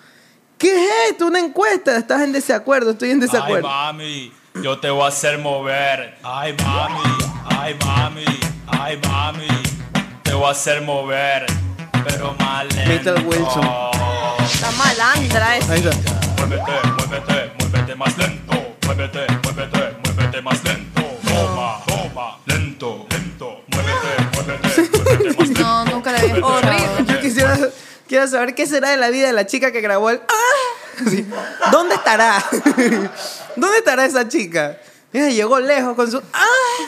[SPEAKER 1] ¿Qué es esto? Una encuesta. Estás en desacuerdo. Estoy en
[SPEAKER 7] Ay,
[SPEAKER 1] desacuerdo.
[SPEAKER 7] mami, yo te voy a hacer mover. Ay, mami, ay, mami, ay, mami, te voy a hacer mover. Pero mal lento.
[SPEAKER 1] Peter Wilson.
[SPEAKER 3] Está malandra esa.
[SPEAKER 1] Ahí está.
[SPEAKER 7] Muévete, muévete, muévete más lento. Muévete, muévete, muévete más lento. Toma, toma, lento, lento. Muévete, muévete, muévete más lento.
[SPEAKER 2] (laughs) No, nunca la había escuchado.
[SPEAKER 3] Horrible.
[SPEAKER 1] Yo quisiera quiero saber qué será de la vida de la chica que grabó el. ¡Ah! Sí. ¿Dónde estará? (laughs) ¿Dónde estará esa chica? Mira, llegó lejos con su. ¡Ah!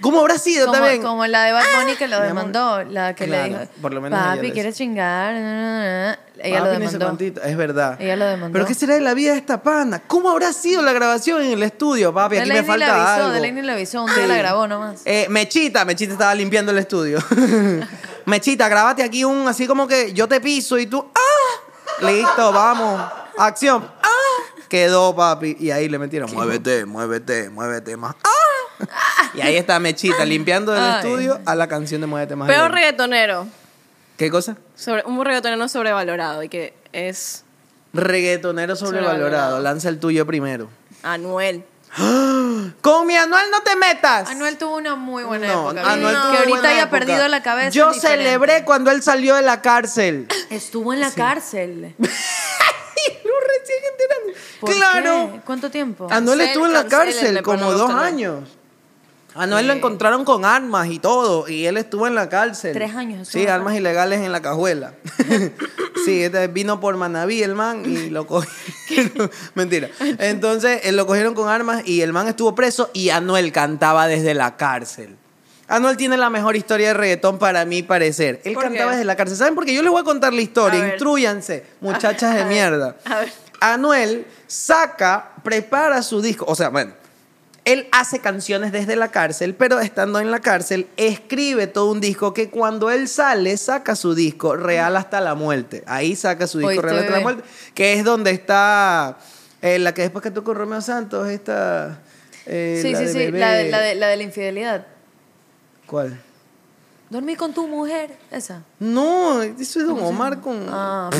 [SPEAKER 1] ¿Cómo habrá sido
[SPEAKER 2] Como,
[SPEAKER 1] también? Ah.
[SPEAKER 2] como la de Bad Bunny que lo
[SPEAKER 1] Mi amor.
[SPEAKER 2] demandó, la que le
[SPEAKER 1] Claro,
[SPEAKER 2] dijo,
[SPEAKER 1] por lo menos ella lo
[SPEAKER 2] papi,
[SPEAKER 1] hizo.
[SPEAKER 2] ¿quieres chingar? Na, na, na".
[SPEAKER 1] Papi,
[SPEAKER 2] Ella lo
[SPEAKER 1] no sé
[SPEAKER 2] demandó.
[SPEAKER 1] cuántito. Es verdad.
[SPEAKER 2] Ella lo demandó.
[SPEAKER 1] ¿Pero qué será de la vida de esta pana? ¿Cómo habrá sido la grabación en el estudio, papi? Aquí me
[SPEAKER 2] Delaney
[SPEAKER 1] falta
[SPEAKER 2] le avisó,
[SPEAKER 1] algo.
[SPEAKER 2] Delaney le avisó, un día la grabó nomás.
[SPEAKER 1] Eh, Mechita, Mechita estaba limpiando el estudio. (laughs) Mechita, grábate aquí un así como que yo te piso y tú. ¡Ah! Listo, vamos. Acción. ¡Ah! Quedó, papi. Y ahí le metieron. Muévete, muévete, muévete más.
[SPEAKER 2] (laughs)
[SPEAKER 1] ¡Ah! Y ahí está Mechita limpiando el
[SPEAKER 2] Ay.
[SPEAKER 1] estudio a la canción de Muévete más.
[SPEAKER 3] Peor
[SPEAKER 1] Lento.
[SPEAKER 3] reggaetonero.
[SPEAKER 1] ¿Qué cosa?
[SPEAKER 3] Sobre, un reggaetonero sobrevalorado y que es
[SPEAKER 1] Reggaetonero sobrevalorado.
[SPEAKER 3] Sobrevalorado.
[SPEAKER 1] Lanza el tuyo primero.
[SPEAKER 3] Anuel.
[SPEAKER 1] Con mi anual no te metas.
[SPEAKER 2] Anuel tuvo una muy buena
[SPEAKER 1] No,
[SPEAKER 2] época.
[SPEAKER 1] Anuel
[SPEAKER 2] que
[SPEAKER 1] tuvo
[SPEAKER 2] ahorita
[SPEAKER 1] buena
[SPEAKER 2] haya
[SPEAKER 1] época.
[SPEAKER 2] perdido la cabeza.
[SPEAKER 1] Yo
[SPEAKER 2] es diferente.
[SPEAKER 1] celebré cuando él salió de la
[SPEAKER 2] (laughs)
[SPEAKER 1] cárcel.
[SPEAKER 2] Estuvo en la
[SPEAKER 1] (laughs)
[SPEAKER 2] cárcel.
[SPEAKER 1] Lo recién enterando.
[SPEAKER 2] ¿Por qué?
[SPEAKER 1] Claro. Ah,
[SPEAKER 2] ¿Cuánto tiempo?
[SPEAKER 1] Anuel
[SPEAKER 3] Cancel,
[SPEAKER 1] estuvo en la
[SPEAKER 3] cancelen,
[SPEAKER 1] cárcel
[SPEAKER 3] le ponen
[SPEAKER 1] como
[SPEAKER 3] los
[SPEAKER 1] dos
[SPEAKER 3] talones.
[SPEAKER 1] años. Anuel lo encontraron con armas y todo, y él estuvo en la cárcel.
[SPEAKER 2] Tres años estuvo
[SPEAKER 1] Sí,
[SPEAKER 2] en la
[SPEAKER 1] armas
[SPEAKER 2] cárcel.
[SPEAKER 1] ilegales en la
[SPEAKER 2] (laughs)
[SPEAKER 1] cajuela. (laughs) sí, este vino por Manaví el man y lo cogieron. (laughs) Mentira. Entonces, eh, lo cogieron con armas y el man estuvo preso y Anuel cantaba desde la cárcel. Anuel tiene la mejor historia de reggaetón para mi parecer. Él
[SPEAKER 3] ¿Por qué?
[SPEAKER 1] cantaba desde la cárcel. ¿Saben por qué? Yo les voy a contar la
[SPEAKER 3] A
[SPEAKER 1] historia.
[SPEAKER 3] ver.
[SPEAKER 1] Intrúyanse, muchachas
[SPEAKER 2] (laughs)
[SPEAKER 1] de
[SPEAKER 3] A ver,
[SPEAKER 1] mierda.
[SPEAKER 3] a ver.
[SPEAKER 1] Anuel saca, prepara su disco. O sea, bueno, él hace canciones desde la cárcel, pero estando en la cárcel, escribe todo un disco que cuando él sale, saca su disco Real hasta la muerte. Ahí saca su disco
[SPEAKER 2] Oíste,
[SPEAKER 1] Real hasta la
[SPEAKER 2] bebé.
[SPEAKER 1] muerte, que es donde está eh, la que después que tocó Romeo Santos, esta. eh,
[SPEAKER 2] sí,
[SPEAKER 1] la
[SPEAKER 2] sí,
[SPEAKER 1] de
[SPEAKER 2] sí.
[SPEAKER 1] Bebé.
[SPEAKER 2] La de, la, de, la de la infidelidad.
[SPEAKER 1] ¿Cuál?
[SPEAKER 2] Dormí con tu mujer. Esa.
[SPEAKER 1] No, eso es Don Omar con.
[SPEAKER 2] Ah,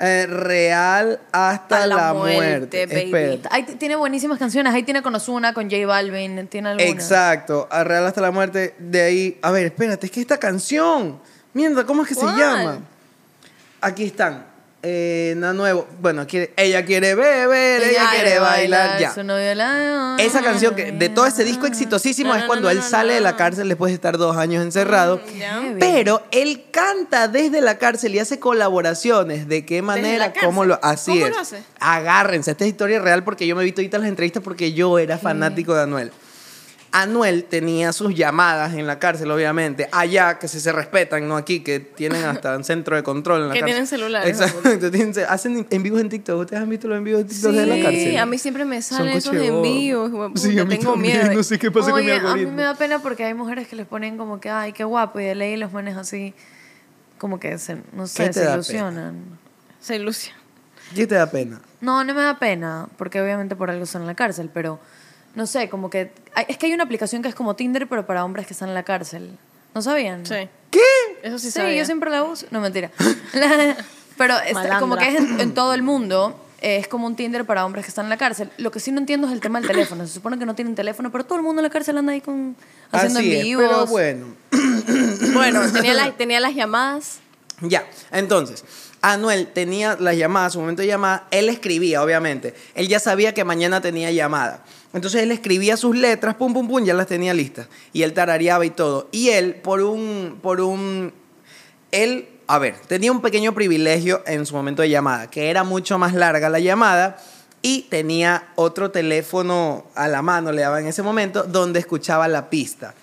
[SPEAKER 1] Eh, real hasta
[SPEAKER 3] A
[SPEAKER 1] la,
[SPEAKER 3] la
[SPEAKER 1] muerte.
[SPEAKER 3] muerte, baby.
[SPEAKER 1] Espera.
[SPEAKER 2] ahí t- tiene buenísimas canciones. Ahí tiene con Ozuna, con J Balvin. Tiene algunas.
[SPEAKER 1] Exacto, a Real hasta la muerte. De ahí, a ver, espérate, es que esta canción, mierda, ¿cómo es que
[SPEAKER 3] ¿Cuál?
[SPEAKER 1] se llama? Aquí están. Eh, nada nuevo. Bueno, quiere, ella quiere beber, ella, quiere bailar, ya.
[SPEAKER 2] su novio la-
[SPEAKER 1] Esa canción que de todo ese disco exitosísimo
[SPEAKER 3] No,
[SPEAKER 1] es
[SPEAKER 3] no,
[SPEAKER 1] cuando
[SPEAKER 3] no,
[SPEAKER 1] él
[SPEAKER 3] no,
[SPEAKER 1] sale de la
[SPEAKER 3] no. Mm.
[SPEAKER 1] cárcel después de estar dos años encerrado.
[SPEAKER 3] Ya.
[SPEAKER 1] Pero él canta desde la cárcel y hace colaboraciones. ¿De qué
[SPEAKER 3] la
[SPEAKER 1] manera? ¿Cómo lo
[SPEAKER 3] cárcel?
[SPEAKER 1] Así
[SPEAKER 3] ¿Cómo
[SPEAKER 1] es.
[SPEAKER 3] lo hace?
[SPEAKER 1] Agárrense. Esta es historia real porque yo me he visto ahorita las entrevistas porque yo era fanático de Anuel. Anuel tenía sus llamadas en la cárcel, obviamente. Allá, que se, se respetan, no aquí, que
[SPEAKER 3] (laughs)
[SPEAKER 1] tienen hasta un centro de control en la
[SPEAKER 3] Que
[SPEAKER 1] cárcel.
[SPEAKER 3] tienen celulares,
[SPEAKER 1] Exacto. (laughs) tienen ce- hacen en vivos en TikTok. ¿Ustedes han visto los en vivos en TikTok de la cárcel?
[SPEAKER 3] Sí, a mí siempre me
[SPEAKER 1] Son
[SPEAKER 3] salen esos
[SPEAKER 1] coche de bobo.
[SPEAKER 3] envíos. hijo de puta,
[SPEAKER 1] Sí, a mí
[SPEAKER 3] tengo
[SPEAKER 1] también,
[SPEAKER 3] miedo.
[SPEAKER 1] No sé qué pasa con mi
[SPEAKER 2] Oye, a mí
[SPEAKER 1] algoritmo.
[SPEAKER 2] me da pena porque hay mujeres que les ponen como que, ay, qué guapo, y de ley los manes así. como que se, no sé,
[SPEAKER 1] te
[SPEAKER 2] se
[SPEAKER 1] da
[SPEAKER 2] ilusionan. Se ilusionan.
[SPEAKER 1] ¿Qué te da pena?
[SPEAKER 2] No, no me da pena, porque obviamente por algo están en la cárcel, pero no sé, como que. hay- Es que hay una aplicación que es como Tinder, pero para hombres que están en la cárcel. ¿No sabían? Sí.
[SPEAKER 1] ¿Qué?
[SPEAKER 2] Eso
[SPEAKER 3] sí
[SPEAKER 2] Sí,
[SPEAKER 3] sabía.
[SPEAKER 2] yo siempre la uso. No, mentira. (laughs) La- pero es
[SPEAKER 3] Malandra.
[SPEAKER 2] como que es en, en todo el mundo. eh, Es como un Tinder para hombres que están en la cárcel. Lo que sí no entiendo es el tema del teléfono. Se supone que no tienen teléfono, pero todo el mundo en la cárcel anda ahí con, haciendo
[SPEAKER 1] Así
[SPEAKER 2] en
[SPEAKER 1] es,
[SPEAKER 2] vivos.
[SPEAKER 1] pero bueno.
[SPEAKER 3] (clears throat)
[SPEAKER 1] (laughs)
[SPEAKER 3] Bueno, tenía las, tenía las llamadas.
[SPEAKER 1] Ya, entonces, Anuel tenía las llamadas, su momento de llamada, él escribía, obviamente. Él ya sabía que mañana tenía llamada. Entonces él escribía sus letras, pum, pum, pum, ya las tenía listas. Y él tarareaba y todo. Y él, por un, por un, él, a ver, tenía un pequeño privilegio en su momento de llamada, que era mucho más larga la llamada y tenía otro teléfono a la mano, le daba en ese momento, donde escuchaba la pista.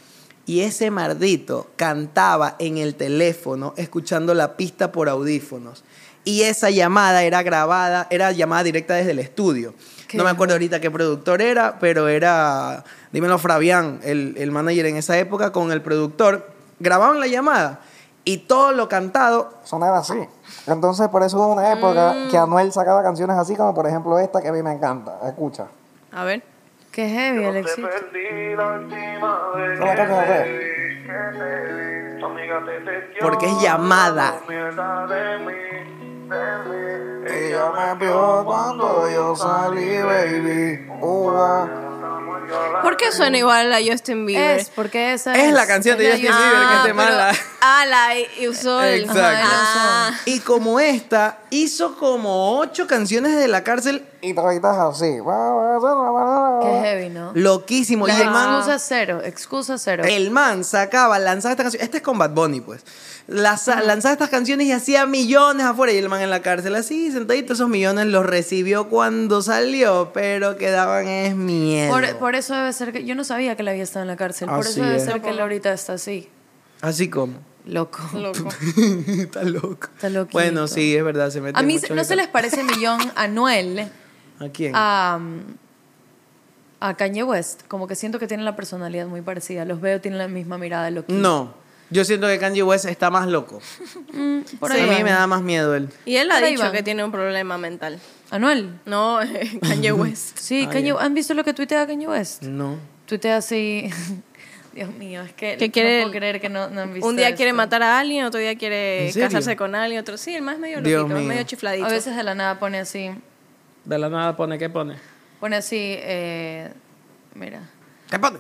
[SPEAKER 1] Y ese mardito cantaba en el teléfono escuchando la pista por audífonos. Y esa llamada era grabada, era llamada directa desde el estudio.
[SPEAKER 11] Qué
[SPEAKER 1] No me acuerdo ahorita qué productor era, pero era, dímelo, Fabián, el, el manager en esa época, con el productor. Grababan la llamada y todo lo cantado sonaba así.
[SPEAKER 7] Entonces, por eso hubo una época que Anuel sacaba canciones así, como por ejemplo esta que a mí me encanta. Escucha.
[SPEAKER 3] A ver.
[SPEAKER 2] Qué heavy, Alexis.
[SPEAKER 7] Una canción así.
[SPEAKER 1] Porque es llamada.
[SPEAKER 7] Ella me vio cuando yo salí, baby. Uva.
[SPEAKER 3] ¿Por qué suena igual a Justin Bieber?
[SPEAKER 2] Es, porque esa
[SPEAKER 1] Es la canción de Justin Bieber que te mala.
[SPEAKER 3] Ah, la y usó el.
[SPEAKER 1] Exacto.
[SPEAKER 3] Ah,
[SPEAKER 1] Y como esta, hizo como ocho canciones de la cárcel. Y trabajitas así.
[SPEAKER 3] Ah.
[SPEAKER 2] Qué heavy, ¿no?
[SPEAKER 1] Loquísimo.
[SPEAKER 2] Las
[SPEAKER 1] y el man,
[SPEAKER 2] excusas cero, excusa cero.
[SPEAKER 1] el man sacaba, lanzaba estas canciones. Este es con Bad Bunny, pues. Las- Lanzaba estas canciones y hacía millones afuera. Y el man en la cárcel así, sentadito. Esos millones los recibió cuando salió, pero quedaban es miedo.
[SPEAKER 2] Por, por eso debe ser que. Yo no sabía que la había estado en la cárcel. Por
[SPEAKER 1] Así
[SPEAKER 2] eso debe
[SPEAKER 1] es.
[SPEAKER 2] ser que él ahorita está así.
[SPEAKER 1] Así como. (laughs)
[SPEAKER 2] Loco. Loco.
[SPEAKER 1] Está loco.
[SPEAKER 2] Está loquito.
[SPEAKER 1] Bueno, sí, es verdad, se metió
[SPEAKER 2] A mí,
[SPEAKER 1] mucho en
[SPEAKER 2] ¿no
[SPEAKER 1] el
[SPEAKER 2] se Ah. les parece millón a Noel,
[SPEAKER 1] ¿A quién?
[SPEAKER 2] a, a Kanye West? Como que siento que tienen la personalidad muy parecida. Los veo, tienen la misma mirada. Loco.
[SPEAKER 1] No. Yo siento que Kanye West está más loco.
[SPEAKER 2] por
[SPEAKER 1] a
[SPEAKER 2] ahí
[SPEAKER 1] mí
[SPEAKER 2] va.
[SPEAKER 1] me da más miedo él.
[SPEAKER 3] Y él ha
[SPEAKER 2] Por ahí
[SPEAKER 3] dicho
[SPEAKER 2] van.
[SPEAKER 3] que tiene un problema mental.
[SPEAKER 2] ¿Anuel?
[SPEAKER 3] No, (laughs) Kanye West.
[SPEAKER 2] Sí,
[SPEAKER 3] Ah,
[SPEAKER 2] Kanye-
[SPEAKER 3] ya.
[SPEAKER 2] ¿han visto lo que tuitea Kanye West?
[SPEAKER 1] No.
[SPEAKER 2] Tuitea así. (laughs) Dios mío, es que.
[SPEAKER 3] Que quiere-
[SPEAKER 2] No puedo creer que no, no han visto
[SPEAKER 3] Un día
[SPEAKER 2] esto.
[SPEAKER 3] quiere matar a alguien, otro día quiere
[SPEAKER 2] ¿En serio?
[SPEAKER 3] casarse con alguien, otro sí, el más medio
[SPEAKER 1] Dios
[SPEAKER 3] loquito,
[SPEAKER 1] mío.
[SPEAKER 3] medio chifladito.
[SPEAKER 2] A veces de la nada pone así.
[SPEAKER 1] De la nada pone, ¿qué pone?
[SPEAKER 2] Pone así. eh, mira.
[SPEAKER 1] ¿Qué pone?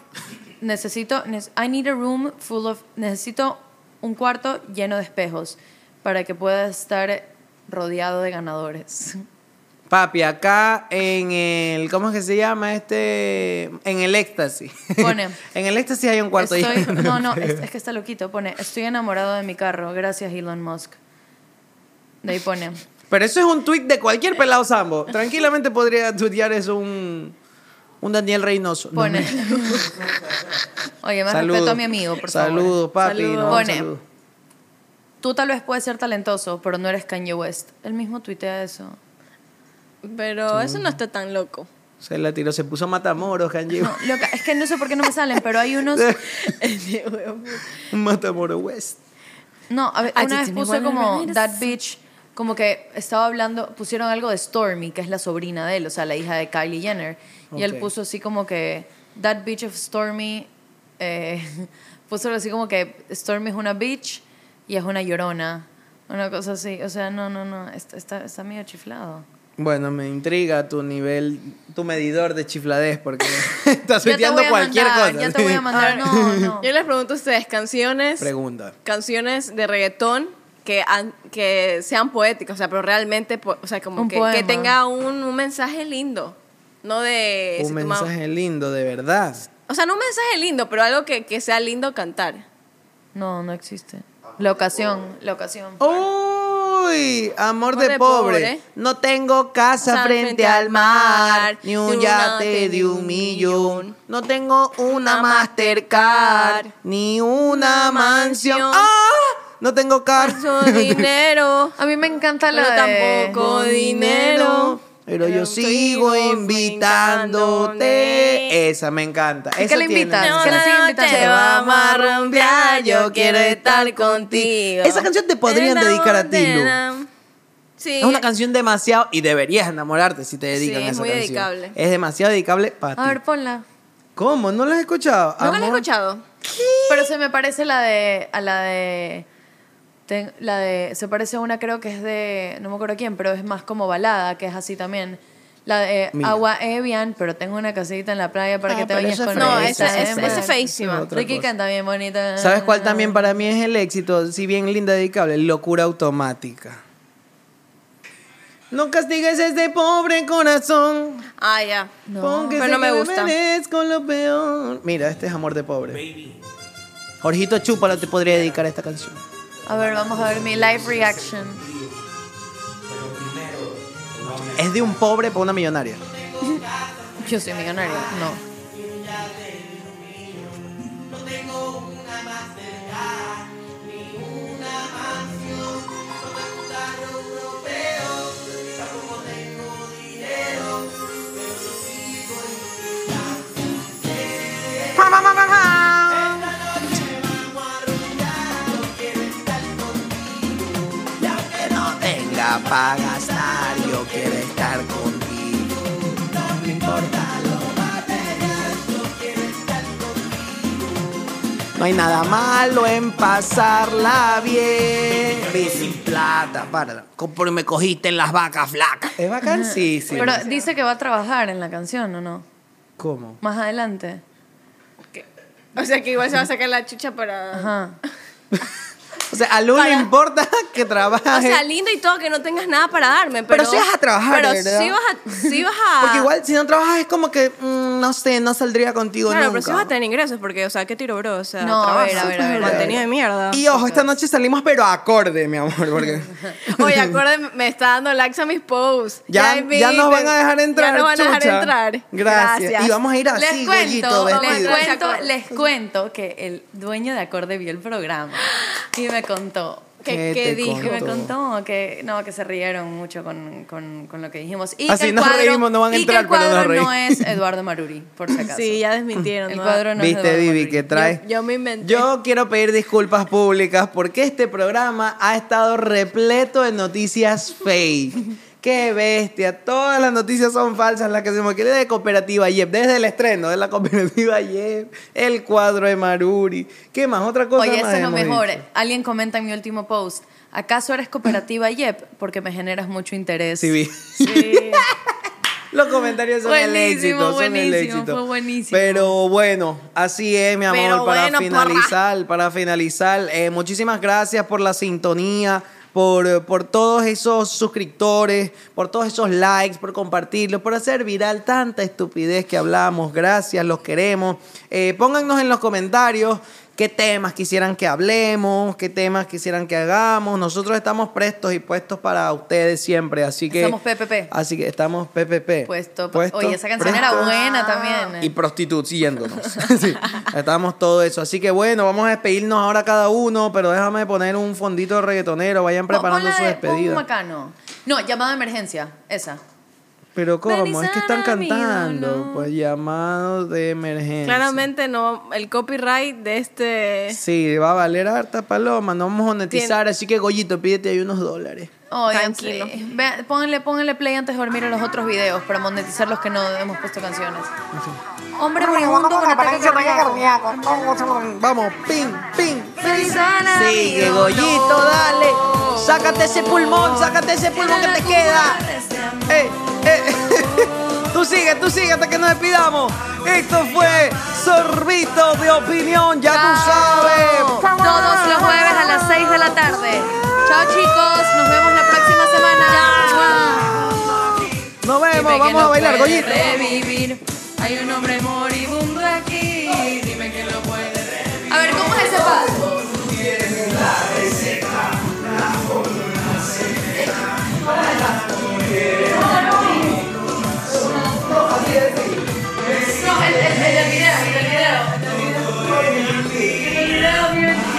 [SPEAKER 2] Necesito. nec- I need a room full of. Necesito un cuarto lleno de espejos para que pueda estar rodeado de ganadores.
[SPEAKER 1] Papi, acá en el. ¿Cómo es que se llama este? En el éxtasis.
[SPEAKER 2] Pone.
[SPEAKER 1] (laughs) en el éxtasis hay un cuarto
[SPEAKER 2] Estoy-
[SPEAKER 1] lleno. (laughs)
[SPEAKER 2] no, no, es, es que está loquito. Pone, estoy enamorado de mi carro. Gracias, Elon Musk. De ahí pone.
[SPEAKER 1] Pero eso es un tweet de cualquier pelado sambo. Tranquilamente podría tuitear eso un. Un Daniel Reynoso. No,
[SPEAKER 2] Pone.
[SPEAKER 1] me-
[SPEAKER 2] (laughs) Oye, más
[SPEAKER 1] Saludos.
[SPEAKER 2] respeto a mi amigo, por
[SPEAKER 1] Saludos,
[SPEAKER 2] favor.
[SPEAKER 1] papi. no,
[SPEAKER 2] Pone,
[SPEAKER 1] saludos.
[SPEAKER 2] tú tal vez puedes ser talentoso, pero no eres Kanye West. Él mismo tuitea eso.
[SPEAKER 3] Pero eso no está tan loco.
[SPEAKER 1] Se la tiró, se puso Matamoros, Kanye.
[SPEAKER 2] Loca, es que no sé por qué no me salen, pero hay
[SPEAKER 1] (laughs)
[SPEAKER 2] unos... (laughs) Eh,
[SPEAKER 1] Matamoros West.
[SPEAKER 2] No, a ver,
[SPEAKER 3] Ah, sí,
[SPEAKER 2] una vez
[SPEAKER 3] tiene
[SPEAKER 2] puso
[SPEAKER 3] buenas
[SPEAKER 2] como
[SPEAKER 3] remeras.
[SPEAKER 2] That Bitch, como que estaba hablando, pusieron algo de Stormy, que es la sobrina de él, o sea, la hija de Kylie Jenner. Y él
[SPEAKER 3] Ok.
[SPEAKER 2] puso así como que That Bitch of Stormy, eh, (laughs) puso algo así como que Stormy es una bitch y es una llorona. Una cosa así, o sea, no, no, no, está, está, está medio chiflado.
[SPEAKER 1] Bueno, me intriga tu nivel, tu medidor de chifladez, porque (laughs) estás
[SPEAKER 2] Ya te
[SPEAKER 1] tuiteando
[SPEAKER 2] voy a
[SPEAKER 1] cualquier
[SPEAKER 2] mandar,
[SPEAKER 1] cosa. Ah,
[SPEAKER 2] ya te
[SPEAKER 1] (laughs)
[SPEAKER 2] voy a mandar, no, no.
[SPEAKER 3] Yo les pregunto a ustedes, canciones,
[SPEAKER 1] Pregunta.
[SPEAKER 3] canciones de reggaetón que, han- que sean poéticas, o sea, pero realmente, po- o sea, como
[SPEAKER 2] Un
[SPEAKER 3] que, que
[SPEAKER 2] poema.
[SPEAKER 3] tenga un, un mensaje lindo, no de...
[SPEAKER 1] Un
[SPEAKER 3] si tu mam-
[SPEAKER 1] mensaje lindo, de verdad.
[SPEAKER 3] O sea, no un mensaje lindo, pero algo que, que sea lindo cantar.
[SPEAKER 2] No, no existe. La ocasión, la ocasión.
[SPEAKER 1] Oh. Uy, amor,
[SPEAKER 2] Amor
[SPEAKER 1] de,
[SPEAKER 2] de
[SPEAKER 1] pobre.
[SPEAKER 2] pobre.
[SPEAKER 1] No tengo casa
[SPEAKER 2] Casa
[SPEAKER 1] frente,
[SPEAKER 2] frente
[SPEAKER 1] al
[SPEAKER 2] al
[SPEAKER 1] mar, ni un
[SPEAKER 2] ni un
[SPEAKER 1] yate
[SPEAKER 2] yate,
[SPEAKER 1] de un millón. No tengo una Mastercard, ni una mansión. ¡Ah! No
[SPEAKER 2] (laughs)
[SPEAKER 1] tengo carro.
[SPEAKER 3] dinero.
[SPEAKER 2] A mí me encanta la
[SPEAKER 3] Pero
[SPEAKER 2] de-
[SPEAKER 3] tampoco dinero.
[SPEAKER 1] Pero yo sigo invitándote. Esa me encanta.
[SPEAKER 9] ¿Y
[SPEAKER 1] Esa
[SPEAKER 9] qué le
[SPEAKER 1] tiene-
[SPEAKER 2] Ah,
[SPEAKER 9] invitan? ¿Qué le siguen invitando?
[SPEAKER 3] te vamos a rumbear, yo quiero estar contigo.
[SPEAKER 1] Esa canción te podrían dedicar a ti, Lu.
[SPEAKER 3] Sí.
[SPEAKER 1] Es una canción demasiado y deberías enamorarte si te dedican
[SPEAKER 3] Sí,
[SPEAKER 1] a
[SPEAKER 3] es
[SPEAKER 1] esa
[SPEAKER 3] muy
[SPEAKER 1] canción.
[SPEAKER 3] dedicable.
[SPEAKER 1] Es demasiado dedicable para ti.
[SPEAKER 2] A ver, ponla.
[SPEAKER 1] ¿Cómo? ¿No la has escuchado?
[SPEAKER 2] ¿Nunca la he
[SPEAKER 1] amor?
[SPEAKER 2] escuchado? Pero se me parece la de. A la de. ten- la de. Se parece a una, creo que es de. No me acuerdo quién, pero es más como balada, que es así también. La de
[SPEAKER 9] Mira.
[SPEAKER 2] Agua Evian, pero tengo una casita en la playa para
[SPEAKER 9] Ah,
[SPEAKER 2] que te
[SPEAKER 9] pero
[SPEAKER 2] bañes
[SPEAKER 9] esa es
[SPEAKER 2] con
[SPEAKER 9] No,
[SPEAKER 2] esa,
[SPEAKER 9] esa-
[SPEAKER 2] ¿eh,
[SPEAKER 9] esa-
[SPEAKER 2] man?
[SPEAKER 9] esa es feísima.
[SPEAKER 1] Esa es otra
[SPEAKER 2] Ricky
[SPEAKER 1] cosa.
[SPEAKER 2] canta bien bonita.
[SPEAKER 1] ¿Sabes cuál
[SPEAKER 2] Ah.
[SPEAKER 1] también para mí es el éxito? Si bien linda dedicable, locura automática. No castigues este pobre corazón.
[SPEAKER 3] Ah, ya.
[SPEAKER 1] Pon que
[SPEAKER 3] pero
[SPEAKER 1] sé
[SPEAKER 3] no me
[SPEAKER 1] que
[SPEAKER 3] gusta.
[SPEAKER 1] merezco lo peor. Mira, este es amor de pobre. Jorgito Chúpala te podría dedicar a esta canción.
[SPEAKER 2] A ver, vamos a ver mi live reaction.
[SPEAKER 1] Es de un pobre para una millonaria.
[SPEAKER 2] Yo soy millonario. No.
[SPEAKER 1] No tenga para gastar, yo quiero estar contigo. No me importa lo material, yo quiero estar contigo. No hay nada malo en pasarla bien. Vi sin plata, para. Porque me cogiste en las vacas flacas. Es vacancísimo.
[SPEAKER 2] Pero dice que va a trabajar en la canción, ¿o no?
[SPEAKER 1] ¿Cómo?
[SPEAKER 2] Más adelante.
[SPEAKER 3] O sea que igual se va a sacar la chucha para.
[SPEAKER 2] Ajá.
[SPEAKER 1] O sea, a Lu le importa (laughs) que trabaje.
[SPEAKER 3] O sea, lindo y todo que no tengas nada para darme, pero.
[SPEAKER 1] Pero sí vas a trabajar,
[SPEAKER 3] Pero
[SPEAKER 1] ¿verdad?
[SPEAKER 3] sí vas a. Sí
[SPEAKER 1] (laughs)
[SPEAKER 3] vas a
[SPEAKER 1] Porque igual si no trabajas es como que, mm, no sé, no saldría contigo
[SPEAKER 3] Claro, pero
[SPEAKER 1] nunca.
[SPEAKER 3] sí vas a tener ingresos, porque, o sea, qué tiro, bro. O sea,
[SPEAKER 2] No, a ver,
[SPEAKER 3] trabaja.
[SPEAKER 2] a ver, a ver, a ver.
[SPEAKER 3] Contenido de mierda.
[SPEAKER 1] Y ojo, esta noche salimos pero acorde, mi amor, porque (laughs)
[SPEAKER 3] Oye, acuérdenme, me está dando likes a mis posts.
[SPEAKER 1] ya,
[SPEAKER 3] me
[SPEAKER 1] ya nos van a dejar
[SPEAKER 3] dicen,
[SPEAKER 1] entrar.
[SPEAKER 3] Ya nos van a dejar
[SPEAKER 1] chucha.
[SPEAKER 3] entrar.
[SPEAKER 1] Gracias. Y vamos a ir
[SPEAKER 2] Les
[SPEAKER 1] así,
[SPEAKER 2] cuento,
[SPEAKER 1] gollito,
[SPEAKER 2] les
[SPEAKER 1] vestido.
[SPEAKER 2] cuento, les cuento que el dueño de Acorde vio el programa y me contó.
[SPEAKER 1] ¿Qué
[SPEAKER 2] que
[SPEAKER 1] te
[SPEAKER 2] dijo?
[SPEAKER 1] contó?
[SPEAKER 2] Que me contó que no, que se rieron mucho con, con, con lo que dijimos. Y
[SPEAKER 1] Así
[SPEAKER 2] que el
[SPEAKER 1] nos
[SPEAKER 2] cuadro,
[SPEAKER 1] reímos, no van a
[SPEAKER 2] y que
[SPEAKER 1] entrar,
[SPEAKER 2] el
[SPEAKER 1] pero nos
[SPEAKER 2] cuadro no
[SPEAKER 1] reímos.
[SPEAKER 2] es Eduardo Maruri, por si acaso.
[SPEAKER 3] Sí, ya desmintieron.
[SPEAKER 2] El
[SPEAKER 3] ¿no?
[SPEAKER 2] cuadro no es
[SPEAKER 1] Viste,
[SPEAKER 2] Eduardo
[SPEAKER 1] Vivi, que trae.
[SPEAKER 3] Yo me inventé.
[SPEAKER 1] Yo quiero pedir disculpas públicas porque este programa ha estado repleto de noticias fake. ¡Qué bestia! Todas las noticias son falsas las que se me quiere de Cooperativa YEP. Desde el estreno de la Cooperativa YEP, el cuadro de Maruri. ¿Qué más? Otra cosa
[SPEAKER 2] Oye, eso
[SPEAKER 1] más
[SPEAKER 2] es lo
[SPEAKER 1] hemos
[SPEAKER 2] mejor.
[SPEAKER 1] dicho.
[SPEAKER 2] Alguien comenta en mi último post. ¿Acaso eres cooperativa YEP? Porque me generas mucho interés.
[SPEAKER 1] Sí, vi. (laughs) Los comentarios son el
[SPEAKER 2] Buenísimo,
[SPEAKER 1] éxito. son el
[SPEAKER 2] buenísimo,
[SPEAKER 1] éxito.
[SPEAKER 2] fue buenísimo.
[SPEAKER 1] Pero bueno, así es, mi amor.
[SPEAKER 2] Pero
[SPEAKER 1] para
[SPEAKER 2] bueno, porra.
[SPEAKER 1] finalizar, para finalizar, eh, muchísimas gracias por la sintonía. Por, por todos esos suscriptores, por todos esos likes, por compartirlo, por hacer viral tanta estupidez que hablamos. Gracias, los queremos. Eh, póngannos en los comentarios qué temas quisieran que hablemos, qué temas quisieran que hagamos. Nosotros estamos prestos y puestos para ustedes siempre. Así que.
[SPEAKER 2] Somos PPP.
[SPEAKER 1] Así que estamos PPP.
[SPEAKER 2] Puesto,
[SPEAKER 1] Puesto,
[SPEAKER 2] Oye, esa canción era
[SPEAKER 1] presto
[SPEAKER 2] buena también.
[SPEAKER 1] Y prostituyéndonos. (laughs) sí, estamos todo eso. Así que bueno, vamos a despedirnos ahora cada uno, pero déjame poner un fondito de reggaetonero. Vayan preparando
[SPEAKER 2] Ponla
[SPEAKER 1] su
[SPEAKER 2] de- pon un
[SPEAKER 1] despedida.
[SPEAKER 2] Macano. No, llamada de emergencia, esa.
[SPEAKER 1] Pero ¿cómo? Es que están
[SPEAKER 2] Ven y sana mi
[SPEAKER 1] cantando. Pues llamados de emergencia.
[SPEAKER 3] Claramente no, el copyright de este.
[SPEAKER 1] Sí, va a valer harta paloma. No vamos a monetizar. Así que Goyito, pídete ahí unos dólares.
[SPEAKER 2] Oigan, sí. Ve- Pónganle, pónganle play antes de dormir a los otros videos para monetizar los que no hemos puesto canciones. Hombre moribundo con ataque cardíaco.
[SPEAKER 1] Vamos, ping, ping.
[SPEAKER 2] Sigue,
[SPEAKER 1] Sigue, Goyito, dale. Sácate ese pulmón, sácate ese pulmón que te queda. Eh, eh, (laughs) Tú sigue, tú sigue hasta que nos despidamos. Esto fue Sorbito de Opinión, ya tú sabes.
[SPEAKER 2] Todos los jueves a las 6 de la tarde. Chao chicos, nos vemos la próxima semana.
[SPEAKER 1] Nos vemos,
[SPEAKER 2] Dime que
[SPEAKER 1] vamos a
[SPEAKER 2] no
[SPEAKER 1] bailar,
[SPEAKER 2] puede
[SPEAKER 1] Goyito.
[SPEAKER 2] Revivir. Hay un hombre moribundo aquí. Dime que lo puede revivir. A ver, ¿cómo es ese paso? No, el, el, el del video, el del video. El del video, el del video.